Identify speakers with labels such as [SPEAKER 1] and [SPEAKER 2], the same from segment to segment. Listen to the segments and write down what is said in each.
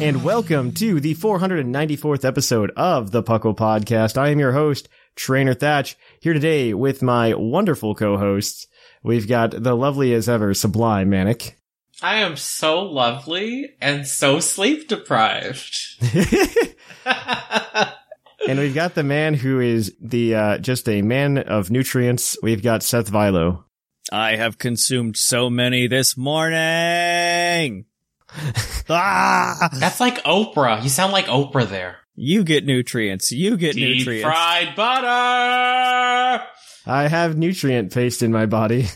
[SPEAKER 1] And welcome to the 494th episode of the Puckle Podcast. I am your host, Trainer Thatch, here today with my wonderful co-hosts. We've got the lovely as ever, Sublime Manic.
[SPEAKER 2] I am so lovely and so sleep deprived.
[SPEAKER 1] and we've got the man who is the, uh, just a man of nutrients. We've got Seth Vilo.
[SPEAKER 3] I have consumed so many this morning. ah,
[SPEAKER 2] That's like Oprah. You sound like Oprah there.
[SPEAKER 3] you get nutrients. You get
[SPEAKER 2] Deep
[SPEAKER 3] nutrients.
[SPEAKER 2] fried butter.
[SPEAKER 1] I have nutrient paste in my body,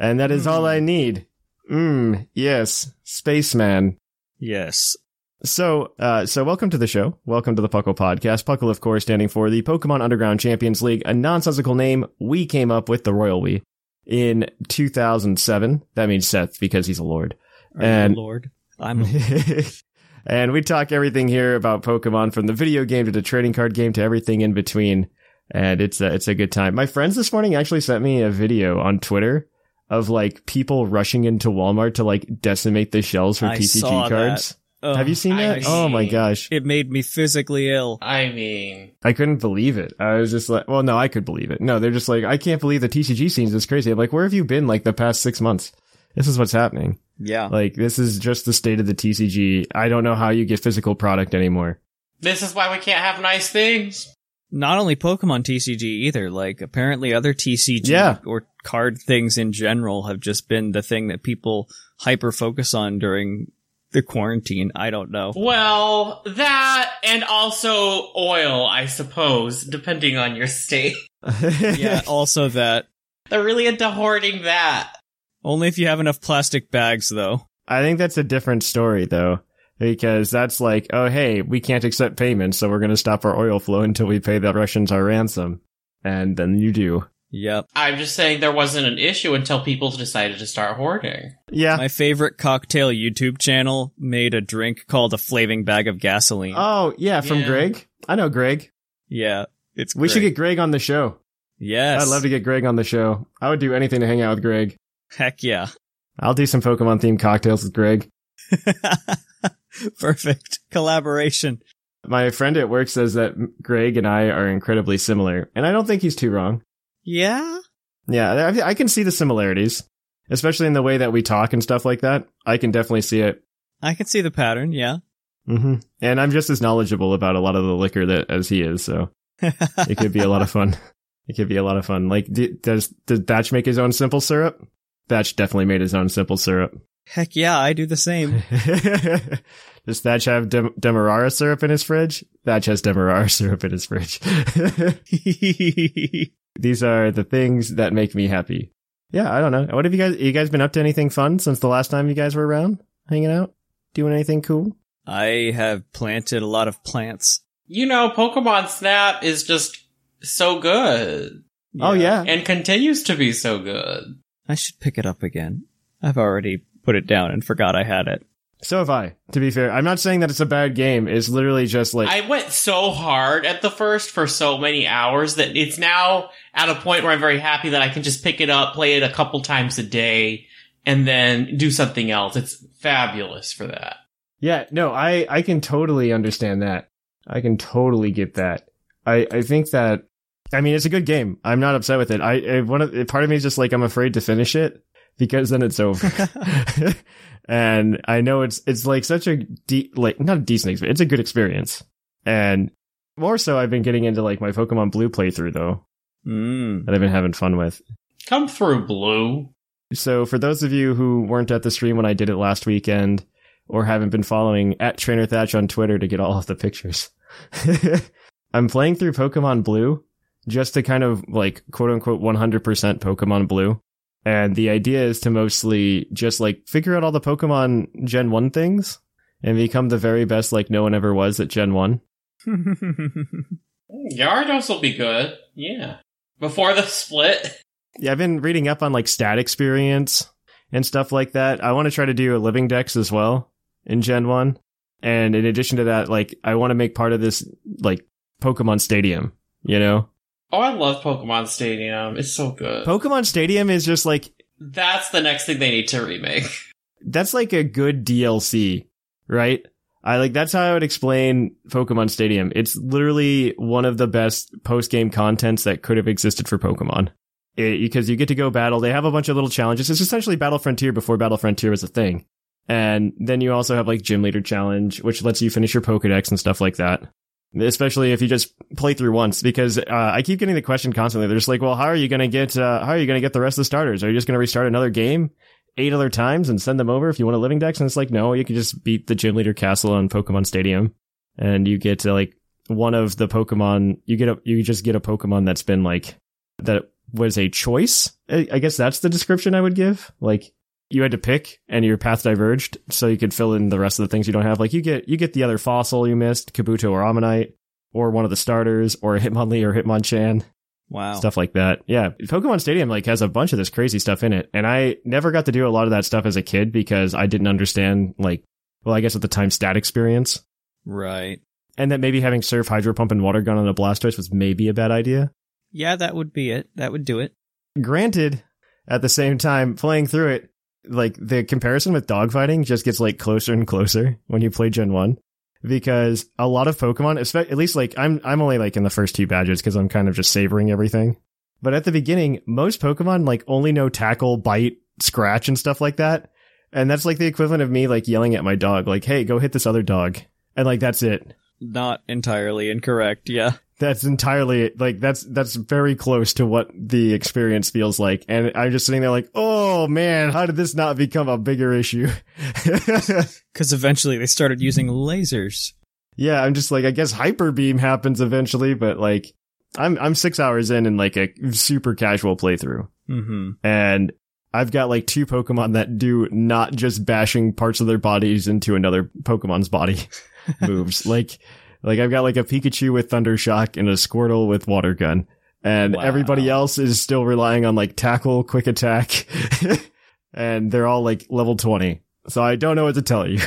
[SPEAKER 1] and that is all I need. Mmm, yes, spaceman.
[SPEAKER 3] Yes.
[SPEAKER 1] So, uh, so welcome to the show. Welcome to the Puckle Podcast. Puckle, of course, standing for the Pokemon Underground Champions League, a nonsensical name we came up with, the Royal We, in 2007. That means Seth because he's a lord.
[SPEAKER 3] Are you
[SPEAKER 1] And-
[SPEAKER 3] a Oh, Lord, I'm. a-
[SPEAKER 1] and we talk everything here about Pokemon from the video game to the trading card game to everything in between. And it's a, it's a good time. My friends this morning actually sent me a video on Twitter of like people rushing into Walmart to like decimate the shells for
[SPEAKER 3] I
[SPEAKER 1] TCG
[SPEAKER 3] saw that.
[SPEAKER 1] cards.
[SPEAKER 3] Ugh.
[SPEAKER 1] Have you seen
[SPEAKER 2] I
[SPEAKER 1] that? Oh my
[SPEAKER 2] see.
[SPEAKER 1] gosh.
[SPEAKER 3] It made me physically ill.
[SPEAKER 2] I mean,
[SPEAKER 1] I couldn't believe it. I was just like, well, no, I could believe it. No, they're just like, I can't believe the TCG scenes is crazy. I'm like, where have you been like the past six months? This is what's happening.
[SPEAKER 3] Yeah.
[SPEAKER 1] Like, this is just the state of the TCG. I don't know how you get physical product anymore.
[SPEAKER 2] this is why we can't have nice things.
[SPEAKER 3] Not only Pokemon TCG either. Like apparently other TCG
[SPEAKER 1] Yeah.
[SPEAKER 3] or card things in general have just been the thing that people hyper focus on during the quarantine. I don't know.
[SPEAKER 2] Well, that and also oil, I suppose, depending on your state.
[SPEAKER 3] yeah. Also that
[SPEAKER 2] They're really into hoarding that.
[SPEAKER 3] only if you have enough plastic bags though.
[SPEAKER 1] I think that's a different story though, because that's like, oh, hey, we can't accept payments. So we're going to stop our oil flow until we pay the Russians our ransom. And then you do.
[SPEAKER 3] Yep.
[SPEAKER 2] I'm just saying there wasn't an issue until people decided to start hoarding.
[SPEAKER 1] Yeah.
[SPEAKER 3] My favorite cocktail YouTube channel made a drink called a flaming bag of gasoline.
[SPEAKER 1] Oh, yeah. From
[SPEAKER 2] Yeah.
[SPEAKER 1] Greg. I know Greg.
[SPEAKER 3] yeah, it's
[SPEAKER 1] We should
[SPEAKER 3] great.
[SPEAKER 1] get Greg on the show.
[SPEAKER 3] yes.
[SPEAKER 1] I'd love to get Greg on the show. I would do anything to hang out with Greg.
[SPEAKER 3] Heck yeah,
[SPEAKER 1] I'll do some Pokemon themed cocktails with Greg.
[SPEAKER 3] perfect collaboration.
[SPEAKER 1] My friend at work says that Greg and I are incredibly similar, and I don't think he's too wrong.
[SPEAKER 3] Yeah,
[SPEAKER 1] Yeah, I, I can see the similarities, especially in the way that we talk and stuff like that. I can definitely see it.
[SPEAKER 3] I can see the pattern. Yeah,
[SPEAKER 1] hmm And I'm just as knowledgeable about a lot of the liquor that as he is, so it could be a lot of fun. It could be a lot of fun. Like, d does did Thatch make his own simple syrup? Thatch definitely made his own simple syrup.
[SPEAKER 3] heck yeah, I do the same.
[SPEAKER 1] Does Thatch have Dem- Demerara syrup in his fridge? Thatch has Demerara syrup in his fridge. These are the things that make me happy. Yeah, I don't know. What have you guys? You guys been up to anything fun since the last time you guys were around, hanging out, doing anything cool?
[SPEAKER 3] I have planted a lot of plants.
[SPEAKER 2] You know, Pokemon Snap is just so good.
[SPEAKER 1] Oh yeah,
[SPEAKER 2] and continues to be so good.
[SPEAKER 3] I should pick it up again. I've already put it down and forgot I had it.
[SPEAKER 1] so have I. To be fair, I'm not saying that it's a bad game. It's literally just like
[SPEAKER 2] I went so hard at the first for so many hours that it's now at a point where I'm very happy that I can just pick it up, play it a couple times a day, and then do something else. It's fabulous for that.
[SPEAKER 1] Yeah, no, I I can totally understand that. I can totally get that. I I think that I mean it's a good game. I'm not upset with it. I, I one of part of me is just like I'm afraid to finish it because then it's over. and I know it's it's like such a de- like not a decent experience. It's a good experience. And more so, I've been getting into like my Pokemon Blue playthrough though
[SPEAKER 3] Mm.
[SPEAKER 1] that I've been having fun with.
[SPEAKER 2] Come through, Blue.
[SPEAKER 1] So for those of you who weren't at the stream when I did it last weekend or haven't been following at Trainer Thatch on Twitter to get all of the pictures. I'm playing through Pokemon Blue just to kind of like quote unquote 100% Pokemon Blue. And the idea is to mostly just like figure out all the Pokemon Gen 1 things and become the very best like no one ever was at Gen 1.
[SPEAKER 2] Yardos Mm, will be good. Yeah. Before the split.
[SPEAKER 1] Yeah, I've been reading up on like stat experience and stuff like that. I want to try to do a living dex as well in Gen 1. And in addition to that, like I want to make part of this like Pokemon Stadium, you know?
[SPEAKER 2] Oh, I love Pokemon Stadium. It's so good.
[SPEAKER 1] Pokemon Stadium is just like
[SPEAKER 2] That's the next thing they need to remake.
[SPEAKER 1] that's like a good DLC, right? I like that's how I would explain Pokemon Stadium. It's literally one of the best post game contents that could have existed for Pokemon. It- because you get to go battle. They have a bunch of little challenges. It's essentially Battle Frontier before Battle Frontier was a thing. And then you also have like Gym Leader Challenge, which lets you finish your Pokedex and stuff like that. Especially if you just play through once, because uh, I keep getting the question constantly. They're just like, "Well, how are you going to get? Uh, how are you going to get the rest of the starters? Are you just going to restart another game? eight other times and send them over if you want a living dex. And it's like, no, you can just beat the gym leader castle on Pokemon Stadium, and you get to like one of the Pokemon. You get a you just get a Pokemon that's been like that was a choice. I I guess that's the description I would give. Like you had to pick, and your path diverged, so you could fill in the rest of the things you don't have. Like you get you get the other fossil you missed, Kabuto or Ammonite. Or one of the starters, or Hitmonlee, or Hitmonchan
[SPEAKER 3] wow.
[SPEAKER 1] stuff like that. Yeah, Pokemon Stadium like has a bunch of this crazy stuff in it, and I never got to do a lot of that stuff as a kid because I didn't understand like, well, I guess at the time stat experience,
[SPEAKER 3] Right.
[SPEAKER 1] and that maybe having Surf, Hydro Pump, and Water Gun on a Blastoise was maybe a bad idea.
[SPEAKER 3] Yeah, that would be it. That would do it.
[SPEAKER 1] Granted, at the same time, playing through it, like the comparison with dogfighting just gets like closer and closer when you play Gen One. Because a lot of Pokemon, espe- at least like I'm, I'm only like in the first two badges because I'm kind of just savoring everything. But at the beginning, most Pokemon like only know tackle, bite, scratch, and stuff like that. And that's like the equivalent of me like yelling at my dog, like, "Hey, go hit this other dog," and like that's it.
[SPEAKER 3] Not entirely incorrect. Yeah.
[SPEAKER 1] That's entirely like that's that's very close to what the experience feels like, and I'm just sitting there like, oh man, how did this not become a bigger issue?
[SPEAKER 3] Because eventually they started using lasers.
[SPEAKER 1] yeah, I'm just like, I guess hyper beam happens eventually, but like, I'm I'm six hours in and like a super casual playthrough,
[SPEAKER 3] Mm-hmm.
[SPEAKER 1] and I've got like two Pokemon that do not just bashing parts of their bodies into another Pokemon's body moves. Like, like I've got like a Pikachu with Thunder Shock and a Squirtle with Water Gun, and
[SPEAKER 3] Wow.
[SPEAKER 1] everybody else is still relying on like Tackle, Quick Attack, and they're all like level twenty. So I don't know what to tell you.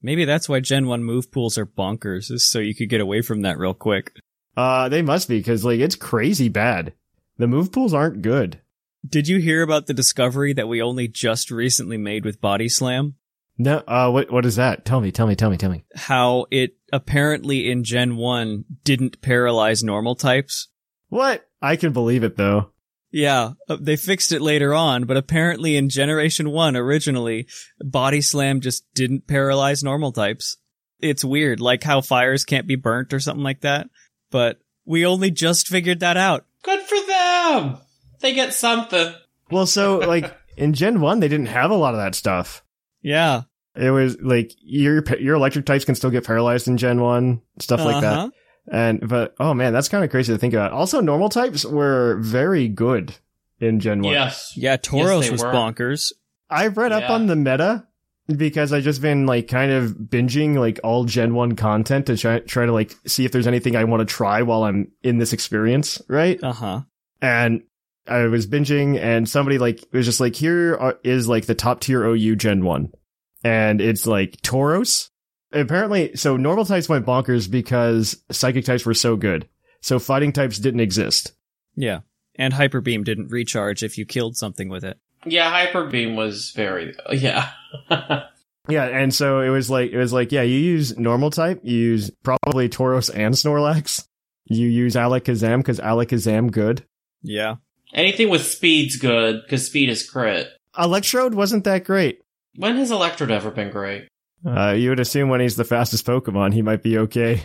[SPEAKER 3] Maybe that's why Gen 1 move pools are bonkers, is so you could get away from that real quick.
[SPEAKER 1] Uh, they must be because like it's crazy bad. The move pools aren't good.
[SPEAKER 3] Did you hear about the discovery that we only just recently made with Body Slam?
[SPEAKER 1] No, uh, what what is that? Tell me, tell me, tell me, tell me.
[SPEAKER 3] How it apparently in Gen 1 didn't paralyze normal types?
[SPEAKER 1] What? I can believe it though.
[SPEAKER 3] Yeah, uh, they fixed it later on, but apparently in Generation 1 originally, Body Slam just didn't paralyze normal types. It's weird, like how fires can't be burnt or something like that, but we only just figured that out.
[SPEAKER 2] Good for them. They get something.
[SPEAKER 1] Well, so like in Gen One, they didn't have a lot of that stuff.
[SPEAKER 3] Yeah.
[SPEAKER 1] It was like your your electric types can still get paralyzed in Gen One, stuff like that.
[SPEAKER 3] Uh-huh.
[SPEAKER 1] And but oh man, that's kind of crazy to think about. Also, normal types were very good in Gen One.
[SPEAKER 2] Yes.
[SPEAKER 3] Yeah, Tauros
[SPEAKER 2] they
[SPEAKER 3] was
[SPEAKER 2] were.
[SPEAKER 3] bonkers.
[SPEAKER 1] I've read up
[SPEAKER 2] Yeah.
[SPEAKER 1] on the meta because I've just been like kind of binging like all Gen 1 content to try, try to like see if there's anything I want to try while I'm in this experience, right?
[SPEAKER 3] Uh huh.
[SPEAKER 1] And I was binging and somebody like was just like, here are, is like the top tier OU Gen 1. And it's like Tauros. Apparently, so normal types went bonkers because psychic types were so good. So fighting types didn't exist.
[SPEAKER 3] Yeah. And Hyper Beam didn't recharge if you killed something with it.
[SPEAKER 2] Yeah, Hyper Beam was very. Yeah.
[SPEAKER 1] Yeah, and so it was like it was like yeah, you use normal type, you use probably Tauros and Snorlax. You use Alakazam because Alakazam good.
[SPEAKER 3] Yeah.
[SPEAKER 2] Anything with speed's good, because speed is crit.
[SPEAKER 1] Electrode wasn't that great.
[SPEAKER 2] When has Electrode ever been great?
[SPEAKER 1] Uh, you would assume when he's the fastest Pokemon, he might be okay.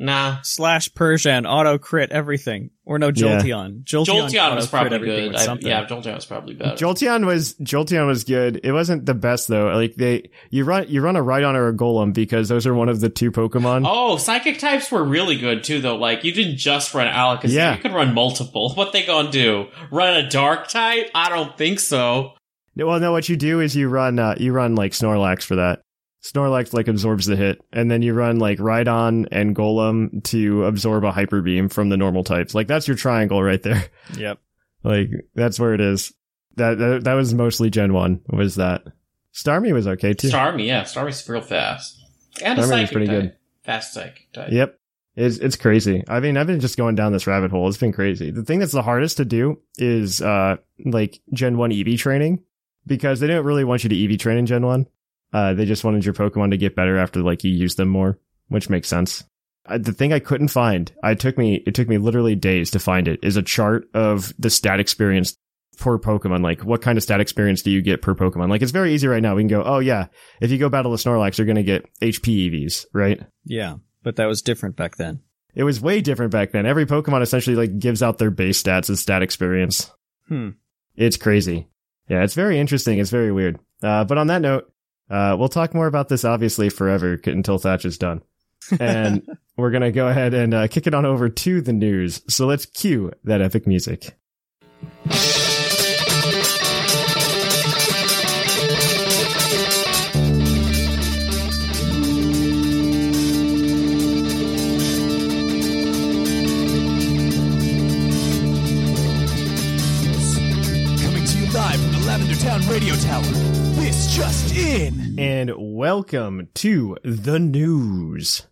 [SPEAKER 2] Nah.
[SPEAKER 3] Slash Persian, auto crit everything. Or no,
[SPEAKER 1] Yeah.
[SPEAKER 3] Jolteon. Jolteon,
[SPEAKER 2] Jolteon was
[SPEAKER 3] auto-crit
[SPEAKER 2] probably
[SPEAKER 3] everything
[SPEAKER 2] good.
[SPEAKER 3] with
[SPEAKER 2] I-
[SPEAKER 3] something.
[SPEAKER 2] yeah, Jolteon was probably better.
[SPEAKER 1] Jolteon was Jolteon was good. It wasn't the best though. Like they, you run you run a Rhydon or a Golem because those are one of the two Pokemon.
[SPEAKER 2] Oh, psychic types were really good too, though. Like you didn't just run Alakazam;
[SPEAKER 1] Yeah.
[SPEAKER 2] you could run multiple. What they gonna do? Run a dark type? I don't think so.
[SPEAKER 1] Well, no, what you do is you run uh, you run like Snorlax for that. Snorlax like absorbs the hit, and then you run like Rhydon and Golem to absorb a hyper beam from the normal types. Like that's your triangle right there.
[SPEAKER 3] Yep.
[SPEAKER 1] Like that's where it is. That that, that was mostly Gen One. Was that Starmie was okay too?
[SPEAKER 2] Starmie, yeah, Starmie's real fast. And a
[SPEAKER 1] Starmie was
[SPEAKER 2] psychic
[SPEAKER 1] pretty
[SPEAKER 2] type.
[SPEAKER 1] good.
[SPEAKER 2] Fast psychic type.
[SPEAKER 1] Yep. It's it's crazy. I mean, I've been just going down this rabbit hole. It's been crazy. The thing that's the hardest to do is uh like Gen 1 EV training because they don't really want you to EV train in Gen 1. Uh they just wanted your Pokemon to get better after like you use them more, which makes sense. Uh, the thing I couldn't find, I took me it took me literally days to find it is a chart of the stat experience per Pokemon. Like what kind of stat experience do you get per Pokemon? Like it's very easy right now. We can go, "Oh yeah, if you go battle the Snorlax, you're going to get HP EVs, right?"
[SPEAKER 3] Yeah. But that was different back then.
[SPEAKER 1] It was way different back then. Every Pokemon essentially like gives out their base stats as stat experience.
[SPEAKER 3] Hmm.
[SPEAKER 1] It's crazy. Yeah, it's very interesting. It's very weird. Uh, but on that note, uh, we'll talk more about this obviously forever c- until Thatch is done. And we're going to go ahead and uh, kick it on over to the news. So let's cue that epic music.
[SPEAKER 4] Coming to you live from the Lavender Town Radio Tower. This just in.
[SPEAKER 1] And welcome to the news.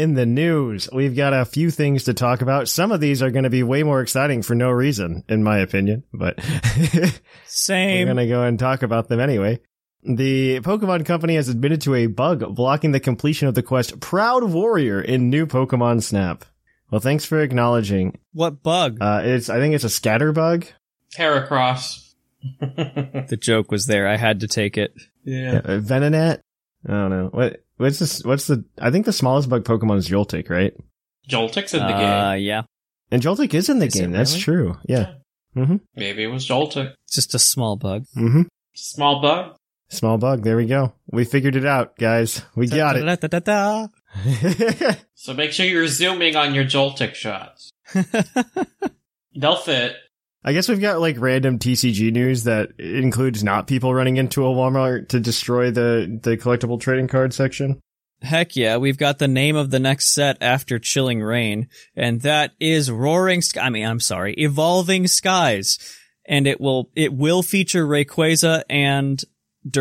[SPEAKER 1] In the news, we've got a few things to talk about. Some of these are going to be way more exciting for no reason, in my opinion, but we're
[SPEAKER 3] Same.
[SPEAKER 1] going to go and talk about them anyway. The Pokemon Company has admitted to a bug blocking the completion of the quest Proud Warrior in new Pokemon Snap. Well, thanks for acknowledging.
[SPEAKER 3] What bug?
[SPEAKER 1] Uh, it's, I think it's a scatter bug.
[SPEAKER 2] Heracross.
[SPEAKER 3] Uh, the joke was there. I had to take it.
[SPEAKER 2] Yeah.
[SPEAKER 1] Yeah. uh, Venonat. I don't know. What, what's this? What's the, I think the smallest bug Pokemon is Joltik, right?
[SPEAKER 2] Joltik's in the
[SPEAKER 3] Uh,
[SPEAKER 2] game.
[SPEAKER 3] yeah.
[SPEAKER 1] And Joltik is in the
[SPEAKER 3] Is
[SPEAKER 1] game.
[SPEAKER 3] it
[SPEAKER 1] That's
[SPEAKER 3] really?
[SPEAKER 1] true. Yeah.
[SPEAKER 2] Maybe it was Joltik.
[SPEAKER 3] It's just a small bug.
[SPEAKER 1] Mm-hmm.
[SPEAKER 2] Small bug.
[SPEAKER 1] Small bug. There we go. We figured it out, guys. We got it.
[SPEAKER 3] Da-da-da-da-da.
[SPEAKER 2] So make sure you're zooming on your Joltik shots. They'll fit.
[SPEAKER 1] I guess we've got like random TCG news that includes not people running into a Walmart to destroy the, the collectible trading card section.
[SPEAKER 3] Heck yeah, we've got the name of the next set after Chilling Rain, and that is Roaring Sky. I mean, I'm sorry, Evolving Skies, and it will it will feature Rayquaza and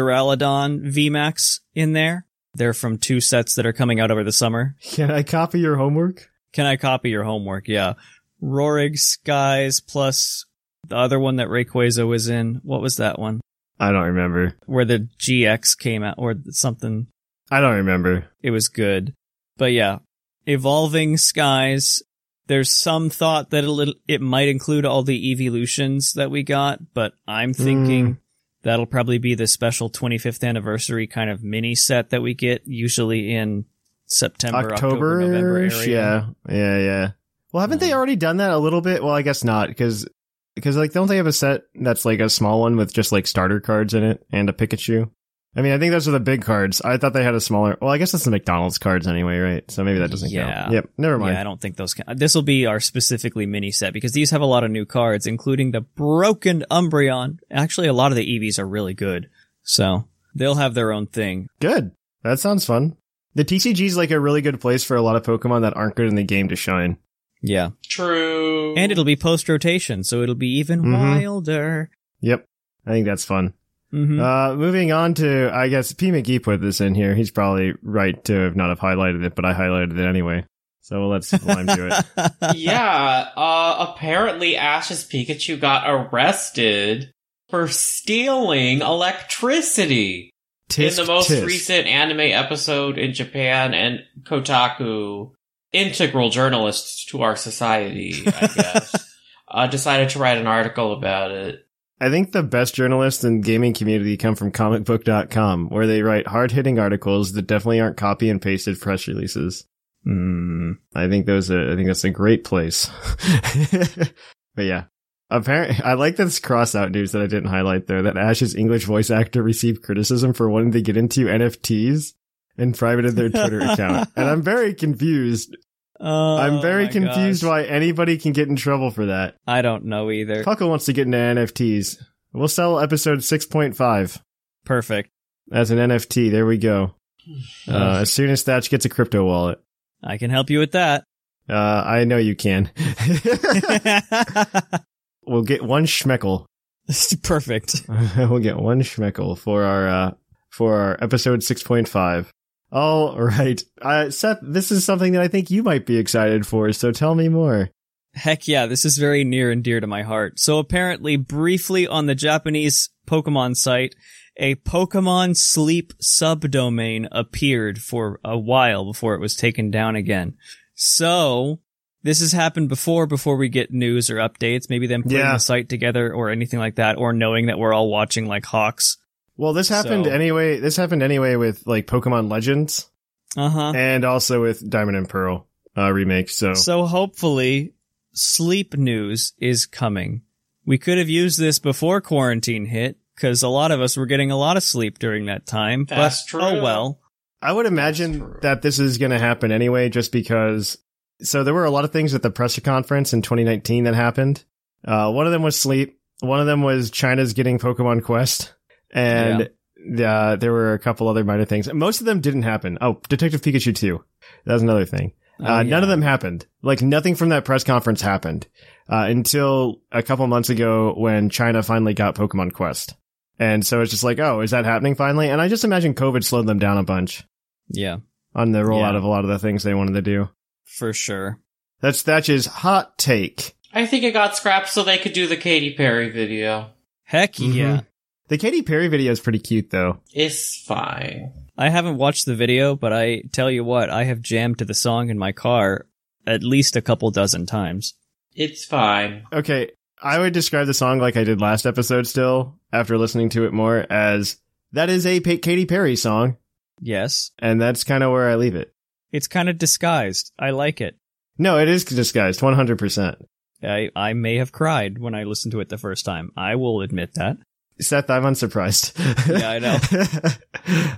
[SPEAKER 3] Duraludon VMAX in there. They're from two sets that are coming out over the summer.
[SPEAKER 1] Can I copy your homework?
[SPEAKER 3] Can I copy your homework? Yeah, Roaring Skies plus the other one that Rayquaza was in. What was that one
[SPEAKER 1] I don't remember.
[SPEAKER 3] where the GX came out or something?
[SPEAKER 1] I don't remember.
[SPEAKER 3] it was good. But yeah, evolving skies. There's some thought that it'll, it might include all the evolutions that we got, but I'm
[SPEAKER 1] Hmm.
[SPEAKER 3] thinking that'll probably be the special 25th anniversary kind of mini set that we get usually in September, October, November
[SPEAKER 1] October-ish?
[SPEAKER 3] area. Mm.
[SPEAKER 1] yeah. Yeah, yeah. Well, haven't they already done that a little bit? Well, I guess not because because like don't they have a set that's like a small one with just like starter cards in it and a Pikachu? I mean, I think those are the big cards. I thought they had a smaller. Well, I guess that's the McDonald's cards anyway, right? So maybe that doesn't
[SPEAKER 3] Yeah.
[SPEAKER 1] count. Yep. Never mind.
[SPEAKER 3] Yeah, I don't think those can. This will be our specifically mini set because these have a lot of new cards, including the broken Umbreon. Actually, a lot of the EVs are really good. So they'll have their own thing.
[SPEAKER 1] Good. That sounds fun. The TCG is like a really good place for a lot of Pokemon that aren't good in the game to shine.
[SPEAKER 3] Yeah.
[SPEAKER 2] True.
[SPEAKER 3] And it'll be post rotation, so it'll be even
[SPEAKER 1] Mhm.
[SPEAKER 3] wilder.
[SPEAKER 1] Yep. I think that's fun.
[SPEAKER 3] hmm
[SPEAKER 1] Uh, moving on to, I guess P. McGee put this in here. He's probably right to have not have highlighted it, but I highlighted it anyway. So we'll let Sublime do it.
[SPEAKER 2] yeah, uh, apparently Ash's Pikachu got arrested for stealing electricity
[SPEAKER 1] Tisk,
[SPEAKER 2] in the most
[SPEAKER 1] tisk.
[SPEAKER 2] recent anime episode in Japan and Kotaku, integral journalists to our society, I guess, uh, decided to write an article about it.
[SPEAKER 1] I think the best journalists in gaming community come from comicbook.com, where they write hard hitting articles that definitely aren't copy and pasted press releases.
[SPEAKER 3] Mm.
[SPEAKER 1] I think those are, I think that's a great place. but yeah. Apparently, I like this cross out news that I didn't highlight there that Ash's English voice actor received criticism for wanting to get into NFTs and privated their Twitter account. And I'm very confused.
[SPEAKER 3] Oh,
[SPEAKER 1] I'm very
[SPEAKER 3] my
[SPEAKER 1] confused
[SPEAKER 3] gosh.
[SPEAKER 1] why anybody can get in trouble for that.
[SPEAKER 3] I don't know either.
[SPEAKER 1] Puckle wants to get into NFTs. We'll sell episode 6.5
[SPEAKER 3] Perfect.
[SPEAKER 1] as an NFT. There we go. Uh, as soon as Thatch gets a crypto wallet,
[SPEAKER 3] I can help you with that.
[SPEAKER 1] uh, I know you can. we'll get one schmeckle.
[SPEAKER 3] Perfect.
[SPEAKER 1] we'll get one schmeckle for our uh, for our episode six point five. All right, uh, Seth. This is something that I think you might be excited for. So tell me more.
[SPEAKER 3] Heck yeah, this is very near and dear to my heart. So apparently, briefly on the Japanese Pokemon site, a Pokemon sleep subdomain appeared for a while before it was taken down again. So this has happened before, before we get news or updates, maybe them putting
[SPEAKER 1] Yeah.
[SPEAKER 3] the site together or anything like that, or knowing that we're all watching like hawks.
[SPEAKER 1] Well, this happened
[SPEAKER 3] So-
[SPEAKER 1] anyway. This happened anyway with like Pokemon Legends.
[SPEAKER 3] Uh huh.
[SPEAKER 1] and also with Diamond and Pearl uh, remake. So,
[SPEAKER 3] So hopefully, sleep news is coming. We could have used this before quarantine hit because a lot of us were getting a lot of sleep during that time.
[SPEAKER 2] That's
[SPEAKER 3] but,
[SPEAKER 2] true.
[SPEAKER 3] Oh well.
[SPEAKER 1] I would
[SPEAKER 5] That's
[SPEAKER 1] imagine
[SPEAKER 5] true.
[SPEAKER 1] that this is going to happen anyway, just because. So there were a lot of things at the presser conference in 2019 that happened. Uh, one of them was sleep. One of them was China's getting Pokemon Quest, and uh, there were a couple other minor things. Most of them didn't happen. Oh, Detective Pikachu 2. That was another thing. Uh,
[SPEAKER 3] Oh,
[SPEAKER 1] None of
[SPEAKER 3] yeah.
[SPEAKER 1] them happened. Like nothing from that press conference happened uh, until a couple months ago when China finally got Pokemon Quest. And so it's just like, oh, is that happening finally? And I just imagine COVID slowed them down a bunch
[SPEAKER 3] Yeah,
[SPEAKER 1] on the rollout
[SPEAKER 3] Yeah.
[SPEAKER 1] of a lot of the things they wanted to do.
[SPEAKER 3] for sure.
[SPEAKER 1] That's Thatch's hot take.
[SPEAKER 2] I think it got scrapped so they could do the Katy Perry video.
[SPEAKER 3] Heck
[SPEAKER 2] Mm-hmm.
[SPEAKER 1] Mhm.
[SPEAKER 3] yeah.
[SPEAKER 1] The Katy Perry video is pretty cute though.
[SPEAKER 2] It's fine.
[SPEAKER 3] I haven't watched the video, but I tell you what, I have jammed to the song in my car at least a couple dozen times.
[SPEAKER 2] It's fine.
[SPEAKER 1] Okay, I would describe the song like I did last episode still after listening to it more as that is a pa- Katy Perry song
[SPEAKER 3] Yes,
[SPEAKER 1] and that's kind of where I leave it.
[SPEAKER 3] it's kind of disguised. I like it.
[SPEAKER 1] No, it is disguised 100%.
[SPEAKER 3] I I may have cried when I listened to it the first time. I will admit that.
[SPEAKER 1] Seth, I'm unsurprised.
[SPEAKER 3] Yeah, I know.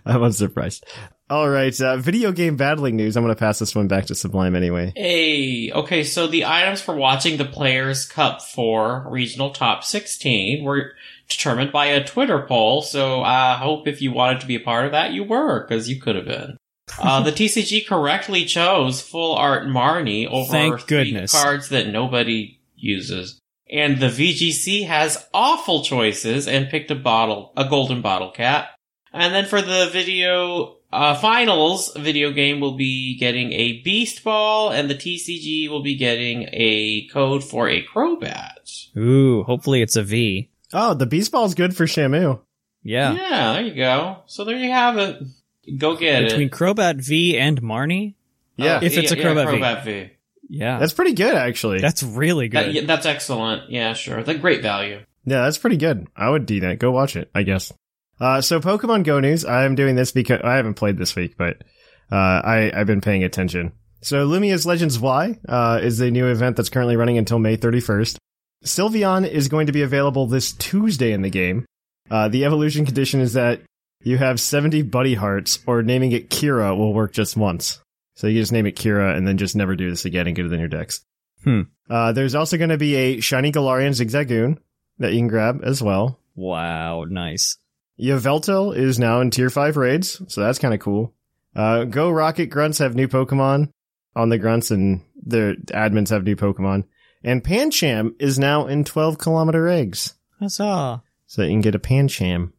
[SPEAKER 1] I'm unsurprised. All right, uh, video game battling news. I'm going to pass this one back to Sublime anyway.
[SPEAKER 2] Hey, okay, so the items for watching the Players Cup for Regional Top 16 were determined by a Twitter poll, so I hope if you wanted to be a part of that, you were, because you could have been. Uh, the TCG correctly chose Full Art Marnie over
[SPEAKER 3] Thank
[SPEAKER 2] three
[SPEAKER 3] goodness.
[SPEAKER 2] cards that nobody uses. And the VGC has awful choices and picked a bottle, a golden bottle cap. And then for the video uh, finals, video game will be getting a beast ball, and the TCG will be getting a code for a crowbat.
[SPEAKER 3] Ooh, hopefully it's a V.
[SPEAKER 1] Oh, the beast ball's good for Shamu.
[SPEAKER 3] Yeah.
[SPEAKER 2] there you go. So there you have it. Go get
[SPEAKER 3] Between
[SPEAKER 2] it.
[SPEAKER 3] Crobat V and Marnie?
[SPEAKER 1] Oh, Yeah,
[SPEAKER 3] if it's a
[SPEAKER 2] Yeah, yeah,
[SPEAKER 3] Crobat V.
[SPEAKER 2] V.
[SPEAKER 3] Yeah. That's,
[SPEAKER 1] that's pretty good actually.
[SPEAKER 3] really good.
[SPEAKER 2] That, yeah, that's excellent. Yeah, sure. That's great value.
[SPEAKER 1] yeah, that's pretty good. I would do that. Go watch it, I guess. Uh, so Pokemon Go news. I'm doing this because I haven't played this week, but uh, I I've been paying attention. So Lumia's Legends Y uh, is the new event that's currently running until May 31st. Sylveon is going to be available this Tuesday in the game. Uh, the evolution condition is that you have 70 buddy hearts, or naming it Kira will work just once. So you can just name it Kira and then just never do this again and get it in your decks.
[SPEAKER 3] Hmm.
[SPEAKER 1] Uh, there's also going to be a Shiny Galarian Zigzagoon that you can grab as well.
[SPEAKER 3] Wow, nice.
[SPEAKER 1] Yveltal is now in tier 5 raids, so that's kind of cool. Uh, Go Rocket Grunts have new Pokemon on the Grunts, and their admins have new Pokemon. And Pancham is now in 12 kilometer eggs,
[SPEAKER 3] Huzzah.
[SPEAKER 1] so that you can get a Pancham.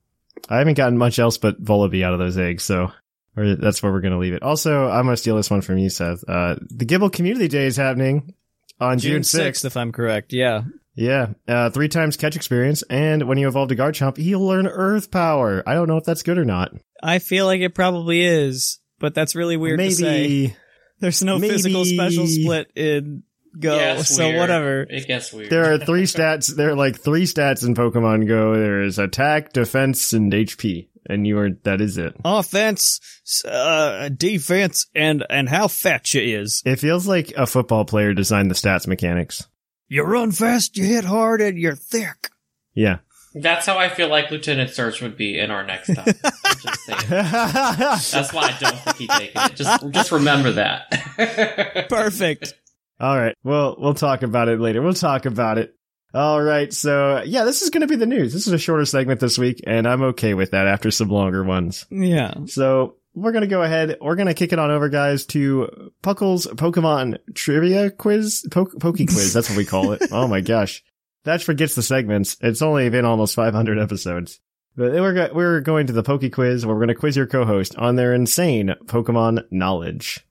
[SPEAKER 1] I haven't gotten much else but Volibee out of those eggs, so we're, that's where we're going to leave it. Also, I'm going to steal this one from you, Seth. Uh, the Gibble Community Day is happening on June 6th.
[SPEAKER 3] if I'm correct. Yeah.
[SPEAKER 1] Yeah, uh, three times catch experience, and when you evolve to Garchomp, he'll learn Earth Power. I don't know if that's good or not.
[SPEAKER 3] I feel like it probably is, but that's really weird
[SPEAKER 1] Maybe
[SPEAKER 3] to say. There's no
[SPEAKER 1] Maybe.
[SPEAKER 3] physical special split in Go,
[SPEAKER 2] Yeah, it's
[SPEAKER 3] so
[SPEAKER 2] weird.
[SPEAKER 3] whatever.
[SPEAKER 2] It gets weird.
[SPEAKER 1] there are three stats. There are like three stats in Pokemon Go. There is attack, defense, and HP, and you are that is it.
[SPEAKER 3] Offense, s- uh, defense, and and how fat you is.
[SPEAKER 1] It feels like a football player designed the stats mechanics.
[SPEAKER 3] You run fast, you hit hard, and you're thick.
[SPEAKER 1] Yeah.
[SPEAKER 2] That's how I feel like Lieutenant Search would be in our next topic. I'm just saying. That's why I don't think he's taking it. Just, just remember that.
[SPEAKER 3] Perfect.
[SPEAKER 1] All right. Well, we'll talk about it later. We'll talk about it. All right. So yeah, this is going to be the news. This is a shorter segment this week, and I'm okay with that after some longer ones.
[SPEAKER 3] yeah.
[SPEAKER 1] So we're gonna go ahead. We're gonna kick it on over, guys, to Puckle's Pokemon Trivia Quiz, po- Poke Quiz. That's what we call it. oh my gosh, that forgets the segments. It's only been almost 500 episodes, but we're go- we're going to the Poke Quiz. Where we're gonna quiz your co-host on their insane Pokemon knowledge.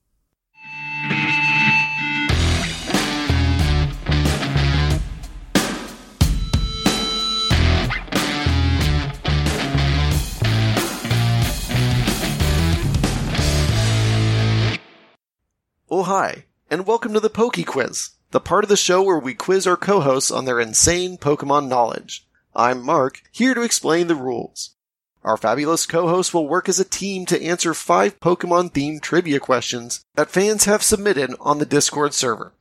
[SPEAKER 6] Oh, hi, and welcome to the Poke Quiz, the part of the show where we quiz our co hosts on their insane Pokemon knowledge. I'm Mark, here to explain the rules. Our fabulous co hosts will work as a team to answer five Pokemon themed trivia questions that fans have submitted on the Discord server.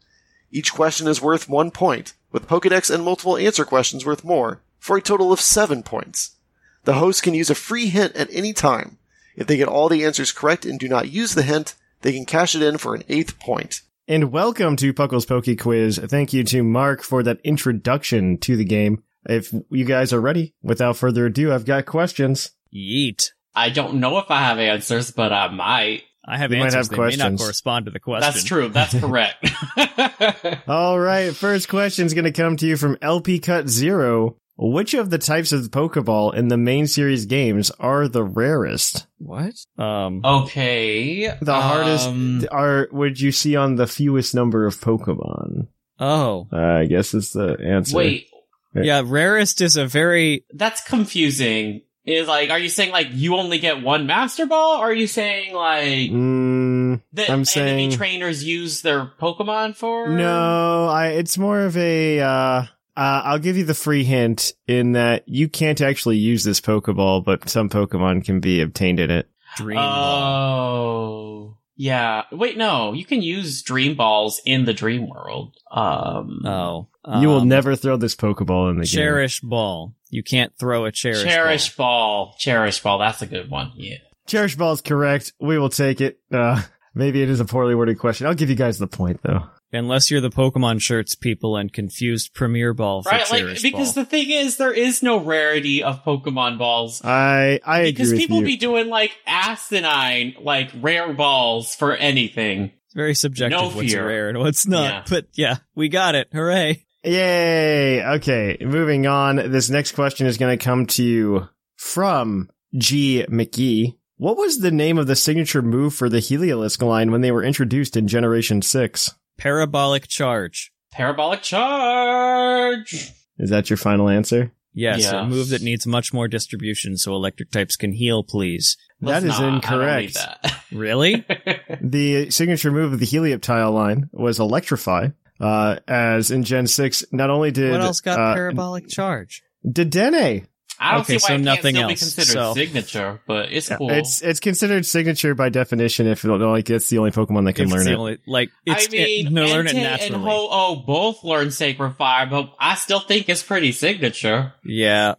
[SPEAKER 6] Each question is worth one point, with Pokedex and multiple answer questions worth more, for a total of seven points. The host can use a free hint at any time. If they get all the answers correct and do not use the hint, they can cash it in for an eighth point.
[SPEAKER 1] And welcome to Puckle's Poke Quiz. Thank you to Mark for that introduction to the game. If you guys are ready, without further ado, I've got questions.
[SPEAKER 3] Yeet.
[SPEAKER 2] I don't know if I have answers, but I might.
[SPEAKER 3] I have
[SPEAKER 1] You might have
[SPEAKER 3] answers. they may not
[SPEAKER 1] questions.
[SPEAKER 3] correspond to the question.
[SPEAKER 2] That's true. That's correct.
[SPEAKER 1] All right, first question's going to come to you from LP Cut Zero. Which of the types of Pokeball in the main series games are the rarest?
[SPEAKER 3] What? Um.
[SPEAKER 2] okay.
[SPEAKER 1] The hardest
[SPEAKER 2] um,
[SPEAKER 1] Are would you see on the fewest number of Pokemon?
[SPEAKER 3] Oh.
[SPEAKER 1] Uh, I guess is the answer.
[SPEAKER 2] Wait,
[SPEAKER 3] Yeah. Rarest is a very.
[SPEAKER 2] that's confusing. Is like, are you saying like you only get one Master Ball? Or are you saying like
[SPEAKER 1] Mm,
[SPEAKER 2] that
[SPEAKER 1] I'm
[SPEAKER 2] enemy
[SPEAKER 1] saying-
[SPEAKER 2] trainers use their Pokemon for?
[SPEAKER 1] no, I, it's more of a. Uh, uh, I'll give you the free hint in that you can't actually use this Pokeball, but some Pokemon can be obtained in it.
[SPEAKER 3] Dream.
[SPEAKER 2] Uh, Oh, yeah. Wait, no. You can use Dream Balls in the Dream World. Um,
[SPEAKER 3] oh.
[SPEAKER 1] you will
[SPEAKER 3] um,
[SPEAKER 1] never throw this Pokeball in the game.
[SPEAKER 3] Cherish ball. You can't throw a cherish.
[SPEAKER 2] Cherish, ball. Cherish Ball. That's a good one. Yeah.
[SPEAKER 1] Cherish ball is correct. We will take it. Uh, maybe it is a poorly worded question. I'll give you guys the point though.
[SPEAKER 3] Ball. Unless you're the Pokemon shirts people and confused Premier Ball for
[SPEAKER 2] Right, like
[SPEAKER 3] cherish
[SPEAKER 2] because
[SPEAKER 3] ball.
[SPEAKER 2] the thing is, there is no rarity of Pokemon balls
[SPEAKER 1] I I
[SPEAKER 2] because
[SPEAKER 1] agree with
[SPEAKER 2] people
[SPEAKER 1] you.
[SPEAKER 2] be doing like asinine, like rare balls for anything.
[SPEAKER 3] it's very subjective
[SPEAKER 2] no
[SPEAKER 3] what's
[SPEAKER 2] fear.
[SPEAKER 3] rare and what's not.
[SPEAKER 2] Yeah.
[SPEAKER 3] But yeah, we got it. Hooray!
[SPEAKER 1] Yay. Okay. Moving on. This next question is going to come to you from G McGee. What was the name of the signature move for the Heliolisk line when they were introduced in Generation 6?
[SPEAKER 3] Parabolic charge.
[SPEAKER 2] Parabolic charge.
[SPEAKER 1] Is that your final answer?
[SPEAKER 3] Yes,
[SPEAKER 2] Yeah.
[SPEAKER 3] a move that needs much more distribution so electric types can heal. Please.
[SPEAKER 1] That is
[SPEAKER 2] Let's not. I don't need
[SPEAKER 1] incorrect.
[SPEAKER 2] that.
[SPEAKER 3] Really?
[SPEAKER 1] The signature move of the Helioptile line was Electrify. Uh, as in Gen 6, not only did.
[SPEAKER 3] what else got
[SPEAKER 1] uh,
[SPEAKER 3] parabolic charge?
[SPEAKER 1] Dedenne.
[SPEAKER 2] I don't
[SPEAKER 3] Okay,
[SPEAKER 2] see why
[SPEAKER 3] so
[SPEAKER 2] it can't
[SPEAKER 3] nothing
[SPEAKER 2] still be
[SPEAKER 3] else,
[SPEAKER 2] considered
[SPEAKER 3] so-
[SPEAKER 2] signature, but it's cool.
[SPEAKER 1] It's it's considered signature by definition if like it's the only Pokemon that can
[SPEAKER 3] If
[SPEAKER 1] learn
[SPEAKER 3] it's the
[SPEAKER 1] it.
[SPEAKER 3] only- like it's
[SPEAKER 2] I mean,
[SPEAKER 3] it, no, learn it
[SPEAKER 2] Entei
[SPEAKER 3] naturally.
[SPEAKER 2] and Ho-Oh both learn Sacred Fire, but I still think it's pretty signature.
[SPEAKER 3] yeah,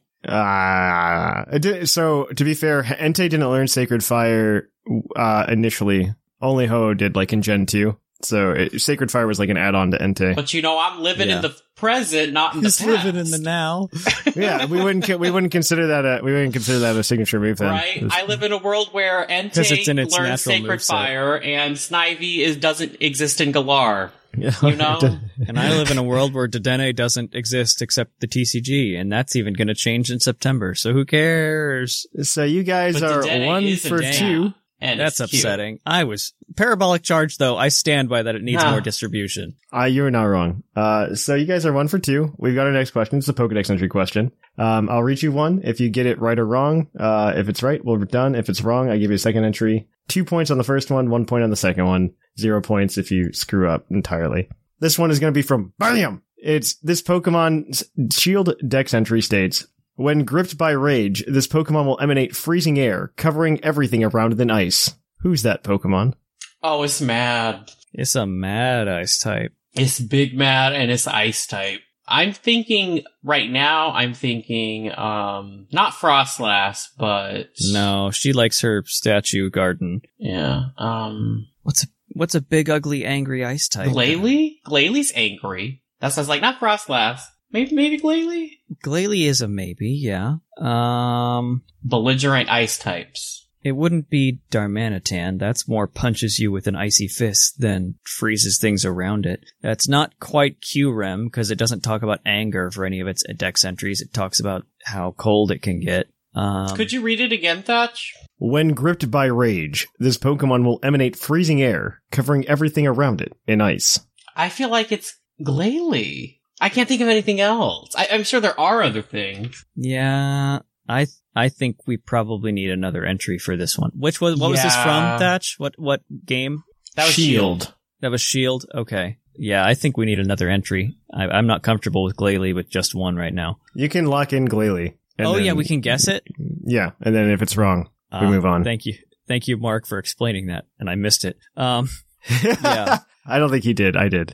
[SPEAKER 1] Ah, it did- so to be fair, Entei didn't learn Sacred Fire uh, initially. Only Ho did, like in Gen two. So it, Sacred Fire was like an add-on to Entei.
[SPEAKER 2] But you know, I'm living
[SPEAKER 3] Yeah.
[SPEAKER 2] in the present, not in the
[SPEAKER 3] he's
[SPEAKER 2] past.
[SPEAKER 3] living in the now.
[SPEAKER 1] yeah, we wouldn't co- we wouldn't consider that a we wouldn't consider that a signature move then.
[SPEAKER 2] Right? I live in a world where
[SPEAKER 3] 'Cause
[SPEAKER 2] Entei
[SPEAKER 3] it's in its
[SPEAKER 2] learns
[SPEAKER 3] natural
[SPEAKER 2] Sacred
[SPEAKER 3] moveset.
[SPEAKER 2] Fire and Snivy is doesn't exist in Galar. You know?
[SPEAKER 3] And I live in a world where Dedenne doesn't exist except the TCG, and that's even going to change in September. So who cares?
[SPEAKER 1] so you guys
[SPEAKER 2] But
[SPEAKER 1] are
[SPEAKER 2] Dedenne
[SPEAKER 1] one
[SPEAKER 2] is a
[SPEAKER 1] for
[SPEAKER 2] dad,
[SPEAKER 1] two.
[SPEAKER 2] And
[SPEAKER 3] that's
[SPEAKER 2] it's cute.
[SPEAKER 3] upsetting. I was parabolic charge though. I stand by that. It needs
[SPEAKER 2] Ah.
[SPEAKER 3] more distribution.
[SPEAKER 1] Uh, you're not wrong. Uh, so you guys are one for two. We've got our next question. It's a Pokedex entry question. Um, I'll read you one. If you get it right or wrong, uh, if it's right, well, we're done. If it's wrong, I give you a second entry. Two points on the first one, one point on the second one, zero points if you screw up entirely. This one is going to be from Bam! It's this Pokemon's Shield Dex entry states, when gripped by rage, this Pokemon will emanate freezing air, covering everything around it in ice. Who's that Pokemon?
[SPEAKER 2] Oh, it's mad.
[SPEAKER 3] It's a mad ice type.
[SPEAKER 2] It's big mad and it's ice type. I'm thinking right now, I'm thinking um not Frostlass, but
[SPEAKER 3] No, she likes her statue garden.
[SPEAKER 2] Yeah. Um
[SPEAKER 3] What's a what's a big ugly angry ice type?
[SPEAKER 2] Glalie? Glalie's angry. That sounds like not Frostlass. Maybe maybe Glalie?
[SPEAKER 3] Glalie is a maybe. Yeah. Um.
[SPEAKER 2] Belligerent ice types.
[SPEAKER 3] It wouldn't be Darmanitan. That's more punches you with an icy fist than freezes things around it. That's not quite Qrem because it doesn't talk about anger for any of its dex entries. It talks about how cold it can get. Um,
[SPEAKER 2] Could you read it again, Thatch?
[SPEAKER 1] When gripped by rage, this Pokemon will emanate freezing air, covering everything around it in ice.
[SPEAKER 2] I feel like it's Glalie. I can't think of anything else. I, I'm sure there are other things.
[SPEAKER 3] Yeah, I th- I think we probably need another entry for this one. Which was what was this
[SPEAKER 2] Yeah.
[SPEAKER 3] from? Thatch? What what game?
[SPEAKER 2] That was Shield.
[SPEAKER 3] That was Shield. Okay. Yeah, I think we need another entry. I, I'm not comfortable with Glalie with just one right now.
[SPEAKER 1] You can lock in Glalie. and
[SPEAKER 3] oh yeah,
[SPEAKER 1] then-
[SPEAKER 3] we can guess it.
[SPEAKER 1] Yeah, and then if it's wrong, we
[SPEAKER 3] Uh,
[SPEAKER 1] move on.
[SPEAKER 3] Thank you, thank you, Mark, for explaining that. And I missed it. Um, Yeah.
[SPEAKER 1] I don't think he did. I did.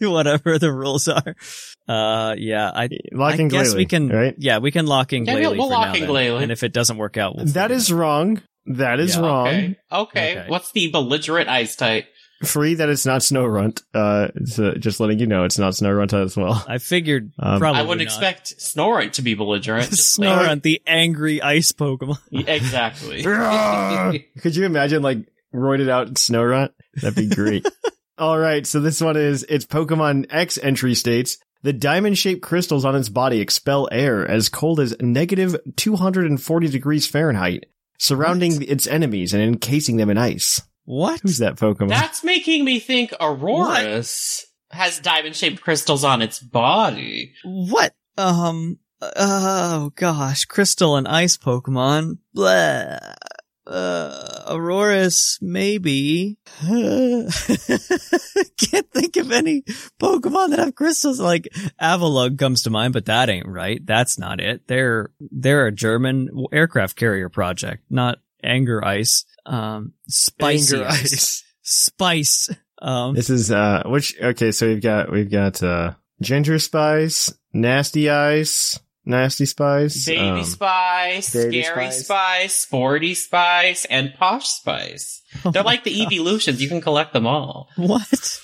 [SPEAKER 3] whatever the rules are. Uh, yeah, I.
[SPEAKER 1] lock
[SPEAKER 3] I
[SPEAKER 1] in
[SPEAKER 3] guess
[SPEAKER 1] Glalie,
[SPEAKER 3] we can.
[SPEAKER 1] Right?
[SPEAKER 3] Yeah, we can lock in
[SPEAKER 2] Yeah,
[SPEAKER 3] Glalie.
[SPEAKER 2] we'll- we'll
[SPEAKER 3] for
[SPEAKER 2] lock
[SPEAKER 3] now
[SPEAKER 2] in
[SPEAKER 3] then.
[SPEAKER 2] Glalie.
[SPEAKER 3] and if it doesn't work out, we'll
[SPEAKER 1] That is wrong. That is
[SPEAKER 3] Yeah,
[SPEAKER 1] wrong.
[SPEAKER 2] Okay. okay.
[SPEAKER 3] Okay.
[SPEAKER 2] What's the belligerent ice type?
[SPEAKER 1] Free that it's not Snow Runt. Uh, it's, uh, just letting you know it's not Snow Runt as well.
[SPEAKER 3] I figured
[SPEAKER 1] Um,
[SPEAKER 3] probably
[SPEAKER 2] I would
[SPEAKER 3] not.
[SPEAKER 2] expect Snorunt to be belligerent. just like-
[SPEAKER 3] Snorunt, the angry ice Pokemon.
[SPEAKER 2] Yeah, exactly.
[SPEAKER 1] Could you imagine like roided out Snow Runt? That'd be great. All right, so this one is it's Pokemon X entry states the diamond shaped crystals on its body expel air as cold as negative 240 degrees Fahrenheit, surrounding its enemies and encasing them in ice.
[SPEAKER 3] What?
[SPEAKER 1] Who's that Pokemon?
[SPEAKER 2] That's making me think Aurora's has diamond shaped crystals on its body.
[SPEAKER 3] What? Um. Oh gosh, crystal and ice Pokemon. Blah. Uh, Auroras, maybe. Can't think of any Pokemon that have crystals. Like Avalug comes to mind, but that ain't right. That's not it. They're they're a German aircraft carrier project, not anger ice. Um, spicy
[SPEAKER 1] Anger
[SPEAKER 3] ice. spice. Um,
[SPEAKER 1] This is uh which okay, so we've got we've got uh ginger spice, nasty ice, nasty spice,
[SPEAKER 2] Baby
[SPEAKER 1] um,
[SPEAKER 2] Spice,
[SPEAKER 1] Baby
[SPEAKER 2] Scary
[SPEAKER 1] Spice.
[SPEAKER 2] spice. Sporty Spice, and Posh Spice. They're like the evolutions. You can collect them all.
[SPEAKER 3] what?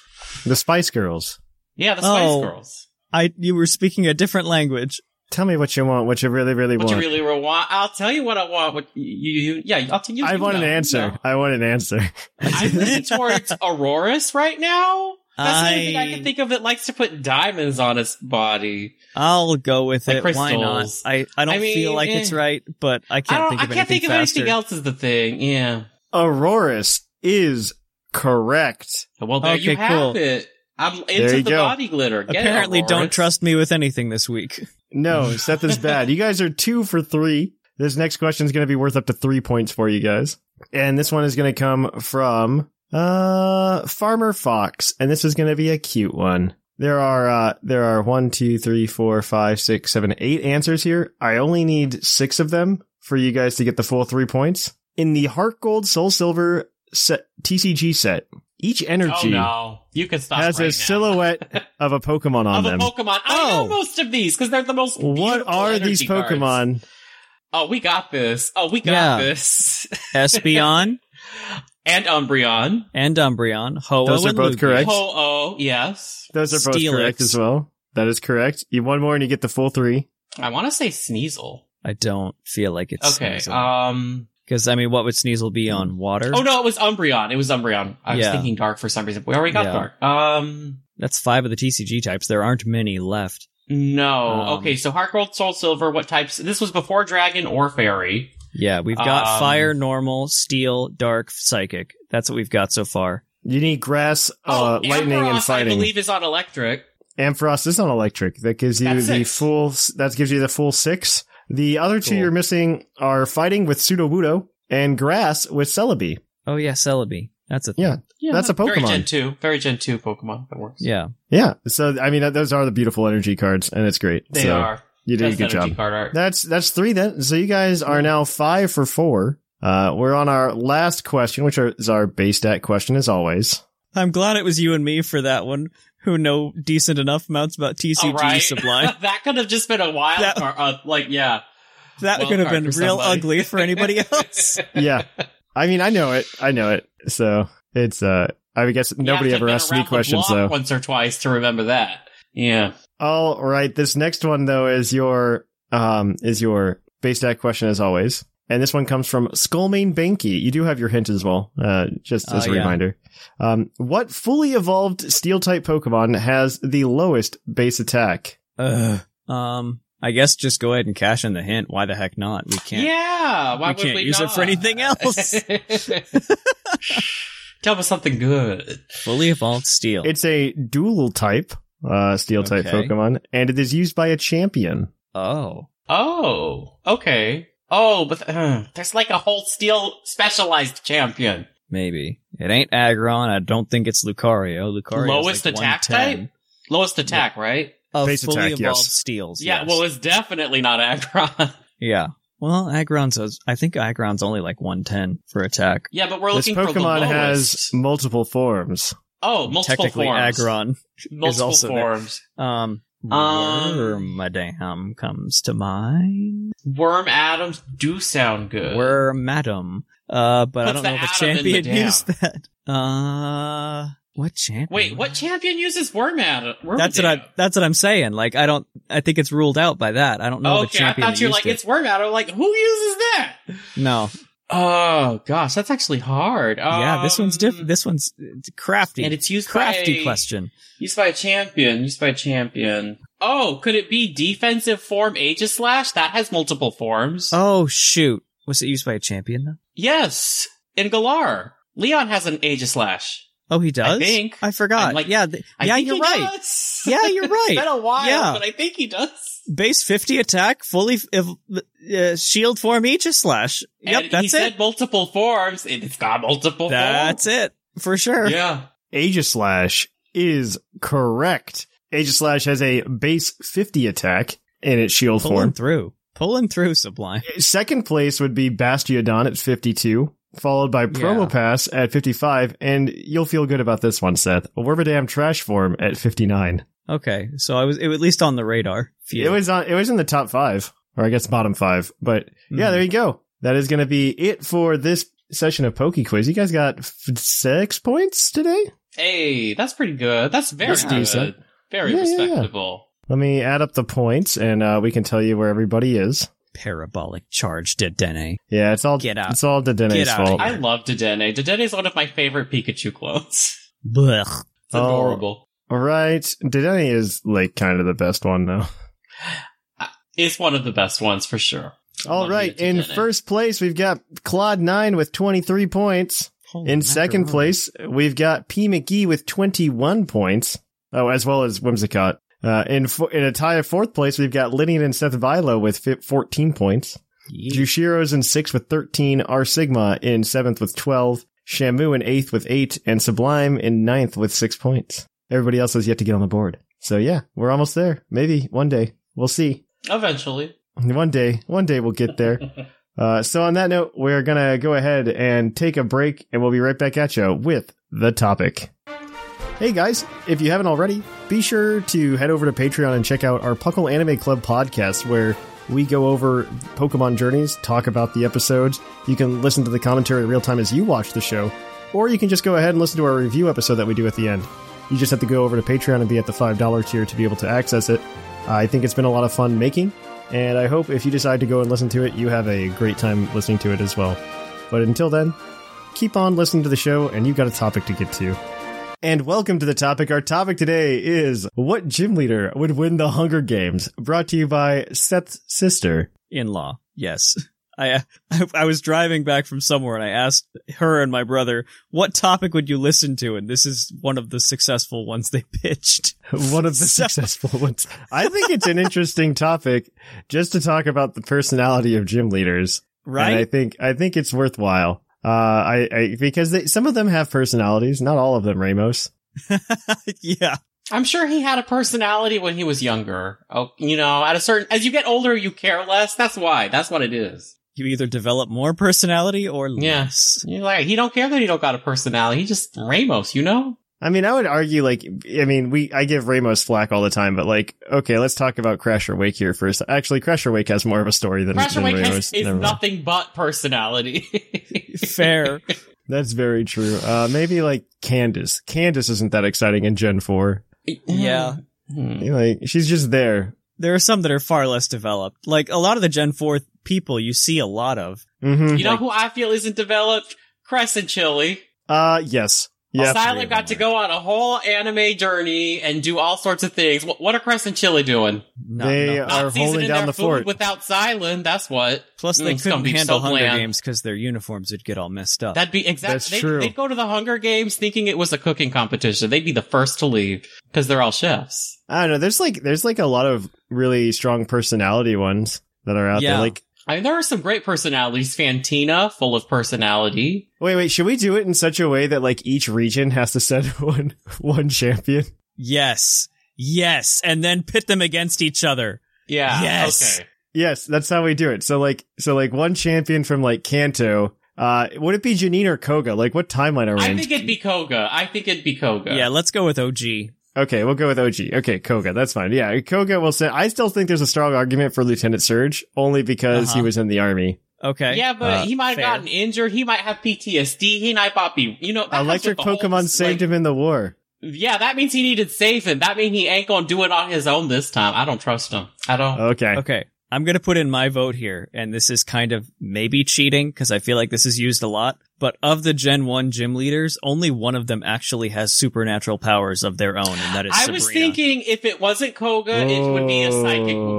[SPEAKER 1] the Spice Girls.
[SPEAKER 2] Yeah, the Spice
[SPEAKER 3] Oh.
[SPEAKER 2] Girls.
[SPEAKER 3] I you were speaking a different language.
[SPEAKER 1] Tell me what you want, what you really, really
[SPEAKER 2] What
[SPEAKER 1] want.
[SPEAKER 2] you really re- want? I'll tell you what I want. What you, you yeah, I'll tell you.
[SPEAKER 1] I
[SPEAKER 2] you
[SPEAKER 1] want
[SPEAKER 2] know,
[SPEAKER 1] an
[SPEAKER 2] you
[SPEAKER 1] answer.
[SPEAKER 2] know.
[SPEAKER 1] I want an answer.
[SPEAKER 2] I'm leaning towards Auroras right now. That's the only thing I
[SPEAKER 3] I-
[SPEAKER 2] can think of that likes to put diamonds on its body.
[SPEAKER 3] I'll go with
[SPEAKER 2] Like
[SPEAKER 3] it. Why not?
[SPEAKER 2] crystals.
[SPEAKER 3] I, I don't
[SPEAKER 2] I mean,
[SPEAKER 3] feel like
[SPEAKER 2] eh.
[SPEAKER 3] it's right, but I
[SPEAKER 2] I
[SPEAKER 3] can't
[SPEAKER 2] don't.
[SPEAKER 3] think
[SPEAKER 2] I
[SPEAKER 3] of
[SPEAKER 2] can't
[SPEAKER 3] anything
[SPEAKER 2] think of
[SPEAKER 3] faster.
[SPEAKER 2] anything else. Is the thing? Yeah.
[SPEAKER 1] Auroras is correct.
[SPEAKER 2] Well, there you
[SPEAKER 3] Okay,
[SPEAKER 2] have
[SPEAKER 3] cool.
[SPEAKER 2] it. I'm into
[SPEAKER 1] There you
[SPEAKER 2] the
[SPEAKER 1] go.
[SPEAKER 2] body glitter. Get it,
[SPEAKER 3] Apparently, don't
[SPEAKER 2] Auroras.
[SPEAKER 3] trust me with anything this week.
[SPEAKER 1] No, Seth is bad. You guys are two for three. This next question is going to be worth up to three points for you guys. And this one is going to come from uh Farmer Fox, and this is going to be a cute one. There are uh there are one, two, three, four, five, six, seven, eight answers here. I only need six of them for you guys to get the full three points. In the Heart Gold Soul Silver set, TCG set, each energy
[SPEAKER 2] Oh no, you can stop.
[SPEAKER 1] has
[SPEAKER 2] right now.
[SPEAKER 1] a silhouette of a Pokemon on
[SPEAKER 2] of
[SPEAKER 1] them.
[SPEAKER 2] a Pokemon. I
[SPEAKER 3] Oh.
[SPEAKER 2] know most of these because they're the most.
[SPEAKER 1] what
[SPEAKER 2] beautiful
[SPEAKER 1] are
[SPEAKER 2] energy
[SPEAKER 1] these
[SPEAKER 2] cards.
[SPEAKER 1] Pokemon?
[SPEAKER 2] Oh, we got this. Oh, we got
[SPEAKER 3] Yeah.
[SPEAKER 2] this.
[SPEAKER 3] Espeon
[SPEAKER 2] and Umbreon.
[SPEAKER 3] and Umbreon, Ho-Oh
[SPEAKER 1] Those are
[SPEAKER 3] and
[SPEAKER 1] both
[SPEAKER 3] Lugia.
[SPEAKER 1] correct.
[SPEAKER 2] Ho oh, yes.
[SPEAKER 1] Those are both
[SPEAKER 3] Steelix.
[SPEAKER 1] correct as well. That is correct. You one more and you get the full three.
[SPEAKER 2] I want to say Sneasel.
[SPEAKER 3] I don't feel like it's
[SPEAKER 2] Okay.
[SPEAKER 3] Sneasel.
[SPEAKER 2] Um.
[SPEAKER 3] Because I mean, what would Sneasel be on water?
[SPEAKER 2] Oh no, it was Umbreon. It was Umbreon. I was
[SPEAKER 3] Yeah.
[SPEAKER 2] thinking dark for some reason. We already got
[SPEAKER 3] Yeah.
[SPEAKER 2] dark. Um.
[SPEAKER 3] That's five of the TCG types. There aren't many left.
[SPEAKER 2] No.
[SPEAKER 3] Um,
[SPEAKER 2] okay. So Heart Gold, Soul Silver. What types? This was before Dragon or Fairy.
[SPEAKER 3] Yeah, we've got
[SPEAKER 2] Um,
[SPEAKER 3] fire, normal, steel, dark, psychic. That's what we've got so far.
[SPEAKER 1] You need grass, uh, lightning, and
[SPEAKER 2] Ampharos, Oh, I
[SPEAKER 1] fighting.
[SPEAKER 2] believe is on Electric.
[SPEAKER 1] Ampharos is on electric. That gives you
[SPEAKER 2] That's
[SPEAKER 1] the
[SPEAKER 2] six.
[SPEAKER 1] full. s- That gives you the full six. The other two
[SPEAKER 3] Cool.
[SPEAKER 1] you're missing are fighting with Sudowoodo and grass with Celebi.
[SPEAKER 3] Oh yeah, Celebi. That's a thing.
[SPEAKER 1] Yeah. That's a
[SPEAKER 2] Very Gen
[SPEAKER 1] Pokemon.
[SPEAKER 2] two. Very Gen two Pokemon. That works.
[SPEAKER 3] Yeah.
[SPEAKER 1] Yeah. So I mean, that, those are the beautiful energy cards, and it's great.
[SPEAKER 2] They
[SPEAKER 1] so
[SPEAKER 2] are.
[SPEAKER 1] You did a
[SPEAKER 2] Best
[SPEAKER 1] good
[SPEAKER 2] energy
[SPEAKER 1] job.
[SPEAKER 2] Card art.
[SPEAKER 1] That's that's three then. So you guys are now five for four. Uh, we're on our last question, which are, is our base stat question, as always.
[SPEAKER 3] I'm glad it was you and me for that one, who know decent enough amounts about TCG
[SPEAKER 2] All right.
[SPEAKER 3] Sublime.
[SPEAKER 2] that could have just been a wild
[SPEAKER 3] That-
[SPEAKER 2] card. Uh, like, yeah.
[SPEAKER 3] That
[SPEAKER 2] Wild
[SPEAKER 3] could have
[SPEAKER 2] card
[SPEAKER 3] been
[SPEAKER 2] for
[SPEAKER 3] real
[SPEAKER 2] somebody.
[SPEAKER 3] ugly for anybody else.
[SPEAKER 1] yeah. I mean, I know it. I know it. So it's uh, I guess
[SPEAKER 2] You
[SPEAKER 1] nobody
[SPEAKER 2] have to
[SPEAKER 1] ever
[SPEAKER 2] have been
[SPEAKER 1] asked me
[SPEAKER 2] around the
[SPEAKER 1] questions
[SPEAKER 2] block
[SPEAKER 1] though.
[SPEAKER 2] Once or twice to remember that. Yeah.
[SPEAKER 1] All right, this next one though is your um is your base stat question as always. And this one comes from Skullmane Banky. You do have your hint as well, uh, just as
[SPEAKER 3] Oh,
[SPEAKER 1] a
[SPEAKER 3] yeah.
[SPEAKER 1] reminder. Um, what fully evolved steel type Pokemon has the lowest base attack?
[SPEAKER 3] Ugh. Um, I guess just go ahead and cash in the hint. Why the heck not? We can't.
[SPEAKER 2] yeah, why
[SPEAKER 3] we
[SPEAKER 2] would
[SPEAKER 3] can't
[SPEAKER 2] we
[SPEAKER 3] use it for
[SPEAKER 2] not?
[SPEAKER 3] anything else.
[SPEAKER 2] Tell me something good.
[SPEAKER 3] Fully evolved steel.
[SPEAKER 1] It's a dual type, uh, steel type
[SPEAKER 3] Okay.
[SPEAKER 1] Pokemon, and it is used by a champion.
[SPEAKER 3] oh.
[SPEAKER 2] Oh, okay. Oh, but uh, there's like a whole steel specialized champion.
[SPEAKER 3] Maybe. It ain't Aggron. I don't think it's Lucario. Lucario
[SPEAKER 2] Lowest
[SPEAKER 3] like
[SPEAKER 2] attack
[SPEAKER 3] 110.
[SPEAKER 2] type? Lowest attack, right?
[SPEAKER 3] Of
[SPEAKER 1] Base
[SPEAKER 3] fully
[SPEAKER 1] attack, yes.
[SPEAKER 3] evolved steels.
[SPEAKER 2] Yeah,
[SPEAKER 3] yes.
[SPEAKER 2] well, it's definitely not Aggron.
[SPEAKER 3] yeah. Well, Aggron's. a- I think Aggron's only like 110 for attack.
[SPEAKER 2] yeah, but we're
[SPEAKER 1] This
[SPEAKER 2] looking for the
[SPEAKER 1] Pokemon has
[SPEAKER 2] lowest.
[SPEAKER 1] multiple forms.
[SPEAKER 2] oh, multiple
[SPEAKER 3] Technically,
[SPEAKER 2] forms.
[SPEAKER 3] Aggron.
[SPEAKER 2] multiple
[SPEAKER 3] also there.
[SPEAKER 2] forms.
[SPEAKER 3] Um,
[SPEAKER 2] Um,
[SPEAKER 3] Wormadam comes to mind.
[SPEAKER 2] Worm atoms do sound good.
[SPEAKER 3] Wormadam. Uh, but
[SPEAKER 2] What's
[SPEAKER 3] I don't
[SPEAKER 2] the
[SPEAKER 3] know if a
[SPEAKER 2] atom in the
[SPEAKER 3] champion
[SPEAKER 2] dam?
[SPEAKER 3] used that. Uh, what champion?
[SPEAKER 2] Wait, what champion uses worm atom? Worm
[SPEAKER 3] That's what I. That's what I'm saying. Like, I don't. I think it's ruled out by that. I don't know. if a
[SPEAKER 2] okay, I
[SPEAKER 3] champion
[SPEAKER 2] thought you were
[SPEAKER 3] used
[SPEAKER 2] like
[SPEAKER 3] it.
[SPEAKER 2] it's worm atom. Like who uses that?
[SPEAKER 3] No,
[SPEAKER 2] Oh gosh, that's actually hard.
[SPEAKER 3] yeah, this one's
[SPEAKER 2] Um,
[SPEAKER 3] different. This one's it's crafty.
[SPEAKER 2] And it's used
[SPEAKER 3] crafty
[SPEAKER 2] by-
[SPEAKER 3] question.
[SPEAKER 2] Used by a champion. Used by a champion. Oh, could it be defensive form Aegislash? That has multiple forms.
[SPEAKER 3] Oh shoot, was it used by a champion though?
[SPEAKER 2] yes, in Galar, Leon has an Aegislash.
[SPEAKER 3] Oh, he does.
[SPEAKER 2] think.
[SPEAKER 3] I forgot.
[SPEAKER 2] I'm like-
[SPEAKER 3] yeah, th-
[SPEAKER 2] I
[SPEAKER 3] yeah,
[SPEAKER 2] think
[SPEAKER 3] you're
[SPEAKER 2] he
[SPEAKER 3] right.
[SPEAKER 2] does.
[SPEAKER 3] Yeah, you're right.
[SPEAKER 2] it's been a while,
[SPEAKER 3] Yeah.
[SPEAKER 2] but I think he does.
[SPEAKER 3] Base fifty attack, fully f- ev- uh, shield form Aegis slash. Yep,
[SPEAKER 2] and he
[SPEAKER 3] that's
[SPEAKER 2] said
[SPEAKER 3] it.
[SPEAKER 2] multiple forms, and it's got multiple
[SPEAKER 3] That's it for sure.
[SPEAKER 2] forms. Yeah.
[SPEAKER 1] Aegislash is correct. Aegislash has a base 50 attack in its shield
[SPEAKER 3] Pulling
[SPEAKER 1] form.
[SPEAKER 3] through, pulling through Sublime.
[SPEAKER 1] Second place would be Bastiodon at 52, followed by Probopass at 55, and you'll feel good about this one, Seth. Wormadam Trash Form at 59.
[SPEAKER 3] Okay, so I was it, was at least on the radar. Phew.
[SPEAKER 1] It was on, it was in the top five, or I guess bottom five, but yeah,
[SPEAKER 3] Mhm.
[SPEAKER 1] there you go. That is going to be it for this session of Poke Quiz. You guys got f- six points today?
[SPEAKER 2] Hey, that's pretty good. That's very
[SPEAKER 1] That's
[SPEAKER 2] good.
[SPEAKER 1] decent.
[SPEAKER 2] Very
[SPEAKER 1] Yeah, yeah, yeah.
[SPEAKER 2] respectable.
[SPEAKER 1] Let me add up the points and uh, we can tell you where everybody is.
[SPEAKER 3] parabolic charge to Dene.
[SPEAKER 1] Yeah, it's all
[SPEAKER 3] Get out.
[SPEAKER 1] It's all
[SPEAKER 3] Get
[SPEAKER 1] Dedene's
[SPEAKER 3] out of
[SPEAKER 1] fault.
[SPEAKER 2] I love Dedenne. Dedenne is one of my favorite Pikachu clones.
[SPEAKER 3] Blech.
[SPEAKER 2] It's
[SPEAKER 1] Oh.
[SPEAKER 2] adorable.
[SPEAKER 1] All right, Dedenne is like kind of the best one though.
[SPEAKER 2] It's one of the best ones for sure.
[SPEAKER 1] All
[SPEAKER 2] Love
[SPEAKER 1] right,
[SPEAKER 2] me a
[SPEAKER 1] in
[SPEAKER 2] Dedenne.
[SPEAKER 1] first place we've got Claude Nine with twenty three points.
[SPEAKER 3] Holy
[SPEAKER 1] In second
[SPEAKER 3] macaroni.
[SPEAKER 1] place we've got P McGee with twenty one points. Oh, as well as Whimsicott. Uh, in fo- in a tie of fourth place we've got Linian and Seth Vilo with fi- fourteen points.
[SPEAKER 3] Yeet.
[SPEAKER 1] Jushiro's in sixth with 13, R Sigma in seventh with 12, Shamu in eighth with eight, and Sublime in ninth with six points. Everybody else has yet to get on the board. So yeah, we're almost there. Maybe one day. We'll see.
[SPEAKER 2] Eventually.
[SPEAKER 1] One day, one day we'll get there. Uh, so on that note, we're gonna go ahead and take a break and we'll be right back at you with the topic. Hey guys, if you haven't already, be sure to head over to Patreon and check out our Puckle Anime Club podcast where we go over Pokemon journeys, talk about the episodes. You can listen to the commentary real time as you watch the show, or you can just go ahead and listen to our review episode that we do at the end. You just have to go over to Patreon and be at the $5 tier to be able to access it. I think it's been a lot of fun making, and I hope if you decide to go and listen to it, you have a great time listening to it as well. But until then, keep on listening to the show, and you've got a topic to get to. And welcome to the topic. Our topic today is what gym leader would win the Hunger Games? Brought to you by Seth's sister.
[SPEAKER 3] in law. Yes. I, I I was driving back from somewhere and I asked her and my brother, "What topic would you listen to?" And this is one of the successful ones they pitched.
[SPEAKER 1] One of the
[SPEAKER 3] So-
[SPEAKER 1] successful ones. I think it's an interesting topic just to talk about the personality of gym leaders. And I
[SPEAKER 3] Right?
[SPEAKER 1] think I think it's worthwhile. Uh, I, I because they, some of them have personalities, not all of them. Ramos.
[SPEAKER 3] yeah.
[SPEAKER 2] I'm sure he had a personality when he was younger. Oh, you know, at a certain, as you get older, you care less. That's why. That's what it is.
[SPEAKER 3] You either develop more personality or
[SPEAKER 2] Yeah.
[SPEAKER 3] less.
[SPEAKER 2] You're like, he don't care that he don't got a personality. He just Ramos, you know?
[SPEAKER 1] I mean, I would argue like I mean we I give Ramos flack all the time, but like okay, let's talk about Crasher Wake here first. Actually, Crasher Wake has more of a story than,
[SPEAKER 2] Crasher
[SPEAKER 1] than
[SPEAKER 2] Wake
[SPEAKER 1] Ramos.
[SPEAKER 2] has, is
[SPEAKER 1] Never mind.
[SPEAKER 2] nothing but personality.
[SPEAKER 3] Fair.
[SPEAKER 1] That's very true. Uh, maybe like Candace. Candace isn't that exciting in Gen Four.
[SPEAKER 3] yeah.
[SPEAKER 2] Hmm.
[SPEAKER 1] Like she's just there.
[SPEAKER 3] There are some that are far less developed. Like a lot of the Gen 4 people you see a lot of.
[SPEAKER 1] Mm-hmm.
[SPEAKER 2] You know who I feel isn't developed? Crescent Chili.
[SPEAKER 1] Uh, yes. Yeah.
[SPEAKER 2] Silent got to go on a whole anime journey and do all sorts of things. What, what are Crescent Chili doing?
[SPEAKER 3] Not,
[SPEAKER 1] They
[SPEAKER 3] not-
[SPEAKER 1] Are
[SPEAKER 2] Not seasoning
[SPEAKER 1] holding down
[SPEAKER 2] their
[SPEAKER 1] the
[SPEAKER 2] food
[SPEAKER 1] fort.
[SPEAKER 2] without Silent. That's what.
[SPEAKER 3] Plus, they
[SPEAKER 2] Mm, it's
[SPEAKER 3] couldn't
[SPEAKER 2] gonna be
[SPEAKER 3] handle
[SPEAKER 2] so
[SPEAKER 3] Hunger
[SPEAKER 2] bland.
[SPEAKER 3] Games because their uniforms would get all messed up.
[SPEAKER 2] That'd be exactly.
[SPEAKER 1] That's
[SPEAKER 2] they'd,
[SPEAKER 1] true.
[SPEAKER 2] They'd go to the Hunger Games thinking it was a cooking competition. They'd be the first to leave because they're all chefs.
[SPEAKER 1] I don't know. There's like there's like a lot of really strong personality ones that are out
[SPEAKER 3] Yeah.
[SPEAKER 1] there. Like,
[SPEAKER 2] I mean, there are some great personalities. Fantina, full of personality.
[SPEAKER 1] wait, wait. Should we do it in such a way that like each region has to send one one champion?
[SPEAKER 3] yes. Yes. And then pit them against each other.
[SPEAKER 2] Yeah.
[SPEAKER 3] Yes.
[SPEAKER 2] Okay.
[SPEAKER 1] Yes, that's how we do it. So like so like one champion from like Kanto. Uh, would it be Janine or Koga? Like, what timeline are we
[SPEAKER 2] I
[SPEAKER 1] in?
[SPEAKER 2] think it'd be Koga. I think it'd be Koga.
[SPEAKER 3] Yeah, let's go with OG.
[SPEAKER 1] Okay, we'll go with OG. Okay, Koga, that's fine. Yeah, Koga will say. I still think there's a strong argument for Lieutenant Surge, only because he
[SPEAKER 3] Uh-huh.
[SPEAKER 1] was in the army.
[SPEAKER 3] Okay.
[SPEAKER 2] Yeah, but
[SPEAKER 1] Uh,
[SPEAKER 2] he might have
[SPEAKER 3] fair.
[SPEAKER 2] gotten injured. He might have PTSD. He might not be, you know. that comes
[SPEAKER 1] Electric
[SPEAKER 2] with the
[SPEAKER 1] Pokemon
[SPEAKER 2] whole,
[SPEAKER 1] saved
[SPEAKER 2] like,
[SPEAKER 1] him in the war.
[SPEAKER 2] Yeah, that means he needed saving. That means he ain't gonna do it on his own this time. I don't trust him. I don't.
[SPEAKER 1] Okay.
[SPEAKER 3] Okay. I'm going to put in my vote here, and this is kind of maybe cheating because I feel like this is used a lot. But of the Gen 1 gym leaders, only one of them actually has supernatural powers of their own, and that is
[SPEAKER 2] I
[SPEAKER 3] Sabrina.
[SPEAKER 2] was thinking if it wasn't Koga, it would be a
[SPEAKER 1] Oh.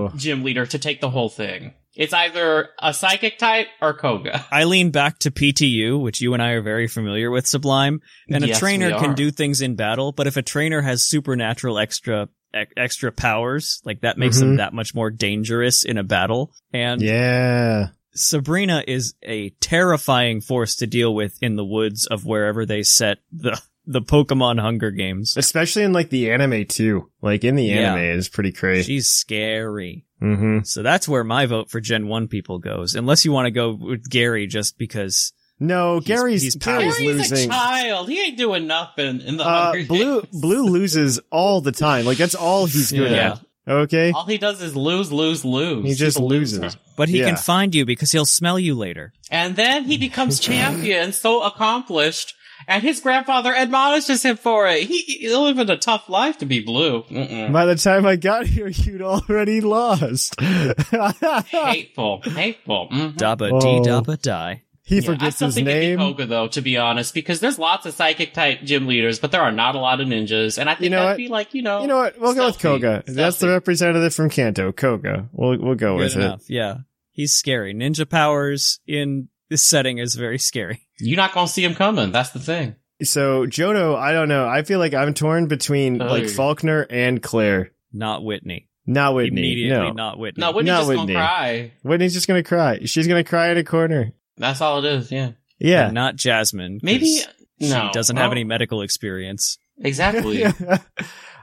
[SPEAKER 2] psychic gym leader to take the whole thing. It's either a psychic type or Koga.
[SPEAKER 3] I lean back to PTU, which you and I are very familiar with, Sublime. And
[SPEAKER 2] Yes,
[SPEAKER 3] a trainer
[SPEAKER 2] we
[SPEAKER 3] can
[SPEAKER 2] are.
[SPEAKER 3] do things in battle, but if a trainer has supernatural extra e- extra powers, like that makes them
[SPEAKER 2] Mm-hmm.
[SPEAKER 1] Mhm.
[SPEAKER 3] that much more dangerous in a battle. And
[SPEAKER 1] Yeah.
[SPEAKER 3] Sabrina is a terrifying force to deal with in the woods of wherever they set the the Pokemon Hunger Games.
[SPEAKER 1] Especially in like the anime too. Like in the
[SPEAKER 3] Yeah.
[SPEAKER 1] anime is pretty crazy.
[SPEAKER 3] She's scary.
[SPEAKER 1] Mm-hmm.
[SPEAKER 3] So that's where my vote for Gen 1 people goes. Unless you want to go with Gary just because
[SPEAKER 1] No,
[SPEAKER 3] He's-
[SPEAKER 1] Gary's
[SPEAKER 3] he's
[SPEAKER 1] Gary's
[SPEAKER 2] Gary's
[SPEAKER 1] losing.
[SPEAKER 2] a child. He ain't doing nothing in the
[SPEAKER 1] Uh,
[SPEAKER 2] Hunger
[SPEAKER 1] blue
[SPEAKER 2] Games.
[SPEAKER 1] blue loses all the time. Like that's all he's good
[SPEAKER 3] Yeah.
[SPEAKER 1] at. Okay.
[SPEAKER 2] All he does is lose, lose, lose.
[SPEAKER 1] He just
[SPEAKER 2] He's a loser.
[SPEAKER 1] loses.
[SPEAKER 3] but he
[SPEAKER 1] Yeah.
[SPEAKER 3] can find you because he'll smell you later.
[SPEAKER 2] And then he becomes champion, so accomplished, and his grandfather admonishes him for it. He, he'll live in a tough life to be blue. Mm-mm.
[SPEAKER 1] By the time I got here, you'd already lost.
[SPEAKER 2] hateful, hateful. Mhm.
[SPEAKER 3] Dabba
[SPEAKER 1] Oh.
[SPEAKER 3] dee dabba die.
[SPEAKER 1] he
[SPEAKER 2] Yeah, I
[SPEAKER 1] forgets
[SPEAKER 2] still
[SPEAKER 1] his
[SPEAKER 2] think it'd be
[SPEAKER 1] name.
[SPEAKER 2] Koga though, to be honest, because there's lots of psychic type gym leaders, but there are not a lot of ninjas, and I think
[SPEAKER 1] You know
[SPEAKER 2] that'd
[SPEAKER 1] what?
[SPEAKER 2] be like you know,
[SPEAKER 1] You know what? We'll go with
[SPEAKER 2] Stealthy.
[SPEAKER 1] Koga. That's the
[SPEAKER 2] Stealthy.
[SPEAKER 1] representative from Kanto. Koga. We'll we'll go
[SPEAKER 3] Good
[SPEAKER 1] with
[SPEAKER 3] enough. Yeah. He's scary. Ninja powers in this setting is very scary.
[SPEAKER 2] you're not gonna see him coming. That's the thing.
[SPEAKER 1] it. So Jodo, I don't know. I feel like I'm torn between
[SPEAKER 2] Oh.
[SPEAKER 1] like Faulkner and Claire.
[SPEAKER 3] Not Whitney.
[SPEAKER 1] Not Whitney.
[SPEAKER 3] Immediately
[SPEAKER 1] No.
[SPEAKER 3] not Whitney.
[SPEAKER 2] No, Whitney's
[SPEAKER 1] Not
[SPEAKER 2] just
[SPEAKER 1] Whitney.
[SPEAKER 2] gonna cry.
[SPEAKER 1] Whitney's just gonna cry. She's gonna cry in a corner.
[SPEAKER 2] That's all it is. Yeah,
[SPEAKER 1] Yeah.
[SPEAKER 3] And not Jasmine. 'cause
[SPEAKER 2] maybe
[SPEAKER 3] she
[SPEAKER 2] no.
[SPEAKER 3] doesn't
[SPEAKER 2] Well,
[SPEAKER 3] have any medical experience.
[SPEAKER 2] exactly.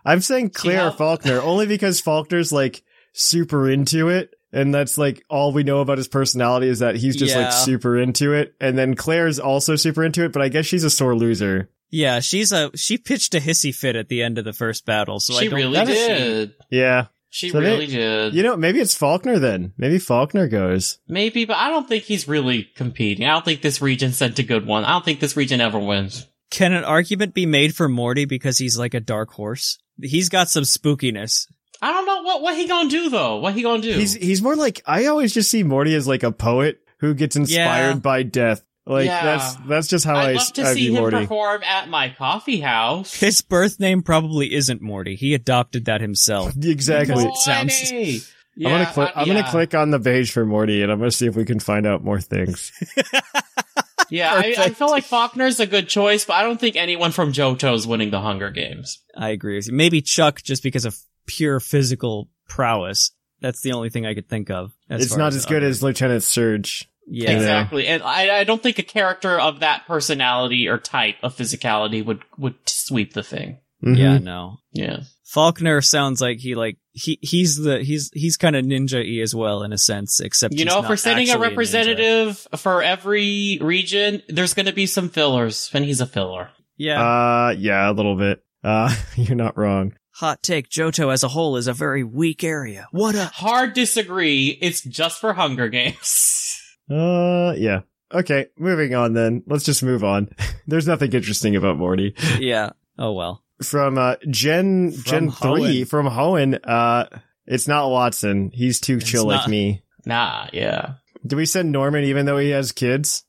[SPEAKER 1] I'm saying Claire
[SPEAKER 2] how-
[SPEAKER 1] or Faulkner only because Faulkner's like super into it. And that's like all we know about his personality is that he's just
[SPEAKER 3] Yeah.
[SPEAKER 1] like super into it. And then Claire's also super into it, but I guess she's a sore loser.
[SPEAKER 3] Yeah, she's a she pitched a hissy fit at the end of the first battle, so I
[SPEAKER 2] she
[SPEAKER 3] don't
[SPEAKER 2] really
[SPEAKER 3] that is-
[SPEAKER 2] did.
[SPEAKER 1] Yeah.
[SPEAKER 2] She
[SPEAKER 1] So they-
[SPEAKER 2] really did.
[SPEAKER 1] You know, maybe it's Faulkner then. Maybe Faulkner goes.
[SPEAKER 2] Maybe, but I don't think he's really competing. I don't think this region sent a good one. I don't think this region ever wins.
[SPEAKER 3] Can an argument be made for Morty because he's like a dark horse? He's got some spookiness.
[SPEAKER 2] I don't know what what he gonna do though. What he gonna do?
[SPEAKER 1] He's he's more like I always just see Morty as like a poet who gets inspired
[SPEAKER 3] Yeah.
[SPEAKER 1] by death. Like
[SPEAKER 2] Yeah.
[SPEAKER 1] that's that's just how I, s-
[SPEAKER 2] I'd love to
[SPEAKER 1] I
[SPEAKER 2] see
[SPEAKER 1] view
[SPEAKER 2] him
[SPEAKER 1] Morty.
[SPEAKER 2] perform at my coffee house.
[SPEAKER 3] His birth name probably isn't Morty. He adopted that himself.
[SPEAKER 1] Exactly.
[SPEAKER 3] it sounds-
[SPEAKER 2] Morty!
[SPEAKER 1] I'm
[SPEAKER 2] Yeah,
[SPEAKER 1] gonna click.
[SPEAKER 2] I-
[SPEAKER 1] I'm gonna
[SPEAKER 2] yeah.
[SPEAKER 1] click on the page for Morty, and I'm gonna see if we can find out more things.
[SPEAKER 2] Yeah, I, I
[SPEAKER 3] Perfect.
[SPEAKER 2] feel like Faulkner's a good choice, but I don't think anyone from JoJo's winning the Hunger Games.
[SPEAKER 3] I agree with you. Maybe Chuck just because of pure physical prowess. That's the only thing I could think of. as
[SPEAKER 1] it's
[SPEAKER 3] far
[SPEAKER 1] not as good as Lieutenant Surge.
[SPEAKER 3] yeah.
[SPEAKER 2] Exactly, and I, I don't think a character of that personality or type of physicality would would sweep the thing.
[SPEAKER 3] Yeah,
[SPEAKER 1] Mhm.
[SPEAKER 3] no.
[SPEAKER 2] Yeah,
[SPEAKER 3] Faulkner sounds like he like he he's the he's he's kind of ninja y as well in a sense, except
[SPEAKER 2] you
[SPEAKER 3] he's
[SPEAKER 2] know,
[SPEAKER 3] not
[SPEAKER 2] for sending a
[SPEAKER 3] actually ninja.
[SPEAKER 2] representative for every region, there's gonna be some fillers, and he's a filler.
[SPEAKER 3] Yeah,
[SPEAKER 1] Uh, yeah, a little bit. Uh, you're not wrong.
[SPEAKER 3] hot take. Johto as a whole is a very weak area. What a
[SPEAKER 2] Hard disagree. It's just for Hunger Games.
[SPEAKER 1] Uh, yeah. Okay, moving on then. Let's just move on. There's nothing interesting about Morty.
[SPEAKER 3] yeah. Oh well.
[SPEAKER 1] From uh, Gen
[SPEAKER 3] From
[SPEAKER 1] Gen three
[SPEAKER 3] Hoenn.
[SPEAKER 1] from Hoenn. Uh, It's not Watson. He's too
[SPEAKER 3] It's
[SPEAKER 1] chill like
[SPEAKER 3] not.
[SPEAKER 1] me.
[SPEAKER 2] Nah, yeah.
[SPEAKER 1] Do we send Norman even though he has kids?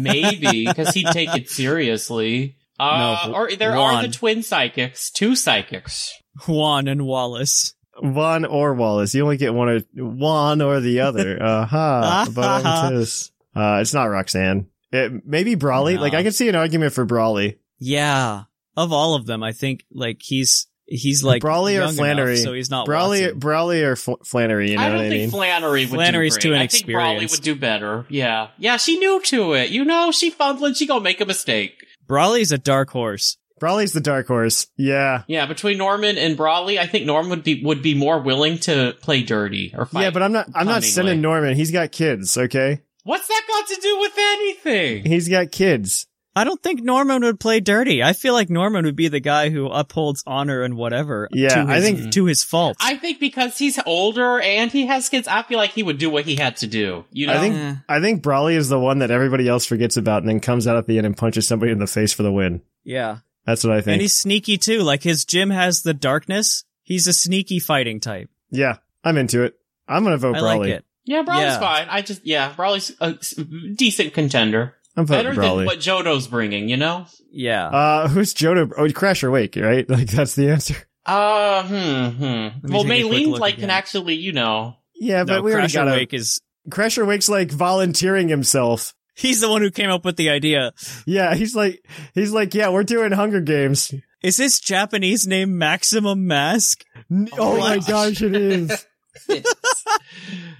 [SPEAKER 2] Maybe, because he'd take it seriously. Uh,
[SPEAKER 3] No,
[SPEAKER 2] or there are
[SPEAKER 3] Juan.
[SPEAKER 2] the twin psychics, two psychics.
[SPEAKER 3] Juan and Wallace.
[SPEAKER 1] Juan or Wallace. You only get one or one or the other. Aha. but I'm tis. Uh, it's not Roxanne. It, maybe Brawley.
[SPEAKER 3] No.
[SPEAKER 1] Like I could see an argument for Brawley.
[SPEAKER 3] Yeah. Of all of them, I think like he's he's like
[SPEAKER 1] Brawley or
[SPEAKER 3] young enough,
[SPEAKER 1] Flannery?
[SPEAKER 3] so he's not
[SPEAKER 1] Brawley,
[SPEAKER 3] Watson.
[SPEAKER 1] Brawley or Fl- Flannery. You know
[SPEAKER 2] I don't
[SPEAKER 1] what I
[SPEAKER 2] think
[SPEAKER 1] mean?
[SPEAKER 2] Flannery would
[SPEAKER 3] Flannery's
[SPEAKER 2] do
[SPEAKER 3] too
[SPEAKER 2] great. I think Brawley
[SPEAKER 3] inexperienced.
[SPEAKER 2] would do better. Yeah. Yeah, she new to it. You know, she fumbling, she gonna make a mistake.
[SPEAKER 3] Brawley's a dark horse.
[SPEAKER 1] Brawley's the dark horse. Yeah.
[SPEAKER 2] Yeah, between Norman and Brawley, I think Norman would be would be more willing to play dirty or fight.
[SPEAKER 1] Yeah, but I'm not. I'm not
[SPEAKER 2] Cunningly.
[SPEAKER 1] sending Norman. He's got kids. Okay.
[SPEAKER 2] what's that got to do with anything?
[SPEAKER 1] He's got kids.
[SPEAKER 3] I don't think Norman would play dirty. I feel like Norman would be the guy who upholds honor and whatever.
[SPEAKER 1] Yeah,
[SPEAKER 3] to
[SPEAKER 1] I
[SPEAKER 3] his-
[SPEAKER 1] think-
[SPEAKER 3] to his fault.
[SPEAKER 2] I think because he's older and he has kids, I feel like he would do what he had to do. You know,
[SPEAKER 1] I think.
[SPEAKER 3] Yeah.
[SPEAKER 1] I think Brawley is the one that everybody else forgets about, and then comes out at the end and punches somebody in the face for the win.
[SPEAKER 3] yeah,
[SPEAKER 1] That's what I
[SPEAKER 3] and
[SPEAKER 1] think.
[SPEAKER 3] he's sneaky too. Like his gym has the darkness. He's a sneaky fighting type.
[SPEAKER 1] Yeah, I'm into it. I'm gonna vote
[SPEAKER 3] I
[SPEAKER 1] Brawley.
[SPEAKER 3] like it.
[SPEAKER 2] yeah, Brawley's
[SPEAKER 3] Yeah.
[SPEAKER 2] fine. I just yeah, Brawley's a s- decent contender,
[SPEAKER 1] I'm
[SPEAKER 2] better
[SPEAKER 1] voting Brawley.
[SPEAKER 2] than what Jodo's bringing. You know,
[SPEAKER 3] Yeah.
[SPEAKER 1] Uh, who's Jonah? Oh, Crash or Wake, right? Like that's the answer.
[SPEAKER 2] uh, hmm, hmm.
[SPEAKER 3] me
[SPEAKER 2] Well,
[SPEAKER 3] take a quick
[SPEAKER 2] Maylene
[SPEAKER 3] look
[SPEAKER 2] like
[SPEAKER 3] again.
[SPEAKER 2] can actually, you know,
[SPEAKER 1] Yeah, but
[SPEAKER 3] no,
[SPEAKER 1] we already
[SPEAKER 3] Crash
[SPEAKER 1] got a
[SPEAKER 3] Awake is
[SPEAKER 1] Crash or Wake's like volunteering himself.
[SPEAKER 3] he's the one who came up with the idea.
[SPEAKER 1] Yeah, he's like he's like yeah, we're doing Hunger Games.
[SPEAKER 3] Is his Japanese name Maximum Mask?
[SPEAKER 1] N- Oh,
[SPEAKER 2] Oh
[SPEAKER 1] my
[SPEAKER 2] my
[SPEAKER 1] gosh, it is.
[SPEAKER 2] it's,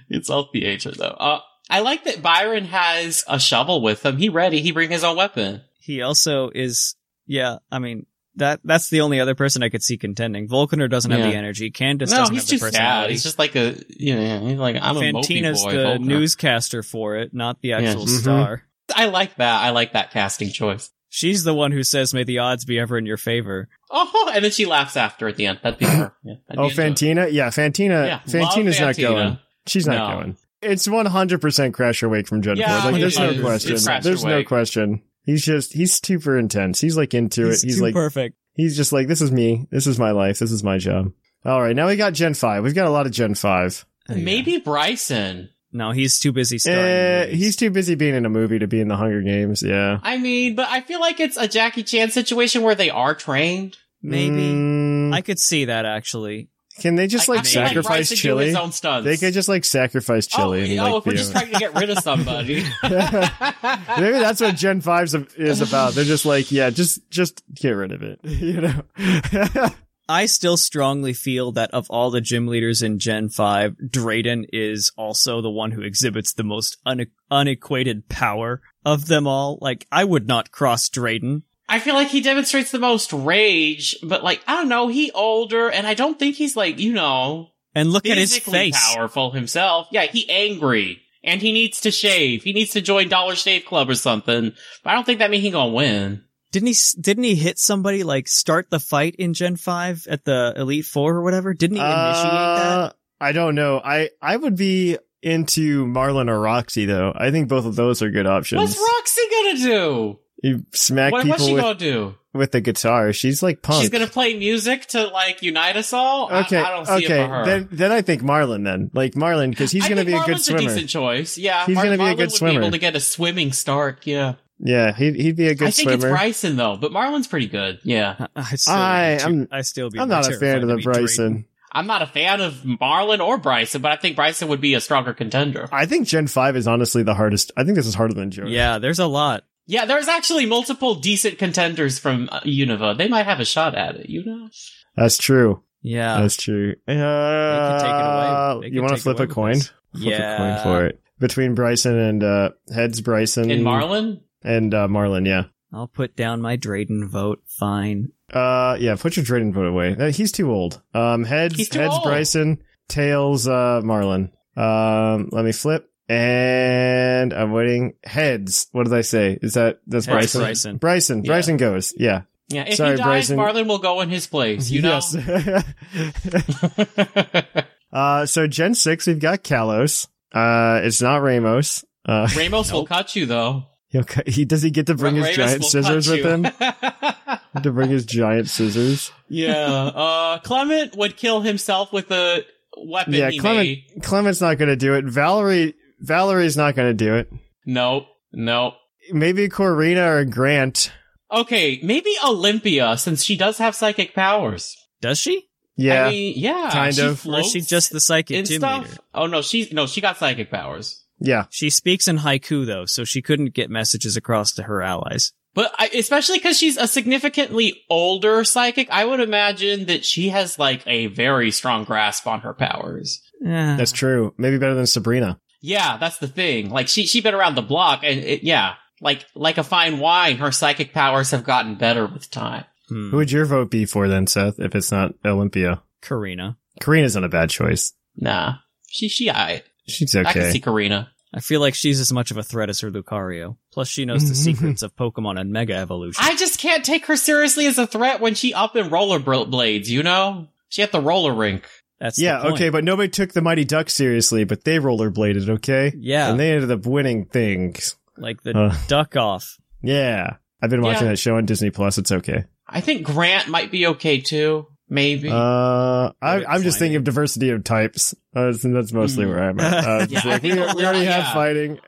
[SPEAKER 2] it's all theater though. Uh, I like that Byron has a shovel with him. He ready. He bring his own weapon.
[SPEAKER 3] He also is yeah, I mean that that's the only other person I could see contending. Vulcaner doesn't have the
[SPEAKER 2] Yeah.
[SPEAKER 3] energy. Candace
[SPEAKER 2] no,
[SPEAKER 3] doesn't
[SPEAKER 2] he's
[SPEAKER 3] have the
[SPEAKER 2] too sad.
[SPEAKER 3] personality.
[SPEAKER 2] He's just like a you know, he's like I'm
[SPEAKER 3] Fantina's
[SPEAKER 2] a mopey boy.
[SPEAKER 3] the
[SPEAKER 2] Volker.
[SPEAKER 3] newscaster for it, not the actual
[SPEAKER 1] Mhm.
[SPEAKER 3] star.
[SPEAKER 2] I like that. I like that casting choice.
[SPEAKER 3] She's the one who says, "May the odds be ever in your favor."
[SPEAKER 2] Oh, and then she laughs after at the end. That'd be her. Yeah, that'd
[SPEAKER 1] Oh,
[SPEAKER 2] be into it.
[SPEAKER 1] Fantina. Yeah, Fantina.
[SPEAKER 2] Yeah,
[SPEAKER 1] Fantina's
[SPEAKER 2] love
[SPEAKER 1] not
[SPEAKER 2] Fantina.
[SPEAKER 1] going. She's not
[SPEAKER 2] No.
[SPEAKER 1] going. It's 100% Crash or Wake from Judge
[SPEAKER 2] Yeah,
[SPEAKER 1] Boyd. Like, there's
[SPEAKER 3] it
[SPEAKER 1] no
[SPEAKER 3] is.
[SPEAKER 1] question.
[SPEAKER 3] It's
[SPEAKER 2] Crash or
[SPEAKER 1] There's no
[SPEAKER 2] Wake.
[SPEAKER 1] question. He's just he's super intense. He's like into
[SPEAKER 3] He's,
[SPEAKER 1] it. He's
[SPEAKER 3] too
[SPEAKER 1] like
[SPEAKER 3] perfect.
[SPEAKER 1] he's just like this is me. This is my life. This is my job. All right, now we got Gen Five. We've got a lot of Gen Five.
[SPEAKER 2] Maybe Bryson.
[SPEAKER 3] No, he's too busy starring.
[SPEAKER 1] Eh,
[SPEAKER 3] in movies.
[SPEAKER 1] he's too busy being in a movie to be in the Hunger Games. Yeah,
[SPEAKER 2] I mean, but I feel like it's a Jackie Chan situation where they are trained.
[SPEAKER 3] maybe
[SPEAKER 1] Mm,
[SPEAKER 3] I could see that actually.
[SPEAKER 1] can they just
[SPEAKER 2] I- I
[SPEAKER 1] like
[SPEAKER 2] feel like
[SPEAKER 1] sacrifice
[SPEAKER 2] Bryson do
[SPEAKER 1] chili?
[SPEAKER 2] His own stunts.
[SPEAKER 1] They could just like sacrifice chili.
[SPEAKER 2] Oh,
[SPEAKER 1] and,
[SPEAKER 2] oh,
[SPEAKER 1] like,
[SPEAKER 2] if we're
[SPEAKER 1] be
[SPEAKER 2] just
[SPEAKER 1] over-
[SPEAKER 2] trying to get rid of somebody.
[SPEAKER 1] Maybe that's what Gen 5's ab- is about. They're just like, yeah, just just get rid of it. You know.
[SPEAKER 3] I still strongly feel that of all the gym leaders in Gen Five, Drayden is also the one who exhibits the most une- unequated power of them all. Like I would not cross Drayden.
[SPEAKER 2] I feel like he demonstrates the most rage, but like I don't know, he older, and I don't think he's like you know
[SPEAKER 3] And look at his
[SPEAKER 2] physically
[SPEAKER 3] face.
[SPEAKER 2] powerful himself. Yeah, he angry, and he needs to shave. He needs to join Dollar Shave Club or something. But I don't think that means he gonna win.
[SPEAKER 3] Didn't he? s- Didn't he hit somebody like start the fight in Gen Five at the Elite Four or whatever? Didn't he initiate that?
[SPEAKER 1] Uh, I don't know. I I would be into Marlon or Roxy though. I think both of those are good options.
[SPEAKER 2] What's Roxy gonna do?
[SPEAKER 1] You smack
[SPEAKER 2] What, what's
[SPEAKER 1] people
[SPEAKER 2] she
[SPEAKER 1] with,
[SPEAKER 2] gonna do?
[SPEAKER 1] with the guitar. She's like punk.
[SPEAKER 2] She's gonna play music to like unite us all. I-
[SPEAKER 1] okay.
[SPEAKER 2] I, don't see
[SPEAKER 1] okay.
[SPEAKER 2] it for her.
[SPEAKER 1] Then then I think Marlon then. Like Marlon because he's
[SPEAKER 2] I
[SPEAKER 1] gonna
[SPEAKER 2] think
[SPEAKER 1] be a good
[SPEAKER 2] Marlon's
[SPEAKER 1] swimmer.
[SPEAKER 2] decent choice. Yeah,
[SPEAKER 1] He's
[SPEAKER 2] Mar-
[SPEAKER 1] gonna be a
[SPEAKER 2] Marlon
[SPEAKER 1] good
[SPEAKER 2] would
[SPEAKER 1] swimmer.
[SPEAKER 2] Be able to get a swimming start. Yeah,
[SPEAKER 1] yeah, he he'd be a good
[SPEAKER 2] I think
[SPEAKER 1] swimmer.
[SPEAKER 2] it's Bryson though, but Marlon's pretty good. Yeah.
[SPEAKER 3] I, still
[SPEAKER 1] I- I'm-
[SPEAKER 3] I still be
[SPEAKER 1] I'm not a fan
[SPEAKER 3] terrified
[SPEAKER 1] of
[SPEAKER 3] to
[SPEAKER 1] the
[SPEAKER 3] meet
[SPEAKER 1] Bryson.
[SPEAKER 3] Drayden.
[SPEAKER 2] I'm not a fan of Marlon or Bryson, but I think Bryson would be a stronger contender.
[SPEAKER 1] I think Gen Five is honestly the hardest. I think this is harder than Joe.
[SPEAKER 3] Yeah, there's a lot.
[SPEAKER 2] Yeah, there's actually multiple decent contenders from uh, Unova. They might have a shot at it, you know?
[SPEAKER 1] that's true.
[SPEAKER 3] Yeah,
[SPEAKER 1] That's true. Uh,
[SPEAKER 3] take it away. They
[SPEAKER 1] You
[SPEAKER 3] could
[SPEAKER 1] want to
[SPEAKER 3] take
[SPEAKER 1] flip
[SPEAKER 3] away
[SPEAKER 1] a
[SPEAKER 3] with
[SPEAKER 1] coin?
[SPEAKER 3] this.
[SPEAKER 1] Flip
[SPEAKER 3] yeah.
[SPEAKER 1] a coin for it between Bryson and uh, heads Bryson
[SPEAKER 2] And Marlon?
[SPEAKER 1] and uh, Marlon. Yeah.
[SPEAKER 3] I'll put down my Drayden vote. Fine.
[SPEAKER 1] Uh, yeah. Put your trading vote away. Uh, he's too old. Um, heads
[SPEAKER 2] He's too
[SPEAKER 1] heads
[SPEAKER 2] old.
[SPEAKER 1] Bryson, tails uh, Marlon. Um, let me flip. And I'm waiting. Heads. What did I say? Is that that's
[SPEAKER 3] Heads,
[SPEAKER 1] Bryson?
[SPEAKER 3] Bryson.
[SPEAKER 1] Bryson.
[SPEAKER 2] Yeah.
[SPEAKER 1] Bryson goes. Yeah.
[SPEAKER 2] Yeah, if
[SPEAKER 1] Sorry,
[SPEAKER 2] he dies,
[SPEAKER 1] Bryson.
[SPEAKER 2] Marlon will go in his place, you know?
[SPEAKER 1] Yes. Uh, so Gen six, we've got Kalos. Uh, it's not Ramos. Uh,
[SPEAKER 2] Ramos will cut you, though.
[SPEAKER 1] he'll, cu- he does he get to bring
[SPEAKER 2] Ra-
[SPEAKER 1] his
[SPEAKER 2] Ramos
[SPEAKER 1] giant
[SPEAKER 2] will
[SPEAKER 1] scissors
[SPEAKER 2] cut
[SPEAKER 1] with him?
[SPEAKER 2] you.
[SPEAKER 1] to bring his giant scissors.
[SPEAKER 2] yeah. Uh, Clement would kill himself with a weapon
[SPEAKER 1] yeah,
[SPEAKER 2] he
[SPEAKER 1] Clement.
[SPEAKER 2] made.
[SPEAKER 1] Clement's not going to do it. Valerie. Valerie's not going to do it.
[SPEAKER 2] Nope. Nope.
[SPEAKER 1] Maybe Corina or Grant.
[SPEAKER 2] Okay, maybe Olympia, since she does have psychic powers.
[SPEAKER 3] Does she?
[SPEAKER 1] Yeah,
[SPEAKER 2] I mean, yeah.
[SPEAKER 1] Kind
[SPEAKER 2] she
[SPEAKER 1] of.
[SPEAKER 3] Or is she
[SPEAKER 2] floats
[SPEAKER 3] just the psychic
[SPEAKER 2] and
[SPEAKER 3] gym
[SPEAKER 2] stuff.
[SPEAKER 3] leader?
[SPEAKER 2] Oh no, she no, she got psychic powers.
[SPEAKER 1] yeah.
[SPEAKER 3] She speaks in haiku though, so she couldn't get messages across to her allies.
[SPEAKER 2] But I, especially because she's a significantly older psychic, I would imagine that she has like a very strong grasp on her powers.
[SPEAKER 3] Yeah.
[SPEAKER 1] That's true. Maybe better than Sabrina.
[SPEAKER 2] Yeah, that's the thing. Like she she been around the block, and it, yeah, like like a fine wine, her psychic powers have gotten better with time.
[SPEAKER 3] Hmm.
[SPEAKER 1] Who would your vote be for then, Seth? If it's not Olympia,
[SPEAKER 3] Karina.
[SPEAKER 1] Karina's not a bad choice.
[SPEAKER 2] Nah, she she I
[SPEAKER 1] She's
[SPEAKER 2] I can see
[SPEAKER 1] okay.
[SPEAKER 2] Karina.
[SPEAKER 3] I feel like she's as much of a threat as her Lucario. Plus, she knows the secrets of Pokemon and Mega Evolution.
[SPEAKER 2] I just can't take her seriously as a threat when she up in rollerblades. You know, she at the roller rink.
[SPEAKER 3] That's the
[SPEAKER 1] Yeah,
[SPEAKER 3] point.
[SPEAKER 1] okay, but nobody took the Mighty Duck seriously, but they rollerbladed, okay?
[SPEAKER 3] Yeah.
[SPEAKER 1] And they ended up winning things.
[SPEAKER 3] like the
[SPEAKER 1] Uh.
[SPEAKER 3] duck off.
[SPEAKER 1] Yeah. I've been watching
[SPEAKER 2] Yeah.
[SPEAKER 1] that show on Disney Plus. It's okay.
[SPEAKER 2] I think Grant might be okay too. Maybe.
[SPEAKER 1] Uh, I,
[SPEAKER 3] Maybe
[SPEAKER 1] I'm just
[SPEAKER 3] fighting.
[SPEAKER 1] thinking of diversity of types. Uh, that's- that's mostly
[SPEAKER 2] Mm.
[SPEAKER 1] where I'm at. Uh,
[SPEAKER 2] Yeah,
[SPEAKER 1] it's
[SPEAKER 2] I
[SPEAKER 1] like, we,
[SPEAKER 2] think a
[SPEAKER 1] we already
[SPEAKER 2] lot-
[SPEAKER 1] have
[SPEAKER 2] yeah.
[SPEAKER 1] fighting.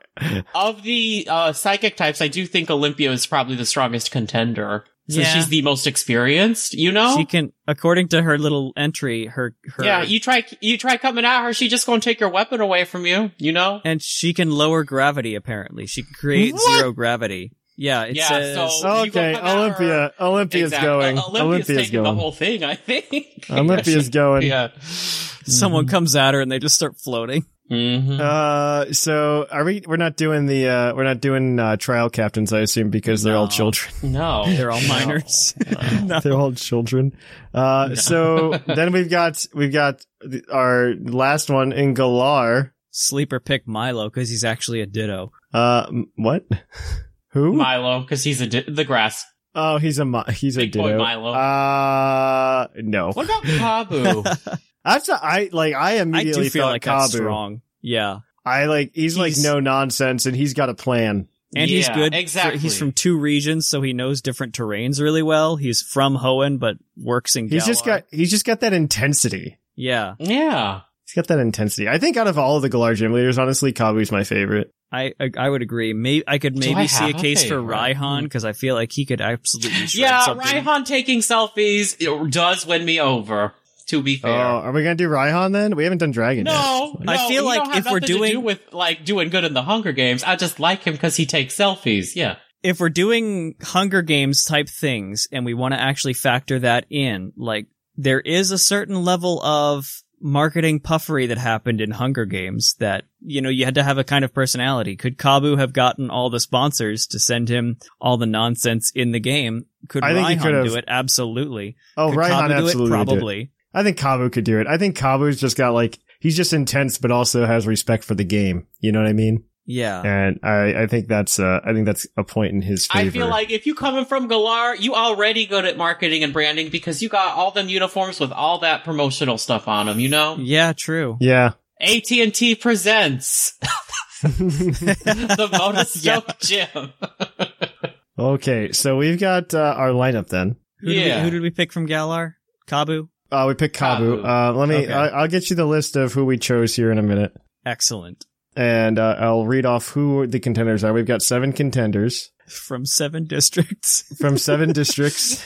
[SPEAKER 2] of the uh, psychic types, I do think Olympia is probably the strongest contender. So
[SPEAKER 3] Yeah.
[SPEAKER 2] she's the most experienced, you know?
[SPEAKER 3] She can, according to her little entry, her her
[SPEAKER 2] Oh. yeah, you try you try coming at her, she just gonna take your weapon away from you, you know?
[SPEAKER 3] and she can lower gravity. Apparently, she can create
[SPEAKER 2] What?
[SPEAKER 3] zero gravity. Yeah, it
[SPEAKER 2] Yeah,
[SPEAKER 3] says
[SPEAKER 2] so- You will
[SPEAKER 1] Okay,
[SPEAKER 2] come at her.
[SPEAKER 1] Olympia. Olympia's
[SPEAKER 2] Exact-
[SPEAKER 1] going.
[SPEAKER 2] Uh, Olympia's,
[SPEAKER 1] Olympia's
[SPEAKER 2] taking the
[SPEAKER 1] going.
[SPEAKER 2] whole thing, I think.
[SPEAKER 1] Olympia's going.
[SPEAKER 2] yeah.
[SPEAKER 3] someone comes at her and they just start floating.
[SPEAKER 2] Mhm.
[SPEAKER 1] Uh, so are we? We're not doing the. Uh, we're not doing uh, trial captains, I assume, because they're all
[SPEAKER 3] No.
[SPEAKER 1] children.
[SPEAKER 2] Oh, no.
[SPEAKER 3] They're all minors. No.
[SPEAKER 1] they're all children. Uh, so then we've got we've got the, our last one in Galar.
[SPEAKER 3] Sleeper pick Milo because he's actually a Ditto.
[SPEAKER 1] Uh, m- what? Who?
[SPEAKER 2] Milo, because he's a di- the grass.
[SPEAKER 1] oh, he's a mi- he's a
[SPEAKER 2] Big boy
[SPEAKER 1] ditto.
[SPEAKER 2] Milo.
[SPEAKER 1] Uh, no.
[SPEAKER 2] What about Kabu?
[SPEAKER 1] That's a, I like. I
[SPEAKER 3] I
[SPEAKER 1] immediately
[SPEAKER 3] do feel
[SPEAKER 1] thought
[SPEAKER 3] like
[SPEAKER 1] Kabu.
[SPEAKER 3] that's strong. Yeah,
[SPEAKER 1] I like. He's, like
[SPEAKER 3] He's-
[SPEAKER 1] no nonsense, and he's got a plan.
[SPEAKER 3] and he's
[SPEAKER 2] Yeah,
[SPEAKER 3] good. for-
[SPEAKER 2] Exactly.
[SPEAKER 3] he's from two regions, so he knows different terrains really well. He's from Hoenn, but works in.
[SPEAKER 1] He's just
[SPEAKER 3] Galar.
[SPEAKER 1] got. He's just got that intensity.
[SPEAKER 3] Yeah,
[SPEAKER 2] Yeah.
[SPEAKER 1] He's got that intensity. I think out of all of the Galar gym leaders, honestly, Kabu's my favorite.
[SPEAKER 3] I I, I would agree. Maybe I could
[SPEAKER 2] Do I
[SPEAKER 3] maybe see a
[SPEAKER 2] have a
[SPEAKER 3] case for
[SPEAKER 2] favorite?
[SPEAKER 3] Raihan because I feel like he could absolutely. shred
[SPEAKER 2] Yeah,
[SPEAKER 3] something.
[SPEAKER 2] Raihan taking selfies it does win me over, to be
[SPEAKER 1] Oh,
[SPEAKER 2] fair.
[SPEAKER 1] are we gonna do Raihan then? We haven't done Dragon
[SPEAKER 2] No,
[SPEAKER 1] yet.
[SPEAKER 2] no,
[SPEAKER 3] I feel
[SPEAKER 2] he
[SPEAKER 3] like
[SPEAKER 2] don't have
[SPEAKER 3] if we're
[SPEAKER 2] nothing to do
[SPEAKER 3] doing-
[SPEAKER 2] with like doing good in the Hunger Games, I just like him because he takes selfies. Yeah,
[SPEAKER 3] if we're doing Hunger Games type things and we want to actually factor that in, like there is a certain level of marketing puffery that happened in Hunger Games that, you know, you had to have a kind of personality. Could Kabu have gotten all the sponsors to send him all the nonsense in the game? Could
[SPEAKER 1] I think he could
[SPEAKER 3] Raihan
[SPEAKER 1] have.
[SPEAKER 3] do it? Absolutely.
[SPEAKER 1] Oh,
[SPEAKER 3] could
[SPEAKER 1] Raihan
[SPEAKER 3] Kabu do
[SPEAKER 1] absolutely.
[SPEAKER 3] it?
[SPEAKER 1] would do it.
[SPEAKER 3] Probably.
[SPEAKER 1] I think Kabu could do it. I think Kabu's just got like he's just intense, but also has respect for the game. You know what I mean?
[SPEAKER 3] Yeah.
[SPEAKER 1] And I, I think that's uh, I think that's a point in his favor.
[SPEAKER 2] I feel like if you coming from Galar, you already good at marketing and branding because you got all them uniforms with all that promotional stuff on them. You know,
[SPEAKER 3] Yeah, true.
[SPEAKER 1] yeah.
[SPEAKER 2] AT and T presents the Motostoke Gym.
[SPEAKER 1] okay, so we've got uh, our lineup then.
[SPEAKER 3] Who, did
[SPEAKER 2] Yeah.
[SPEAKER 3] we, who did we pick from Galar? Kabu?
[SPEAKER 1] Uh, we picked Kabu.
[SPEAKER 2] Kabu.
[SPEAKER 1] Uh, let me.
[SPEAKER 3] Okay.
[SPEAKER 1] I, I'll get you the list of who we chose here in a minute,
[SPEAKER 3] Excellent.
[SPEAKER 1] and uh, I'll read off who the contenders are. We've got seven contenders.
[SPEAKER 3] From seven districts.
[SPEAKER 1] from seven districts,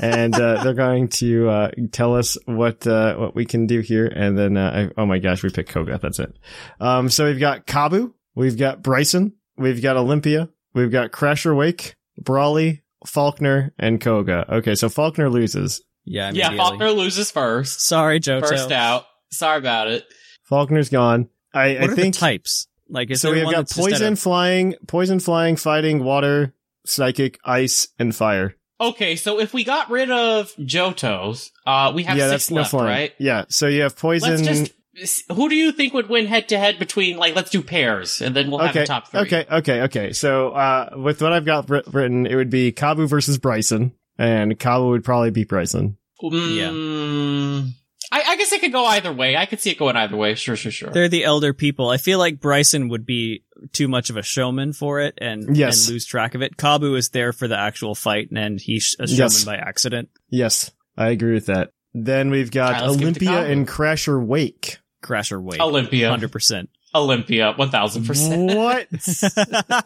[SPEAKER 1] and uh, they're going to uh, tell us what uh, what we can do here. And then, uh, I, oh my gosh, we picked Koga. That's it. Um, so we've got Kabu, we've got Bryson, we've got Olympia, we've got Crasher Wake, Brawley, Faulkner, and Koga. Okay, so Faulkner loses.
[SPEAKER 3] yeah,
[SPEAKER 2] Yeah,
[SPEAKER 3] immediately.
[SPEAKER 2] Faulkner loses first.
[SPEAKER 3] Sorry, Jojo.
[SPEAKER 2] First out. Sorry about it.
[SPEAKER 1] Faulkner's gone. I,
[SPEAKER 3] What
[SPEAKER 1] I
[SPEAKER 3] are
[SPEAKER 1] think
[SPEAKER 3] the types? Like, is
[SPEAKER 1] so.
[SPEAKER 3] there
[SPEAKER 1] We've
[SPEAKER 3] one
[SPEAKER 1] got
[SPEAKER 3] that's just at a-
[SPEAKER 1] poison, flying, poison, flying, fighting, water, psychic, ice, and fire.
[SPEAKER 2] Okay, so if we got rid of Johto's, uh, we have
[SPEAKER 1] yeah,
[SPEAKER 2] six
[SPEAKER 1] that's no
[SPEAKER 2] left,
[SPEAKER 1] flying.
[SPEAKER 2] right?
[SPEAKER 1] Yeah, so you have poison.
[SPEAKER 2] Let's just. Who do you think would win head to head between like let's do pairs and then we'll have a top three.
[SPEAKER 1] Okay, okay, okay. So uh, with what I've got writ- written, it would be Kabu versus Bryson, and Kabu would probably beat Bryson.
[SPEAKER 2] Mm, I, I guess it could go either way. I could see it going either way. Sure, sure, sure.
[SPEAKER 3] They're the elder people. I feel like Bryson would be too much of a showman for it and,
[SPEAKER 1] Yes.
[SPEAKER 3] and lose track of it. Kabu is there for the actual fight and, and he's a showman
[SPEAKER 1] Yes.
[SPEAKER 3] by accident.
[SPEAKER 1] Yes, I agree with that. Then we've got
[SPEAKER 2] Alright, let's give it to
[SPEAKER 1] Olympia
[SPEAKER 2] Kyle.
[SPEAKER 1] and Crasher Wake.
[SPEAKER 3] Crasher Wake.
[SPEAKER 2] Olympia.
[SPEAKER 3] 100%.
[SPEAKER 2] Olympia, one thousand percent.
[SPEAKER 1] What?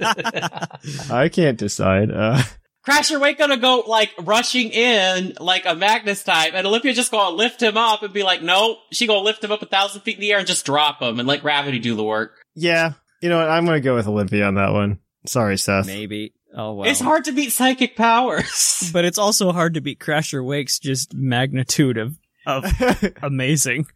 [SPEAKER 1] I can't decide. Uh,
[SPEAKER 2] Crasher Wake gonna go like rushing in like a Magnus type, and Olympia just gonna lift him up and be like, "No." She gonna lift him up a thousand feet in the air and just drop him and let gravity do the work.
[SPEAKER 1] yeah, you know what? I'm gonna go with Olympia on that one. Sorry, Seth.
[SPEAKER 3] Maybe. Oh, wow.
[SPEAKER 2] It's hard to beat psychic powers.
[SPEAKER 3] But it's also hard to beat Crasher Wake's just magnitude of, of amazing.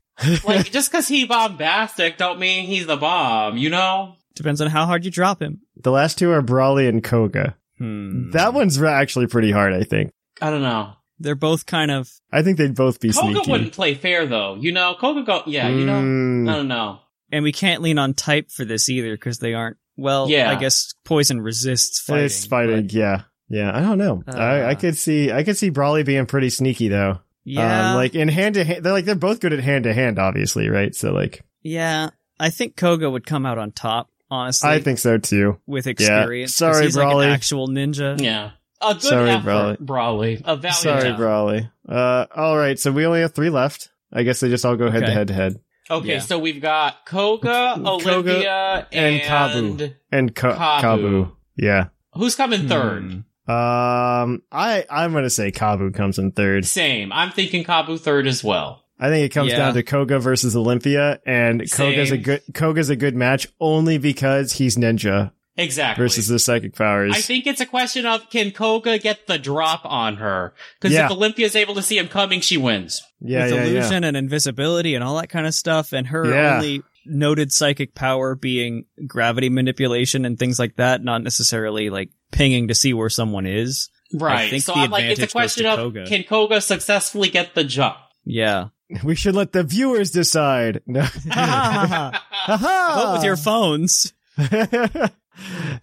[SPEAKER 2] like just because he bombastic, don't mean he's the bomb. You know?
[SPEAKER 3] Depends on how hard you drop him.
[SPEAKER 1] the last two are Brawley and Koga.
[SPEAKER 3] Hmm.
[SPEAKER 1] That one's ra- actually pretty hard. I think.
[SPEAKER 2] I don't know.
[SPEAKER 3] They're both kind of.
[SPEAKER 1] I think they'd both be
[SPEAKER 2] Koga
[SPEAKER 1] sneaky.
[SPEAKER 2] wouldn't play fair though. You know, Koga go. Yeah, you know.
[SPEAKER 1] Mm,
[SPEAKER 2] I don't know.
[SPEAKER 3] And we can't lean on type for this either because they aren't. Well,
[SPEAKER 2] Yeah.
[SPEAKER 3] I guess poison resists fighting.
[SPEAKER 1] it's fighting.
[SPEAKER 3] but-
[SPEAKER 1] Yeah, yeah. I don't know. I, I
[SPEAKER 3] Uh.
[SPEAKER 1] could see. I could see Brawley being pretty sneaky though.
[SPEAKER 3] Yeah.
[SPEAKER 1] Um, like in hand to hand, they're like they're both good at hand to hand, obviously, right? So like,
[SPEAKER 3] yeah. I think Koga would come out on top, honestly.
[SPEAKER 1] I think so too.
[SPEAKER 3] With experience. 'cause
[SPEAKER 1] Sorry,
[SPEAKER 3] he's like
[SPEAKER 1] Brawly.
[SPEAKER 3] an actual ninja.
[SPEAKER 2] Yeah. A good
[SPEAKER 1] Sorry,
[SPEAKER 2] effort, Brawley. A valiant
[SPEAKER 1] Sorry,
[SPEAKER 2] effort.
[SPEAKER 1] Brawley. Uh, all right. So we only have three left. I guess they just all go head to
[SPEAKER 3] Okay.
[SPEAKER 1] head to head.
[SPEAKER 2] Okay,
[SPEAKER 3] Yeah.
[SPEAKER 2] so we've got Koga,
[SPEAKER 1] Koga
[SPEAKER 2] Olympia,
[SPEAKER 1] and
[SPEAKER 2] and,
[SPEAKER 1] Kabu. And Ka-
[SPEAKER 2] Kabu.
[SPEAKER 1] Kabu. Yeah.
[SPEAKER 2] Who's coming third?
[SPEAKER 3] Hmm.
[SPEAKER 1] Um, I I'm gonna say Kabu comes in third.
[SPEAKER 2] Same. I'm thinking Kabu third as well.
[SPEAKER 1] I think it comes
[SPEAKER 3] Yeah.
[SPEAKER 1] down to Koga versus Olympia, and
[SPEAKER 2] Same.
[SPEAKER 1] Koga's a good Koga's a good match only because he's ninja
[SPEAKER 2] Exactly.
[SPEAKER 1] versus the psychic powers.
[SPEAKER 2] I think it's a question of can Koga get the drop on her? Because
[SPEAKER 1] Yeah.
[SPEAKER 2] if Olympia's able to see him coming, she wins.
[SPEAKER 1] yeah,
[SPEAKER 3] with
[SPEAKER 1] yeah, yeah.
[SPEAKER 3] illusion and invisibility and all that kind of stuff, and her
[SPEAKER 1] Yeah.
[SPEAKER 3] only noted psychic power being gravity manipulation and things like that, not necessarily like pinging to see where someone is.
[SPEAKER 2] Right.
[SPEAKER 3] think
[SPEAKER 2] so
[SPEAKER 3] the
[SPEAKER 2] I'm like, it's a
[SPEAKER 3] advantage goes
[SPEAKER 2] question
[SPEAKER 3] to
[SPEAKER 2] of
[SPEAKER 3] Koga.
[SPEAKER 2] can Koga successfully get the jump?
[SPEAKER 3] Yeah.
[SPEAKER 1] We should let the viewers decide. No.
[SPEAKER 3] Vote
[SPEAKER 1] Aha!
[SPEAKER 3] with your phones.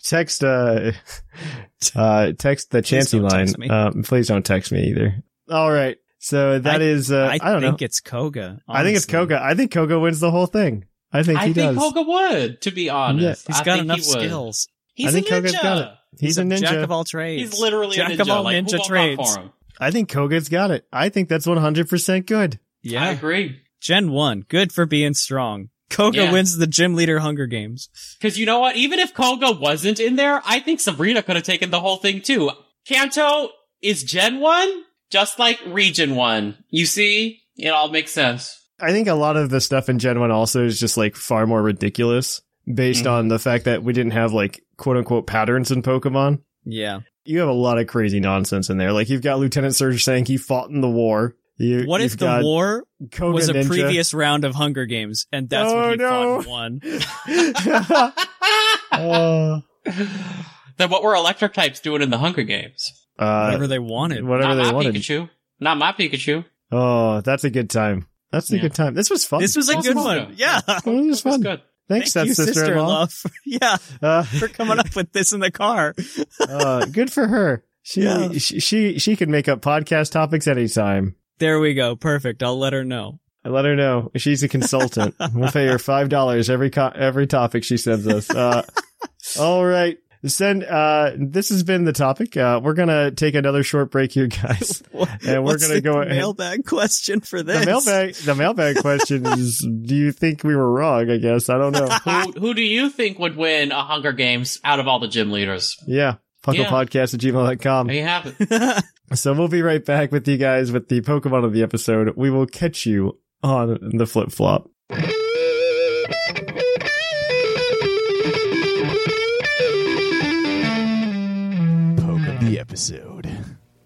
[SPEAKER 1] text uh, uh text the chancy
[SPEAKER 3] don't
[SPEAKER 1] line.
[SPEAKER 3] text me.
[SPEAKER 1] Um, please don't text me either. All right. So that is uh, I,
[SPEAKER 3] I,
[SPEAKER 1] don't know.
[SPEAKER 3] think it's Koga.
[SPEAKER 1] I think it's
[SPEAKER 3] honestly.
[SPEAKER 1] Koga. I think Koga wins the whole thing. I think
[SPEAKER 2] I
[SPEAKER 1] he
[SPEAKER 2] think
[SPEAKER 1] does.
[SPEAKER 2] Koga would, to be honest.
[SPEAKER 3] He's
[SPEAKER 2] I
[SPEAKER 3] got
[SPEAKER 2] think
[SPEAKER 3] enough
[SPEAKER 2] he would.
[SPEAKER 3] skills.
[SPEAKER 2] He's
[SPEAKER 1] I think
[SPEAKER 2] a ninja.
[SPEAKER 1] Koga's got it. He's, a ninja.
[SPEAKER 3] jack of all trades.
[SPEAKER 2] He's literally
[SPEAKER 3] jack
[SPEAKER 2] a ninja.
[SPEAKER 3] of all
[SPEAKER 2] like, who
[SPEAKER 3] ninja
[SPEAKER 2] won't
[SPEAKER 3] trades.
[SPEAKER 2] fall for him?
[SPEAKER 1] I think Koga's got it. I think that's 100% good.
[SPEAKER 3] Yeah.
[SPEAKER 2] I agree.
[SPEAKER 3] Gen one, good for being strong. Koga
[SPEAKER 2] Yeah.
[SPEAKER 3] wins the gym leader Hunger Games.
[SPEAKER 2] Because you know what? Even if Koga wasn't in there, I think Sabrina could have taken the whole thing too. Kanto is Gen 1, just like Region 1. You see? It all makes sense.
[SPEAKER 1] I think a lot of the stuff in Gen 1 also is just like far more ridiculous based
[SPEAKER 3] Mm-hmm.
[SPEAKER 2] Mhm.
[SPEAKER 1] on the fact that we didn't have like quote unquote patterns in Pokemon.
[SPEAKER 3] Yeah.
[SPEAKER 1] You have a lot of crazy nonsense in there. Like you've got Lieutenant Surge saying he fought in the war. You,
[SPEAKER 3] What
[SPEAKER 1] you've
[SPEAKER 3] if the
[SPEAKER 1] got
[SPEAKER 3] war
[SPEAKER 1] Koga
[SPEAKER 3] was a
[SPEAKER 1] Ninja.
[SPEAKER 3] previous round of Hunger Games, and that's
[SPEAKER 1] Oh,
[SPEAKER 3] what he
[SPEAKER 1] no.
[SPEAKER 3] fought and won.
[SPEAKER 1] Uh,
[SPEAKER 2] Then what were electric types doing in the Hunger Games?
[SPEAKER 1] uh,
[SPEAKER 3] Whatever they wanted.
[SPEAKER 1] whatever
[SPEAKER 2] Not
[SPEAKER 1] they
[SPEAKER 2] my
[SPEAKER 1] wanted.
[SPEAKER 2] Pikachu. Not my Pikachu.
[SPEAKER 1] Oh, that's a good time. That's a
[SPEAKER 2] Yeah.
[SPEAKER 1] good time. This was fun.
[SPEAKER 3] This was a
[SPEAKER 2] That's
[SPEAKER 3] good
[SPEAKER 2] awesome.
[SPEAKER 3] one. Yeah.
[SPEAKER 1] This was
[SPEAKER 2] That's
[SPEAKER 1] fun.
[SPEAKER 2] good.
[SPEAKER 1] Thanks,
[SPEAKER 3] Thank you,
[SPEAKER 1] sister-in-law.
[SPEAKER 3] sister-in-law. yeah,
[SPEAKER 1] Uh,
[SPEAKER 3] for coming up with this in the car.
[SPEAKER 1] uh, good for her. She,
[SPEAKER 3] Yeah.
[SPEAKER 1] she she she can make up podcast topics anytime.
[SPEAKER 3] There we go. Perfect. I'll let her know.
[SPEAKER 1] I let her know she's a consultant. we'll pay her five dollars every co- every topic she sends us. Uh, all right, send. Uh, this has been the topic. Uh, we're gonna take another short break here, guys. And we're
[SPEAKER 3] What's
[SPEAKER 1] gonna
[SPEAKER 3] the
[SPEAKER 1] go ahead-
[SPEAKER 3] mailbag question for this.
[SPEAKER 1] The mailbag. The mailbag question is: Do you think we were wrong? I guess I don't know.
[SPEAKER 2] Who, who do you think would win a Hunger Games out of all the gym leaders?
[SPEAKER 1] Yeah. Pucklepodcast at gmail.com.
[SPEAKER 2] There you have it.
[SPEAKER 1] So we'll be right back with you guys with the Pokemon of the episode. We will catch you on the flip flop.
[SPEAKER 4] Poke of the episode.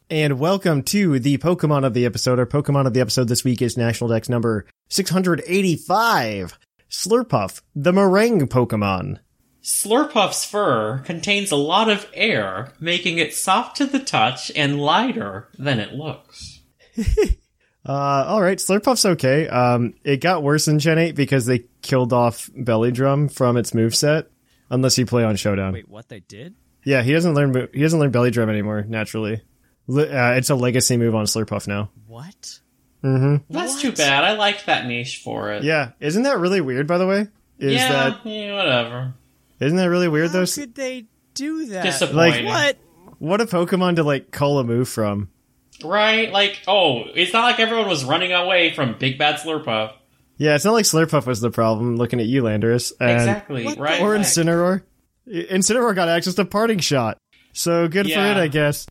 [SPEAKER 1] And welcome to the Pokemon of the episode. Our Pokemon of the episode this week is National Dex number 685. Slurpuff, the meringue Pokemon.
[SPEAKER 2] Slurpuff's fur contains a lot of air, making it soft to the touch and lighter than it looks.
[SPEAKER 1] Uh, all right, Slurpuff's okay. Um, it got worse in Gen 8 because they killed off Bellydrum from its moveset, unless you play on Showdown.
[SPEAKER 3] Wait, what they did?
[SPEAKER 1] Yeah, he doesn't learn mo- he doesn't learn Bellydrum anymore naturally. Li- Uh, it's a legacy move on Slurpuff now.
[SPEAKER 3] What?
[SPEAKER 2] That's too bad. I liked that niche for it.
[SPEAKER 1] Yeah, isn't that really weird? By the way, is
[SPEAKER 2] yeah,
[SPEAKER 1] that
[SPEAKER 2] yeah, whatever.
[SPEAKER 1] isn't that really weird
[SPEAKER 3] How
[SPEAKER 1] though?
[SPEAKER 3] could they do that?
[SPEAKER 2] Disappointing.
[SPEAKER 3] What?
[SPEAKER 1] What a Pokemon to like call a move from.
[SPEAKER 2] Right? Like, oh, it's not like everyone was running away from Big Bad Slurpuff.
[SPEAKER 1] Yeah, it's not like Slurpuff was the problem. Looking at you, Landorus, and
[SPEAKER 2] exactly. Right.
[SPEAKER 1] or
[SPEAKER 2] right.
[SPEAKER 1] Incineroar. I- Incineroar got access to Parting Shot, so good
[SPEAKER 2] Yeah.
[SPEAKER 1] for it, I guess.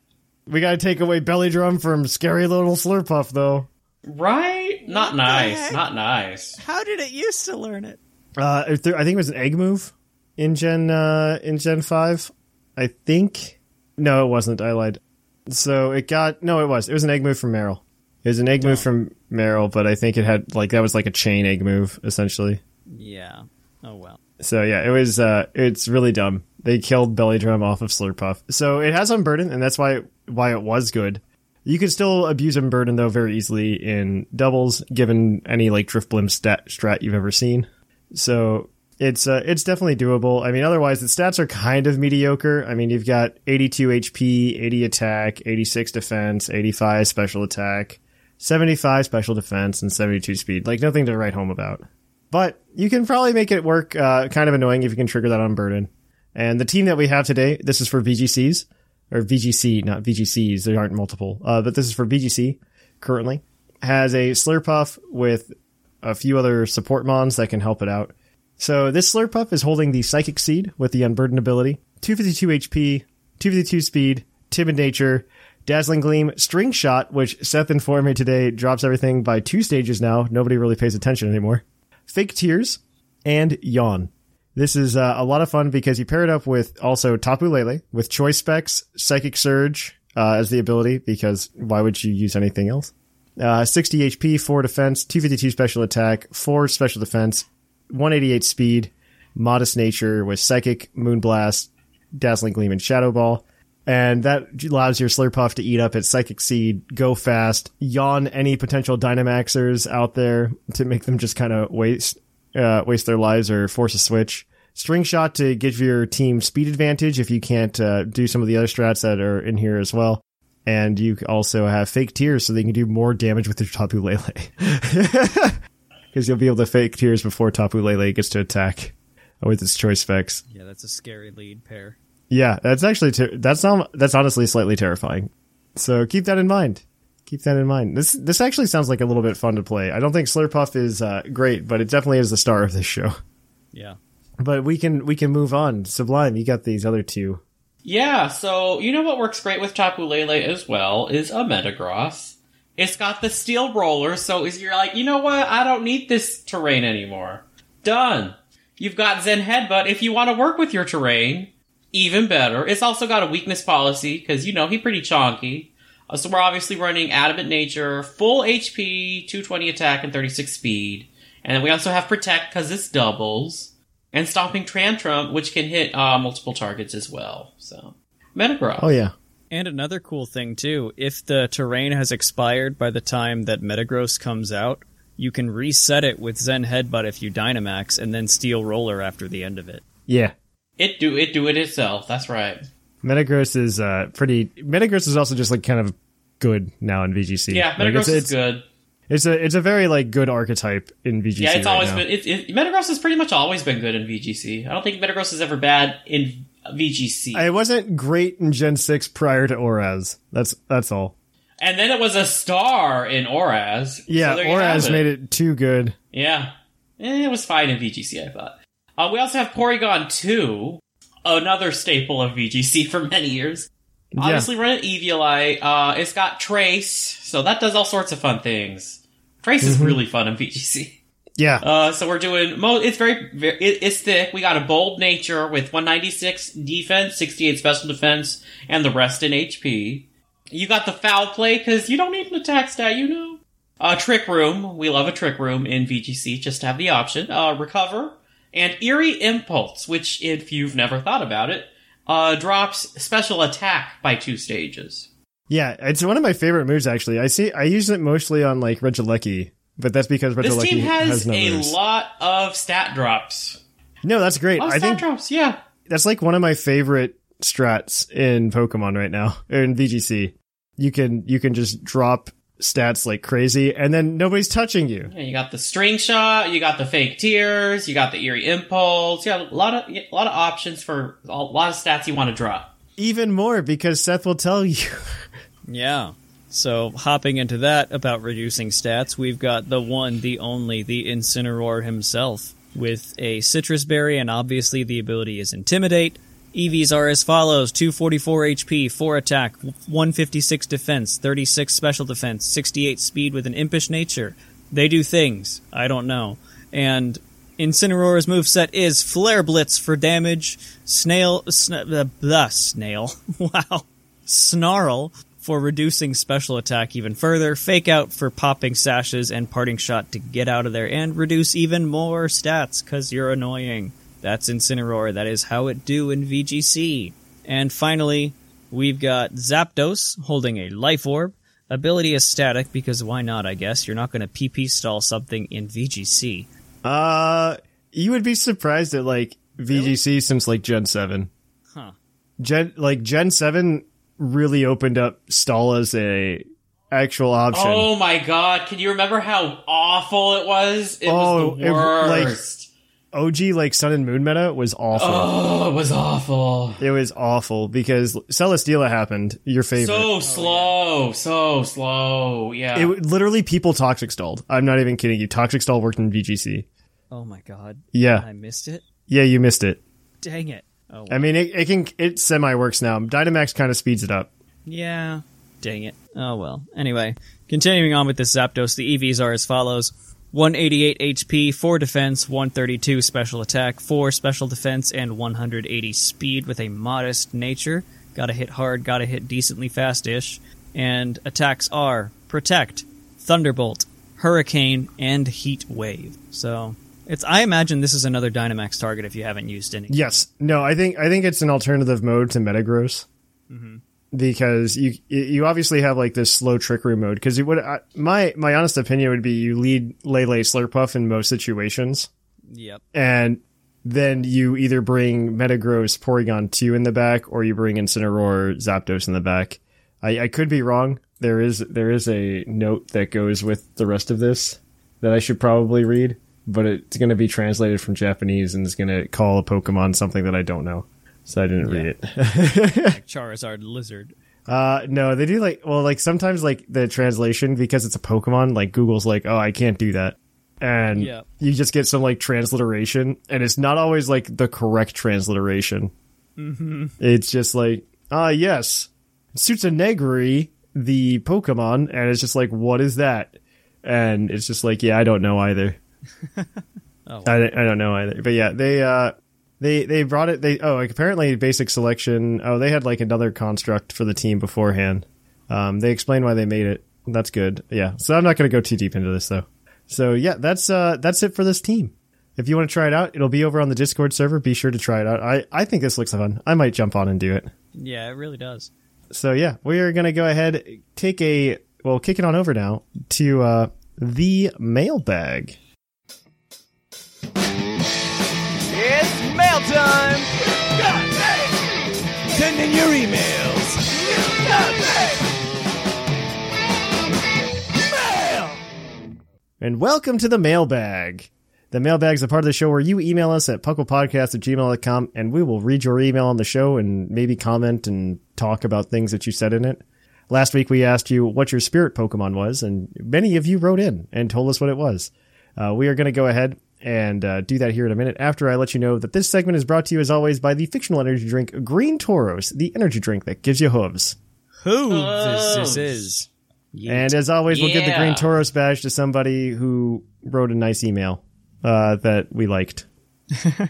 [SPEAKER 1] We gotta take away Belly Drum from Scary Little Slurpuff, though.
[SPEAKER 2] Right? Not nice.
[SPEAKER 3] heck?
[SPEAKER 2] Not nice.
[SPEAKER 3] How did it used to learn it?
[SPEAKER 1] Uh, if there- I think it was an egg move in Gen uh, in Gen Five. I think no, it wasn't. I lied. So it got no, it was. It was an egg move from Meryl. It was an egg move from Meryl, but I think it had like that was like a chain egg move essentially.
[SPEAKER 3] Yeah. Oh well.
[SPEAKER 1] So yeah, it was. Uh, it's really dumb. They killed Belly Drum off of Slurpuff. So it has Unburden, and that's why why it was good. You could still abuse Unburden though very easily in doubles, given any like Driftblim stat strat you've ever seen. So it's uh, it's definitely doable. I mean, otherwise the stats are kind of mediocre. I mean, you've got 82 HP, 80 attack, 86 defense, 85 special attack, 75 special defense, and 72 speed. Like nothing to write home about but you can probably make it work. Uh, kind of annoying if you can trigger that on burden. And the team that we have today, this is for VGCs or VGC, not VGCs. There aren't multiple, uh, but this is for VGC currently. Has a Slurpuff with a few other support mons that can help it out. So this Slurpuff is holding the Psychic Seed with the Unburden ability, 252 HP, 252 speed, Timid Nature, Dazzling Gleam, String Shot, which Seth informed me today drops everything by two stages now. Nobody really pays attention anymore. Fake Tears, and Yawn. This is uh, a lot of fun because you pair it up with also Tapu Lele with Choice Specs, Psychic Surge uh, as the ability because why would you use anything else? Uh, 60 HP, 4 defense, 252 special attack, 4 special defense, 188 speed, modest nature with Psychic, Moonblast, Dazzling Gleam, and Shadow Ball. And that allows your Slurpuff to eat up its Psychic Seed, go fast, yawn any potential Dynamaxers out there to make them just kind of waste uh, waste their lives or force a switch. String Shot to give your team speed advantage if you can't uh, do some of the other strats that are in here as well. And you also have Fake Tears so they can do more damage with your Tapu Lele. Because you'll be able to Fake Tears before Tapu Lele gets to attack with its choice specs.
[SPEAKER 3] Yeah, that's a scary lead pair.
[SPEAKER 1] Yeah, that's actually ter- that's not that's honestly slightly terrifying. So keep that in mind. Keep that in mind. This this actually sounds like a little bit fun to play. I don't think Slurpuff is uh, great, but it definitely is the star of this show.
[SPEAKER 3] Yeah.
[SPEAKER 1] But we can we can move on. Sublime, you got these other two.
[SPEAKER 2] Yeah, so you know what works great with Tapu Lele as well is a Metagross. It's got the steel roller, so is you're like, you know what, I don't need this terrain anymore. Done. You've got Zen Headbutt if you want to work with your terrain. Even better. It's also got a weakness policy, because you know he pretty chonky. Uh, so we're obviously running Adamant Nature, full HP, 220 attack, and 36 speed. And then we also have Protect, because it's doubles and stomping tantrum, which can hit uh, multiple targets as well. So Metagross.
[SPEAKER 1] Oh yeah.
[SPEAKER 3] And another cool thing too, if the terrain has expired by the time that Metagross comes out, you can reset it with Zen Headbutt if you Dynamax, and then Steel Roller after the end of it.
[SPEAKER 1] Yeah.
[SPEAKER 2] It do it do it itself. That's right.
[SPEAKER 1] Metagross is uh pretty Metagross is also just like kind of good now in VGC.
[SPEAKER 2] Yeah,
[SPEAKER 1] Like,
[SPEAKER 2] Metagross
[SPEAKER 1] it's, it's-
[SPEAKER 2] is good.
[SPEAKER 1] It's a it's a very like good archetype in VGC.
[SPEAKER 2] Yeah, it's
[SPEAKER 1] right
[SPEAKER 2] always
[SPEAKER 1] now.
[SPEAKER 2] been it, it, Metagross has pretty much always been good in VGC. I don't think Metagross is ever bad in VGC.
[SPEAKER 1] It wasn't great in Gen 6 prior to Oraz. That's that's all.
[SPEAKER 2] and then it was a star in Oraz.
[SPEAKER 1] Yeah,
[SPEAKER 2] so there you
[SPEAKER 1] Oraz
[SPEAKER 2] have
[SPEAKER 1] made it too good.
[SPEAKER 2] Yeah. Eh, it was fine in VGC, I thought. Uh, we also have Porygon 2, another staple of VGC for many years. Obviously, run an Eviolite. Uh, it's got Trace, so that does all sorts of fun things. Trace
[SPEAKER 1] Mm-hmm.
[SPEAKER 2] is really fun in VGC.
[SPEAKER 1] Yeah.
[SPEAKER 2] Uh, so we're doing mo. It's very, very it, it's thick. We got a bold nature with 196 defense, 68 special defense, and the rest in HP. You got the foul play because you don't need an attack stat, you know. Uh, trick room. We love a trick room in VGC. Just to have the option. Uh, recover and eerie impulse, which if you've never thought about it, uh, drops special attack by two stages.
[SPEAKER 1] yeah, it's one of my favorite moves actually. I see I use it mostly on like Regilecki, but that's because
[SPEAKER 2] This
[SPEAKER 1] Regilecki
[SPEAKER 2] team has,
[SPEAKER 1] no
[SPEAKER 2] a
[SPEAKER 1] moves.
[SPEAKER 2] lot of stat drops.
[SPEAKER 1] No, that's great.
[SPEAKER 2] Oh,
[SPEAKER 1] I
[SPEAKER 2] stat
[SPEAKER 1] think
[SPEAKER 2] drops, yeah.
[SPEAKER 1] that's like one of my favorite strats in Pokemon right now, or in VGC. You can you can just drop stats like crazy and then nobody's touching you.
[SPEAKER 2] Yeah, you got the string shot, you got the fake tears, you got the eerie impulse. Yeah, a lot of yeah, a lot of options for a lot of stats you want to drop.
[SPEAKER 1] Even more because Seth will tell you.
[SPEAKER 3] Yeah. So hopping into that about reducing stats, we've got the one, the only, the Incineroar himself with a citrus berry, and obviously the ability is intimidate. EVs are as follows: 244 HP, 4 attack, 156 defense, 36 special defense, 68 speed with an impish nature. They do things I don't know. And Incineroar's moveset is Flare Blitz for damage, Snail, sna- blah, blah, Snail, wow, Snarl for reducing special attack even further, Fake Out for popping sashes, and Parting Shot to get out of there and reduce even more stats because you're annoying. That's Incineroar. That is how it do in VGC. And finally, we've got Zapdos holding a Life Orb. Ability is static because why not, I guess? You're not going to PP stall something in VGC.
[SPEAKER 1] Uh, you would be surprised at like VGC since like Gen Seven.
[SPEAKER 3] Huh.
[SPEAKER 1] Gen like Gen Seven really opened up stall as a actual option.
[SPEAKER 2] Oh my god! Can you remember how awful it was? It
[SPEAKER 1] Oh,
[SPEAKER 2] was
[SPEAKER 1] it-
[SPEAKER 2] the
[SPEAKER 1] like-
[SPEAKER 2] worst.
[SPEAKER 1] OG like Sun and Moon meta was awful.
[SPEAKER 2] oh, it was awful.
[SPEAKER 1] It was awful because Celesteela happened. Your favorite.
[SPEAKER 2] So slow, so slow. Yeah.
[SPEAKER 1] it would- literally people toxic stalled. I'm not even kidding you. Toxic stall worked in VGC.
[SPEAKER 3] Oh my god.
[SPEAKER 1] Yeah,
[SPEAKER 3] I missed it?
[SPEAKER 1] yeah, you missed it.
[SPEAKER 3] Dang it. Oh,
[SPEAKER 1] I mean, it, it can it semi works now. Dynamax kind of speeds it up.
[SPEAKER 3] Yeah. Dang it. Oh well. Anyway, continuing on with this Zapdos, the EVs are as follows 188 HP, 4 defense, 132 special attack, 4 special defense, and 180 speed with a modest nature. Gotta hit hard, gotta hit decently fast ish. And attacks are Protect, Thunderbolt, Hurricane, and Heat Wave. So. It's. I imagine this is another Dynamax target if you haven't used any.
[SPEAKER 1] Yes. No, I think I think it's an alternative mode to Metagross. Because you you obviously have like this slow trickery mode. Because you would I, my my honest opinion would be you lead Lele Slurpuff in most situations,
[SPEAKER 3] Yep.
[SPEAKER 1] and then you either bring Metagross Porygon two in the back, or you bring Incineroar Zapdos in the back. I, I could be wrong. There is there is a note that goes with the rest of this that I should probably read, but it's going to be translated from Japanese and it's going to call a Pokemon something that I don't know. So I didn't read it.
[SPEAKER 3] Like Charizard Lizard.
[SPEAKER 1] Uh, no, they do like, well, like sometimes like the translation, because it's a Pokemon, like Google's like, oh, I can't do that. And
[SPEAKER 3] Yeah.
[SPEAKER 1] you just get some like transliteration and it's not always like the correct transliteration. Mm-hmm. It's just like, ah, yes, Sutsunegri, the Pokemon. And it's just like, what is that? And it's just like, yeah, I don't know either.
[SPEAKER 3] Oh.
[SPEAKER 1] I, don't- I don't know either. But yeah, they, uh, they they brought it they oh like apparently basic selection oh they had like another construct for the team beforehand um they explained why they made it that's good yeah so i'm not going to go too deep into this though so yeah that's uh that's it for this team if you want to try it out it'll be over on the discord server be sure to try it out i i think this looks fun i might jump on and do it
[SPEAKER 3] Yeah, it really does.
[SPEAKER 1] so yeah we are going to go ahead take a well kick it on over now to uh the mailbag
[SPEAKER 4] It's mail time. Send in your emails. Mail.
[SPEAKER 1] And welcome to the mailbag. The mailbag is a part of the show where you email us at pucklepodcast at gmail.com and we will read your email on the show and maybe comment and talk about things that you said in it. Last week we asked you what your spirit Pokemon was, and many of you wrote in and told us what it was. Uh, we are going to go ahead and uh, do that here in a minute after I let you know that this segment is brought to you, as always, by the fictional energy drink Green Tauros, the energy drink that gives you hooves.
[SPEAKER 3] Who
[SPEAKER 2] Hooves.
[SPEAKER 3] this is?
[SPEAKER 1] And as always, we'll give the
[SPEAKER 2] Yeah.
[SPEAKER 1] Green Tauros badge to somebody who wrote a nice email uh, that we liked.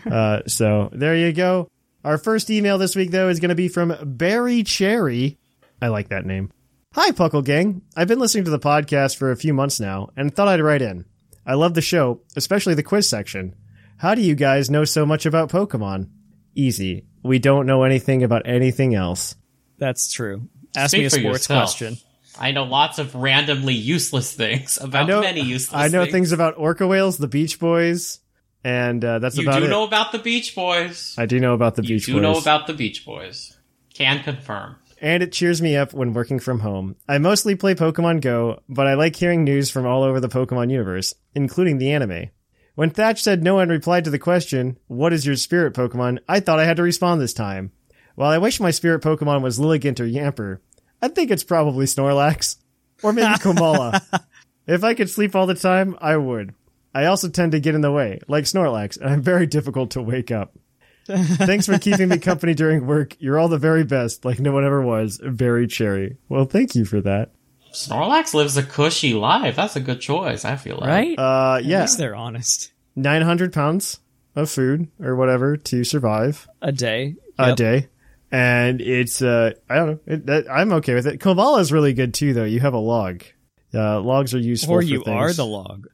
[SPEAKER 1] uh, so there you go. Our first email this week, though, is going to be from Barry Cherry. I like that name. Hi, Puckle Gang. I've been listening to the podcast for a few months now and thought I'd write in. I love the show, especially the quiz section. How do you guys know so much about Pokemon? Easy. We don't know anything about anything else.
[SPEAKER 3] That's true. Ask
[SPEAKER 2] Speak
[SPEAKER 3] me a
[SPEAKER 2] for
[SPEAKER 3] sports
[SPEAKER 2] yourself.
[SPEAKER 3] question.
[SPEAKER 2] I know lots of randomly useless things about many useless.
[SPEAKER 1] I know
[SPEAKER 2] things.
[SPEAKER 1] things about orca whales, the Beach Boys, and uh, that's
[SPEAKER 2] You
[SPEAKER 1] about
[SPEAKER 2] do
[SPEAKER 1] it.
[SPEAKER 2] know about the Beach Boys.
[SPEAKER 1] I do know about the
[SPEAKER 2] you
[SPEAKER 1] Beach
[SPEAKER 2] do
[SPEAKER 1] Boys.
[SPEAKER 2] know about the Beach Boys. Can confirm.
[SPEAKER 1] and it cheers me up when working from home. I mostly play Pokemon Go, but I like hearing news from all over the Pokemon universe, including the anime. When Thatch said no one replied to the question, What is your spirit Pokemon? I thought I had to respond this time. While I wish my spirit Pokemon was Lilligant or Yamper, I think it's probably Snorlax. Or maybe Komala. if I could sleep all the time, I would. I also tend to get in the way, like Snorlax, and I'm very difficult to wake up. Thanks for keeping me company during work. You're all the very best, like no one ever was. Very cherry. Well, thank you for that.
[SPEAKER 2] Snorlax lives a cushy life. That's a good choice, I feel like.
[SPEAKER 3] right?
[SPEAKER 1] Uh, yeah,
[SPEAKER 3] Yes, they're honest.
[SPEAKER 1] 900 pounds of food or whatever to survive
[SPEAKER 3] A day.
[SPEAKER 1] a day. And it's, uh, I don't know, it, that, I'm okay with it. Kovala is really good too, though. You have a log. Uh, logs are useful.
[SPEAKER 3] Or
[SPEAKER 1] for
[SPEAKER 3] you
[SPEAKER 1] things.
[SPEAKER 3] are the log.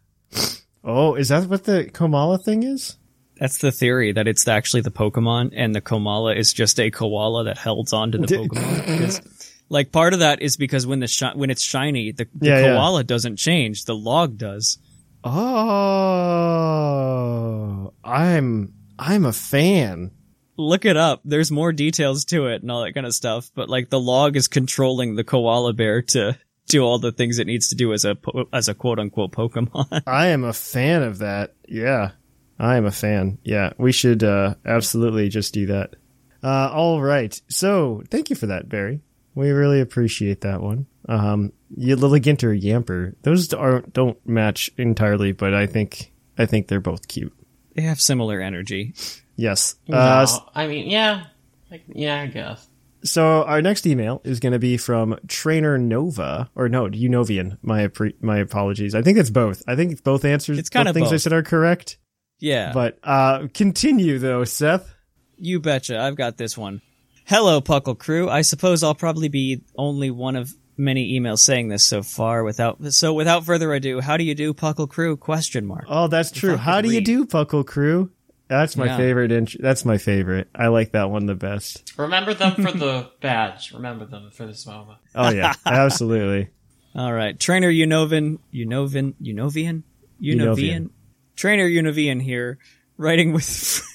[SPEAKER 1] Oh, is that what the Komala thing is?
[SPEAKER 3] That's the theory that it's actually the Pokemon, and the Komala is just a koala that holds on to the
[SPEAKER 1] Di-
[SPEAKER 3] Pokemon. 'Cause, like part of that is because when the shi- when it's shiny, the, the
[SPEAKER 1] Yeah, yeah.
[SPEAKER 3] koala doesn't change, the log does.
[SPEAKER 1] Oh, I'm I'm a fan.
[SPEAKER 3] Look it up. There's more details to it and all that kind of stuff. But like the log is controlling the koala bear to do all the things it needs to do as a po- as a quote unquote Pokemon.
[SPEAKER 1] I am a fan of that. Yeah, I am a fan. Yeah, we should uh, absolutely just do that. Uh, all right. So thank you for that, Barry. We really appreciate that one. Um, you Lilligant or Yamper, those aren't don't match entirely, but I think I think they're both cute.
[SPEAKER 3] they have similar energy.
[SPEAKER 1] Yes.
[SPEAKER 2] No,
[SPEAKER 1] Uh,
[SPEAKER 2] I mean, yeah. Like, yeah, I guess.
[SPEAKER 1] So our next email is going to be from Trainer Nova, or no, Unovian. My pre- my apologies. I think it's both. I think both answers.
[SPEAKER 3] It's kinda
[SPEAKER 1] both things I
[SPEAKER 3] both.
[SPEAKER 1] said are correct.
[SPEAKER 3] Yeah.
[SPEAKER 1] But uh, continue though, Seth.
[SPEAKER 3] You betcha. I've got this one. Hello, Puckle Crew. I suppose I'll probably be only one of many emails saying this so far. Without so, without further ado, how do you do, Puckle Crew? Question mark.
[SPEAKER 1] Oh, that's true. How do you
[SPEAKER 3] read.
[SPEAKER 1] do, Puckle Crew? That's my
[SPEAKER 3] Yeah.
[SPEAKER 1] favorite. Int- that's my favorite. I like that one the best.
[SPEAKER 2] Remember them for the badge. Remember them for this moment.
[SPEAKER 1] Oh yeah, absolutely.
[SPEAKER 3] All right, Trainer Unovin, Unovin, Unovian,
[SPEAKER 1] Unovian.
[SPEAKER 3] Unovian, Trainer Unovian here, writing with.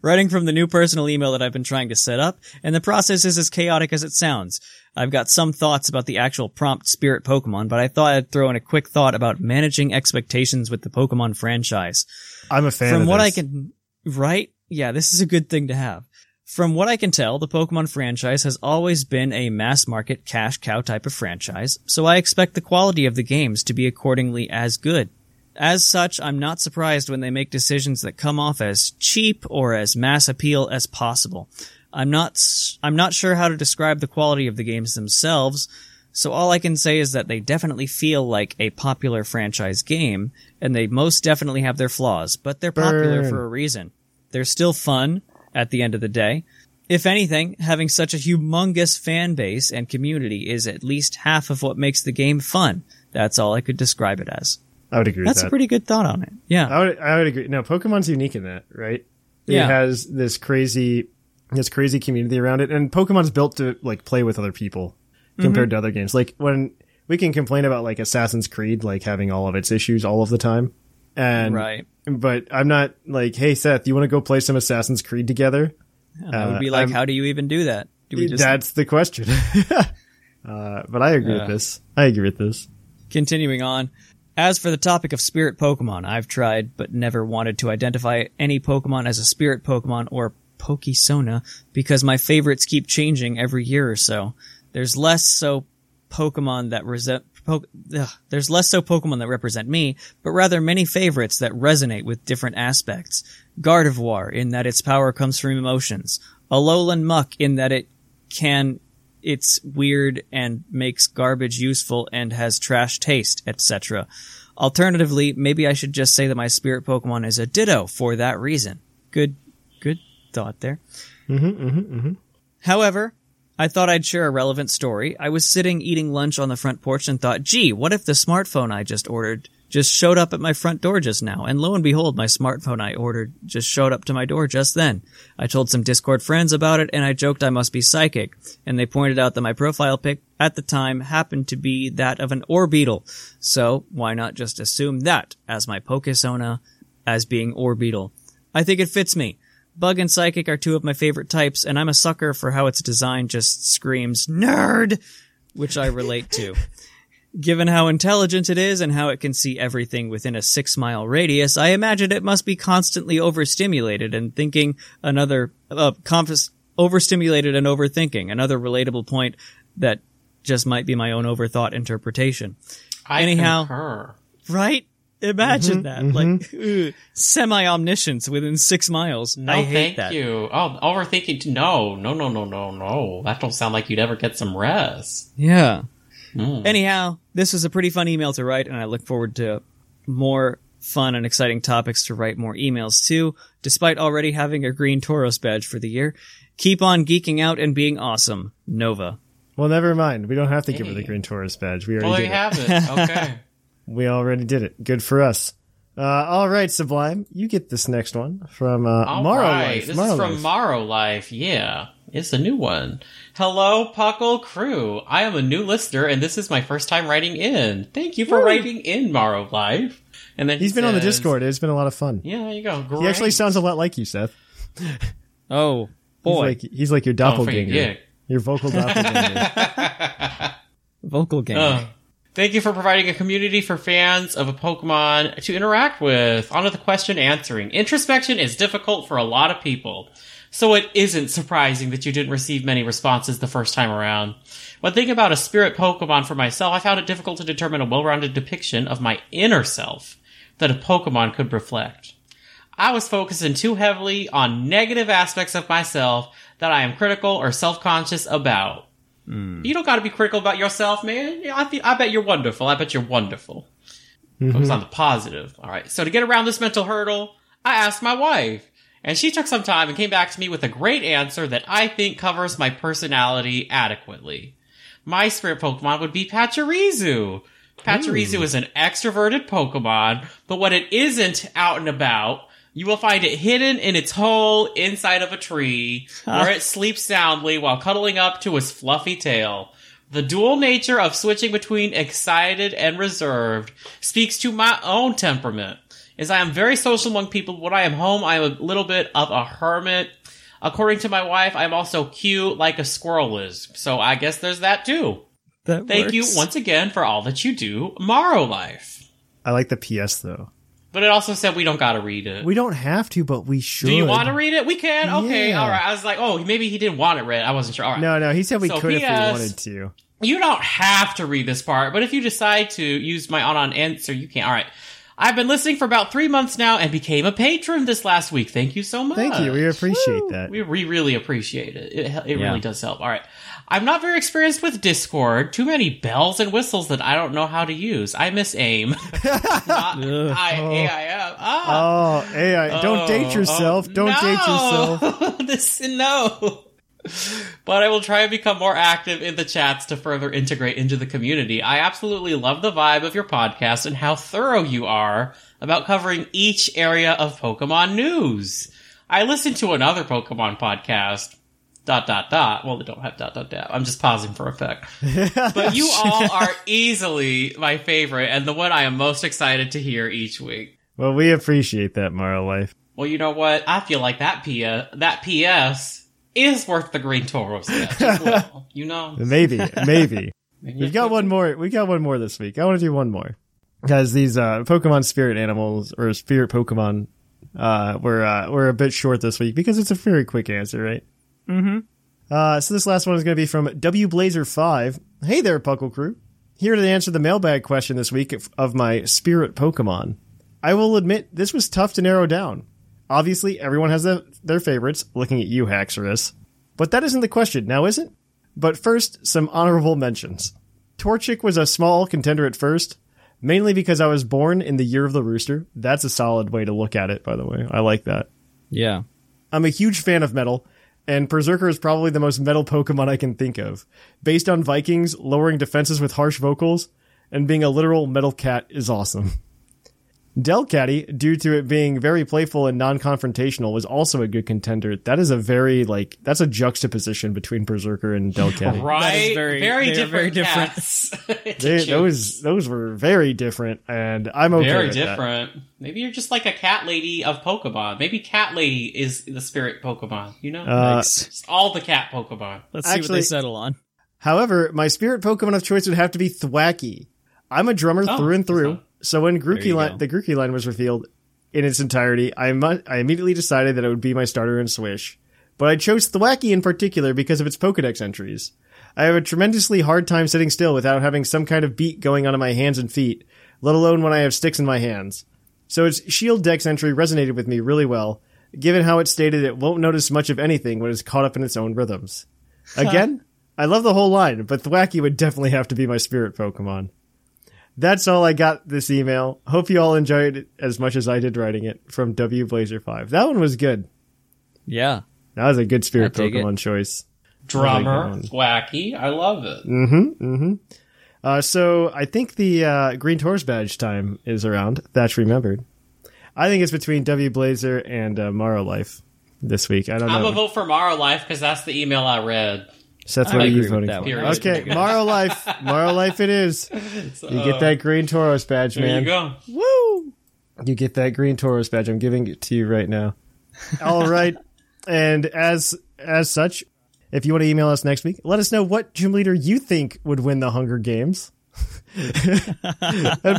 [SPEAKER 3] Writing from the new personal email that I've been trying to set up, and the process is as chaotic as it sounds. I've got some thoughts about the actual prompt spirit Pokemon, but I thought I'd throw in a quick thought about managing expectations with the Pokemon franchise.
[SPEAKER 1] I'm a fan.
[SPEAKER 3] From
[SPEAKER 1] of
[SPEAKER 3] what I
[SPEAKER 1] this.
[SPEAKER 3] can, right? Yeah, this is a good thing to have. From what I can tell, the Pokemon franchise has always been a mass market cash cow type of franchise, so I expect the quality of the games to be accordingly as good. As such, I'm not surprised when they make decisions that come off as cheap or as mass appeal as possible. I'm not s- I'm not sure how to describe the quality of the games themselves, so all I can say is that they definitely feel like a popular franchise game, and they most definitely have their flaws, but they're popular
[SPEAKER 1] Burn.
[SPEAKER 3] for a reason. They're still fun at the end of the day. If anything, having such a humongous fan base and community is at least half of what makes the game fun. That's all I could describe it as.
[SPEAKER 1] I would agree.
[SPEAKER 3] That's
[SPEAKER 1] with that.
[SPEAKER 3] a pretty good thought on it. Yeah.
[SPEAKER 1] I would I would agree. No, Pokemon's unique in that, right? It
[SPEAKER 3] Yeah.
[SPEAKER 1] has this crazy this crazy community around it, and Pokemon's built to like play with other people
[SPEAKER 3] Mm-hmm.
[SPEAKER 1] compared to other games. Like when we can complain about like Assassin's Creed like having all of its issues all of the time, and
[SPEAKER 3] Right.
[SPEAKER 1] But I'm not like, hey Seth, you want to go play some Assassin's Creed together?
[SPEAKER 3] I would be like, how do you even do that? Do we just
[SPEAKER 1] That's the question. uh, but I agree with this. I agree with this.
[SPEAKER 3] continuing on? As for the topic of spirit Pokemon, I've tried but never wanted to identify any Pokemon as a spirit Pokemon or Pokesona because my favorites keep changing every year or so. There's less so Pokemon that resent. Po- ugh, there's less so Pokemon that represent me, but rather many favorites that resonate with different aspects. Gardevoir, in that its power comes from emotions. Alolan Muck, in that it can it's weird and makes garbage useful and has trash taste, etc. Alternatively, maybe I should just say that my spirit Pokemon is a Ditto for that reason. Good, good thought there. However, I thought I'd share a relevant story. I was sitting eating lunch on the front porch and thought, gee, what if the smartphone I just ordered just showed up at my front door just now? And lo and behold, my smartphone I ordered just showed up to my door just then. I told some Discord friends about it and I joked I must be psychic. And they pointed out that my profile pic at the time happened to be that of an Orbeetle. So why not just assume that as my Pokesona as being Orbeetle? I think it fits me. Bug and Psychic are two of my favorite types, and I'm a sucker for how its design just screams nerd, which I relate to. Given how intelligent it is and how it can see everything within a six mile radius, I imagine it must be constantly overstimulated and thinking another, uh, confis- overstimulated and overthinking, another relatable point that Just might be my own overthought interpretation.
[SPEAKER 2] I
[SPEAKER 3] Anyhow.
[SPEAKER 2] concur.
[SPEAKER 3] Right? Imagine that.
[SPEAKER 1] mhm.
[SPEAKER 3] Like semi omniscience within six miles.
[SPEAKER 2] No,
[SPEAKER 3] I hate
[SPEAKER 2] Oh, thank
[SPEAKER 3] that.
[SPEAKER 2] you. Oh, overthinking. t- No, no, no, no, no, no. That don't sound like you'd ever get some rest.
[SPEAKER 3] Yeah.
[SPEAKER 2] Mm.
[SPEAKER 3] Anyhow, this was a pretty fun email to write, and I look forward to more fun and exciting topics to write more emails to, despite already having a green Tauros badge for the year. Keep on geeking out and being awesome. Nova.
[SPEAKER 1] Well, never mind. We don't have to give her the
[SPEAKER 2] Hey.
[SPEAKER 1] green tourist badge. We already
[SPEAKER 2] Well, there
[SPEAKER 1] did
[SPEAKER 2] you
[SPEAKER 1] it.
[SPEAKER 2] have it. Okay.
[SPEAKER 1] We already did it. Good for us. Uh, all right, Sublime, you get this next one from uh,
[SPEAKER 2] All right.
[SPEAKER 1] Morrow Life.
[SPEAKER 2] This
[SPEAKER 1] Morrow
[SPEAKER 2] is from
[SPEAKER 1] Life.
[SPEAKER 2] Morrow Life. Yeah. It's a new one. Hello, Puckle Crew. I am a new listener, and this is my first time writing in. Thank you for writing in, Morrow Life. And then he
[SPEAKER 1] He's been on the
[SPEAKER 2] says-
[SPEAKER 1] Discord. It's been a lot of fun.
[SPEAKER 2] Yeah, there you go. Great.
[SPEAKER 1] He actually sounds a lot like you, Seth.
[SPEAKER 3] Oh, boy.
[SPEAKER 1] He's like he's like your
[SPEAKER 2] Don't forget-
[SPEAKER 1] doppelganger. Your vocal doppelganger.
[SPEAKER 2] Yeah.
[SPEAKER 3] Vocal game.
[SPEAKER 2] Ugh. Uh, Thank you for providing a community for fans of a Pokemon to interact with. On to the question answering. Introspection is difficult for a lot of people, so it isn't surprising that you didn't receive many responses the first time around. When thinking about a spirit Pokemon for myself, I found it difficult to determine a well-rounded depiction of my inner self that a Pokemon could reflect. I was focusing too heavily on negative aspects of myself that I am critical or self-conscious about. You don't got to be critical about yourself, man. Yeah, I, think I bet you're wonderful. I bet you're wonderful. Focus on the positive. All right. So to get around this mental hurdle, I asked my wife, and she took some time and came back to me with a great answer that I think covers my personality adequately. My spirit Pokemon would be Pachirisu. Pachirisu is an extroverted Pokemon, but when it isn't out and about, you will find it hidden in its hole inside of a tree, where it sleeps soundly while cuddling up to its fluffy tail. The dual nature of switching between excited and reserved speaks to my own temperament. As I am very social among people, when I am home, I am a little bit of a hermit. According to my wife, I'm also cute like a squirrel is. So I guess there's that too.
[SPEAKER 3] That
[SPEAKER 2] Thank you
[SPEAKER 3] works.
[SPEAKER 2] once again for all that you do, Morrow Life.
[SPEAKER 1] I like the PS though.
[SPEAKER 2] But it also said we don't gotta read it.
[SPEAKER 1] We don't have to, but we should.
[SPEAKER 2] Do you want to read it? We can. Okay,
[SPEAKER 1] Yeah.
[SPEAKER 2] all right. I was like, oh, maybe he didn't want it read. I wasn't sure. All right.
[SPEAKER 1] No, no. He said we
[SPEAKER 2] So
[SPEAKER 1] could if
[SPEAKER 2] PS
[SPEAKER 1] we wanted to.
[SPEAKER 2] You don't have to read this part, but if you decide to use my on on answer, you can. All right. I've been listening for about three months now and became a patron this last week. Thank you so much.
[SPEAKER 1] Thank you. We appreciate that.
[SPEAKER 2] We, we really appreciate it. It, it
[SPEAKER 3] Yeah.
[SPEAKER 2] really does help. All right. I'm not very experienced with Discord. Too many bells and whistles that I don't know how to use. I miss AIM. not I, AIM. Ah.
[SPEAKER 1] Oh, AI! don't date
[SPEAKER 2] Oh,
[SPEAKER 1] yourself.
[SPEAKER 2] oh,
[SPEAKER 1] don't date yourself.
[SPEAKER 2] no. this no. But I will try and become more active in the chats to further integrate into the community. I absolutely love the vibe of your podcast and how thorough you are about covering each area of Pokemon news. I listened to another Pokemon podcast. Dot dot dot. Well, they don't have dot dot dot. I'm just pausing for effect. but you all are easily my favorite and the one I am most excited to hear each week.
[SPEAKER 1] Well, we appreciate that, Mara Life.
[SPEAKER 2] Well, you know what? I feel like that P uh, that PS is worth the green Toros. badge as well. you know,
[SPEAKER 1] Maybe, maybe.
[SPEAKER 2] Maybe
[SPEAKER 1] We've got one more. We got one more this week. I want to do one more because these uh, Pokemon spirit animals or spirit Pokemon uh, were uh, were a bit short this week because it's a very quick answer, right? Mm-hmm. Uh, so this last one is going to be from W Blazer Five. Hey there, Puckle Crew. Here to answer the mailbag question this week of, of my spirit Pokemon. I will admit this was tough to narrow down. Obviously, everyone has their their favorites. Looking at you, Haxorus. But that isn't the question, now is it? But first, some honorable mentions. Torchic was a small contender at first, mainly because I was born in the year of the rooster. That's a solid way to look at it, by the way. I like that.
[SPEAKER 3] Yeah.
[SPEAKER 1] I'm a huge fan of metal, and Berserker is probably the most metal Pokemon I can think of. Based on Vikings, lowering defenses with harsh vocals, and being a literal metal cat is awesome. Delcatty, due to it being very playful and non-confrontational, was also a good contender. That is a very like that's a juxtaposition between Berserker and Delcatty.
[SPEAKER 2] right?
[SPEAKER 3] That is very-
[SPEAKER 2] very,
[SPEAKER 3] they are
[SPEAKER 2] different
[SPEAKER 3] very different.
[SPEAKER 2] cats.
[SPEAKER 1] They,
[SPEAKER 2] Cute.
[SPEAKER 1] those those were very different, and I'm okay.
[SPEAKER 2] very
[SPEAKER 1] with that.
[SPEAKER 2] different. Maybe you're just like a cat lady of Pokemon. Maybe cat lady is the spirit Pokemon. You know,
[SPEAKER 1] Uh,
[SPEAKER 3] Yikes.
[SPEAKER 2] just all the cat Pokemon.
[SPEAKER 3] Let's see what
[SPEAKER 1] actually-
[SPEAKER 3] they settle on.
[SPEAKER 1] However, my spirit Pokemon of choice would have to be Thwacky. I'm a drummer
[SPEAKER 2] Oh,
[SPEAKER 1] through and through,
[SPEAKER 2] okay.
[SPEAKER 1] so when Grookey
[SPEAKER 3] you
[SPEAKER 1] line,
[SPEAKER 3] go.
[SPEAKER 1] the Grookey line was revealed in its entirety, I mu- I immediately decided that it would be my starter in Swish. But I chose Thwacky in particular because of its Pokedex entries. I have a tremendously hard time sitting still without having some kind of beat going on in my hands and feet, let alone when I have sticks in my hands. So its shield dex entry resonated with me really well, given how it stated it won't notice much of anything when it's caught up in its own rhythms. Again, I love the whole line, but Thwacky would definitely have to be my spirit Pokemon. That's all I got this email. Hope you all enjoyed it as much as I did writing it from W Blazer 5. That one was good.
[SPEAKER 3] Yeah.
[SPEAKER 1] That was a good spirit
[SPEAKER 3] I dig it.
[SPEAKER 1] Pokemon choice.
[SPEAKER 2] Drummer,
[SPEAKER 1] Like
[SPEAKER 2] wacky. I love it.
[SPEAKER 1] Mm-hmm. Mm-hmm. Uh, so I think the uh, Green Horse Badge time is around. That's remembered. I think it's between W Blazer and uh, Morrow Life this week. I don't
[SPEAKER 2] I'm
[SPEAKER 1] know.
[SPEAKER 2] a vote for Mara Life because that's the email I read.
[SPEAKER 1] Seth, what
[SPEAKER 3] I
[SPEAKER 1] are
[SPEAKER 3] agree
[SPEAKER 1] you
[SPEAKER 3] with
[SPEAKER 1] voting
[SPEAKER 3] that
[SPEAKER 1] for?
[SPEAKER 3] one.
[SPEAKER 2] That's
[SPEAKER 1] Okay, Morrow Life. Morrow Life it is. You get that Green Toros badge,
[SPEAKER 2] There
[SPEAKER 1] man.
[SPEAKER 2] you go.
[SPEAKER 3] Woo!
[SPEAKER 1] You get that green Taurus badge. I'm giving it to you right now. All right. And as as such, if you want to email us next week, let us know what gym leader you think would win the Hunger Games. at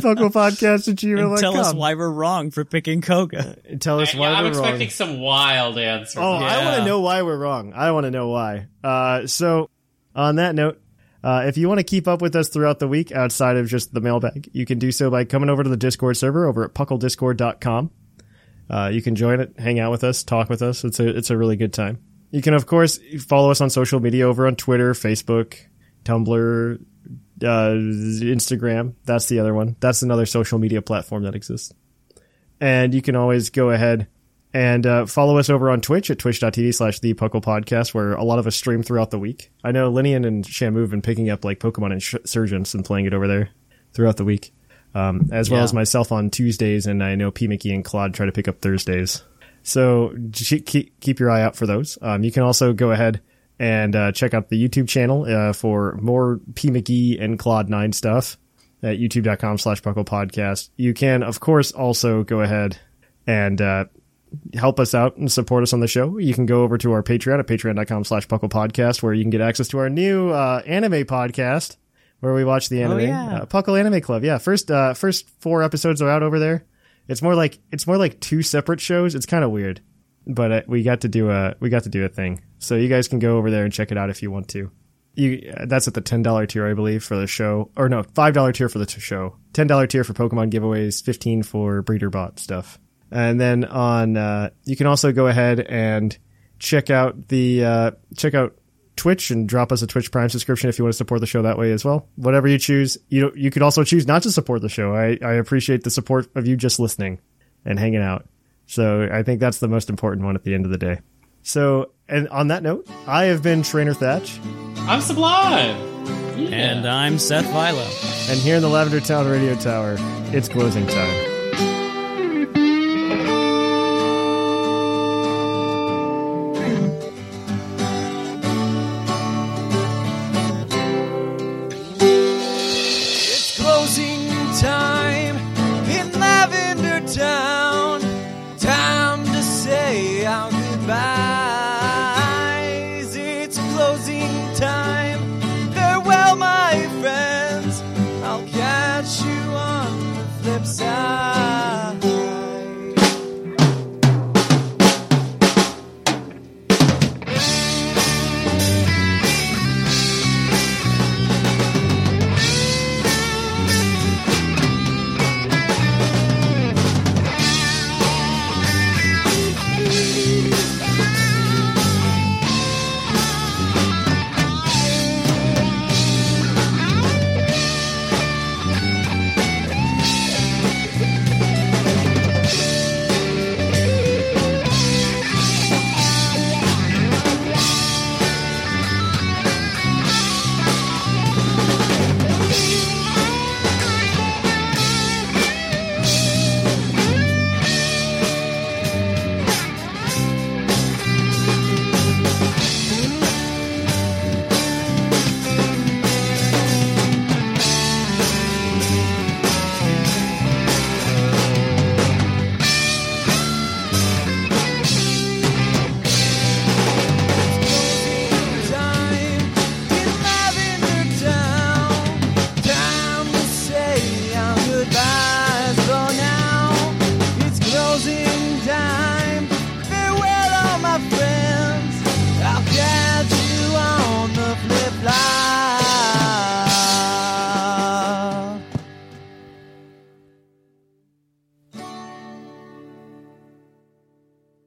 [SPEAKER 1] PocoPodcast at gmail.com.
[SPEAKER 3] Tell us why we're wrong for picking Koga.
[SPEAKER 1] Tell us
[SPEAKER 2] Yeah,
[SPEAKER 1] why
[SPEAKER 2] I'm
[SPEAKER 1] we're
[SPEAKER 2] expecting
[SPEAKER 1] wrong.
[SPEAKER 2] some wild answers.
[SPEAKER 1] Oh, I
[SPEAKER 3] Yeah.
[SPEAKER 1] want to know why we're wrong. I want to know why. Uh, so, on that note, uh, if you want to keep up with us throughout the week outside of just the mailbag, you can do so by coming over to the Discord server over at pucklediscord.com. Uh, you can join it, hang out with us, talk with us. It's a it's a really good time. You can of course follow us on social media over on Twitter, Facebook, Tumblr, uh, Instagram. That's the other one. That's another social media platform that exists. And you can always go ahead and uh, follow us over on Twitch at twitch.tv slash the Puckle Podcast, where a lot of us stream throughout the week. I know Linian and Shamu have been picking up like Pokemon Insurgents and playing it over there throughout the week, um, as well
[SPEAKER 3] Yeah.
[SPEAKER 1] as myself on Tuesdays, and I know P. Mickey and Claude try to pick up Thursdays. So j- keep, keep your eye out for those. Um, you can also go ahead and uh, check out the YouTube channel uh, for more P. McGee and Claude Nine stuff at youtube.com slash puckle podcast. You can, of course, also go ahead and uh, help us out and support us on the show. You can go over to our Patreon at patreon.com slash puckle podcast where you can get access to our new uh, anime podcast where we watch the anime.
[SPEAKER 3] yeah.
[SPEAKER 1] Uh, Puckle Anime Club. Yeah, first uh, first four episodes are out over there. It's more like it's more like two separate shows. It's kind of weird, but uh, we got to do a we got to do a thing. So you guys can go over there and check it out if you want to. You uh, that's at the ten dollar tier, I believe, for the show, or no, five dollar tier for the t- show, ten dollar tier for Pokemon giveaways, fifteen for breeder bot stuff, and then on uh, you can also go ahead and check out the uh, check out Twitch and drop us a Twitch Prime subscription if you want to support the show that way as well. Whatever you choose, you you could also choose not to support the show. I, I appreciate the support of you just listening and hanging out. So I think that's the most important one at the end of the day. So and on that note, I have been Trainer Thatch,
[SPEAKER 2] I'm sublime. Yeah.
[SPEAKER 3] And I'm Seth Vilo.
[SPEAKER 1] and here in the Lavender Town Radio Tower, it's closing time.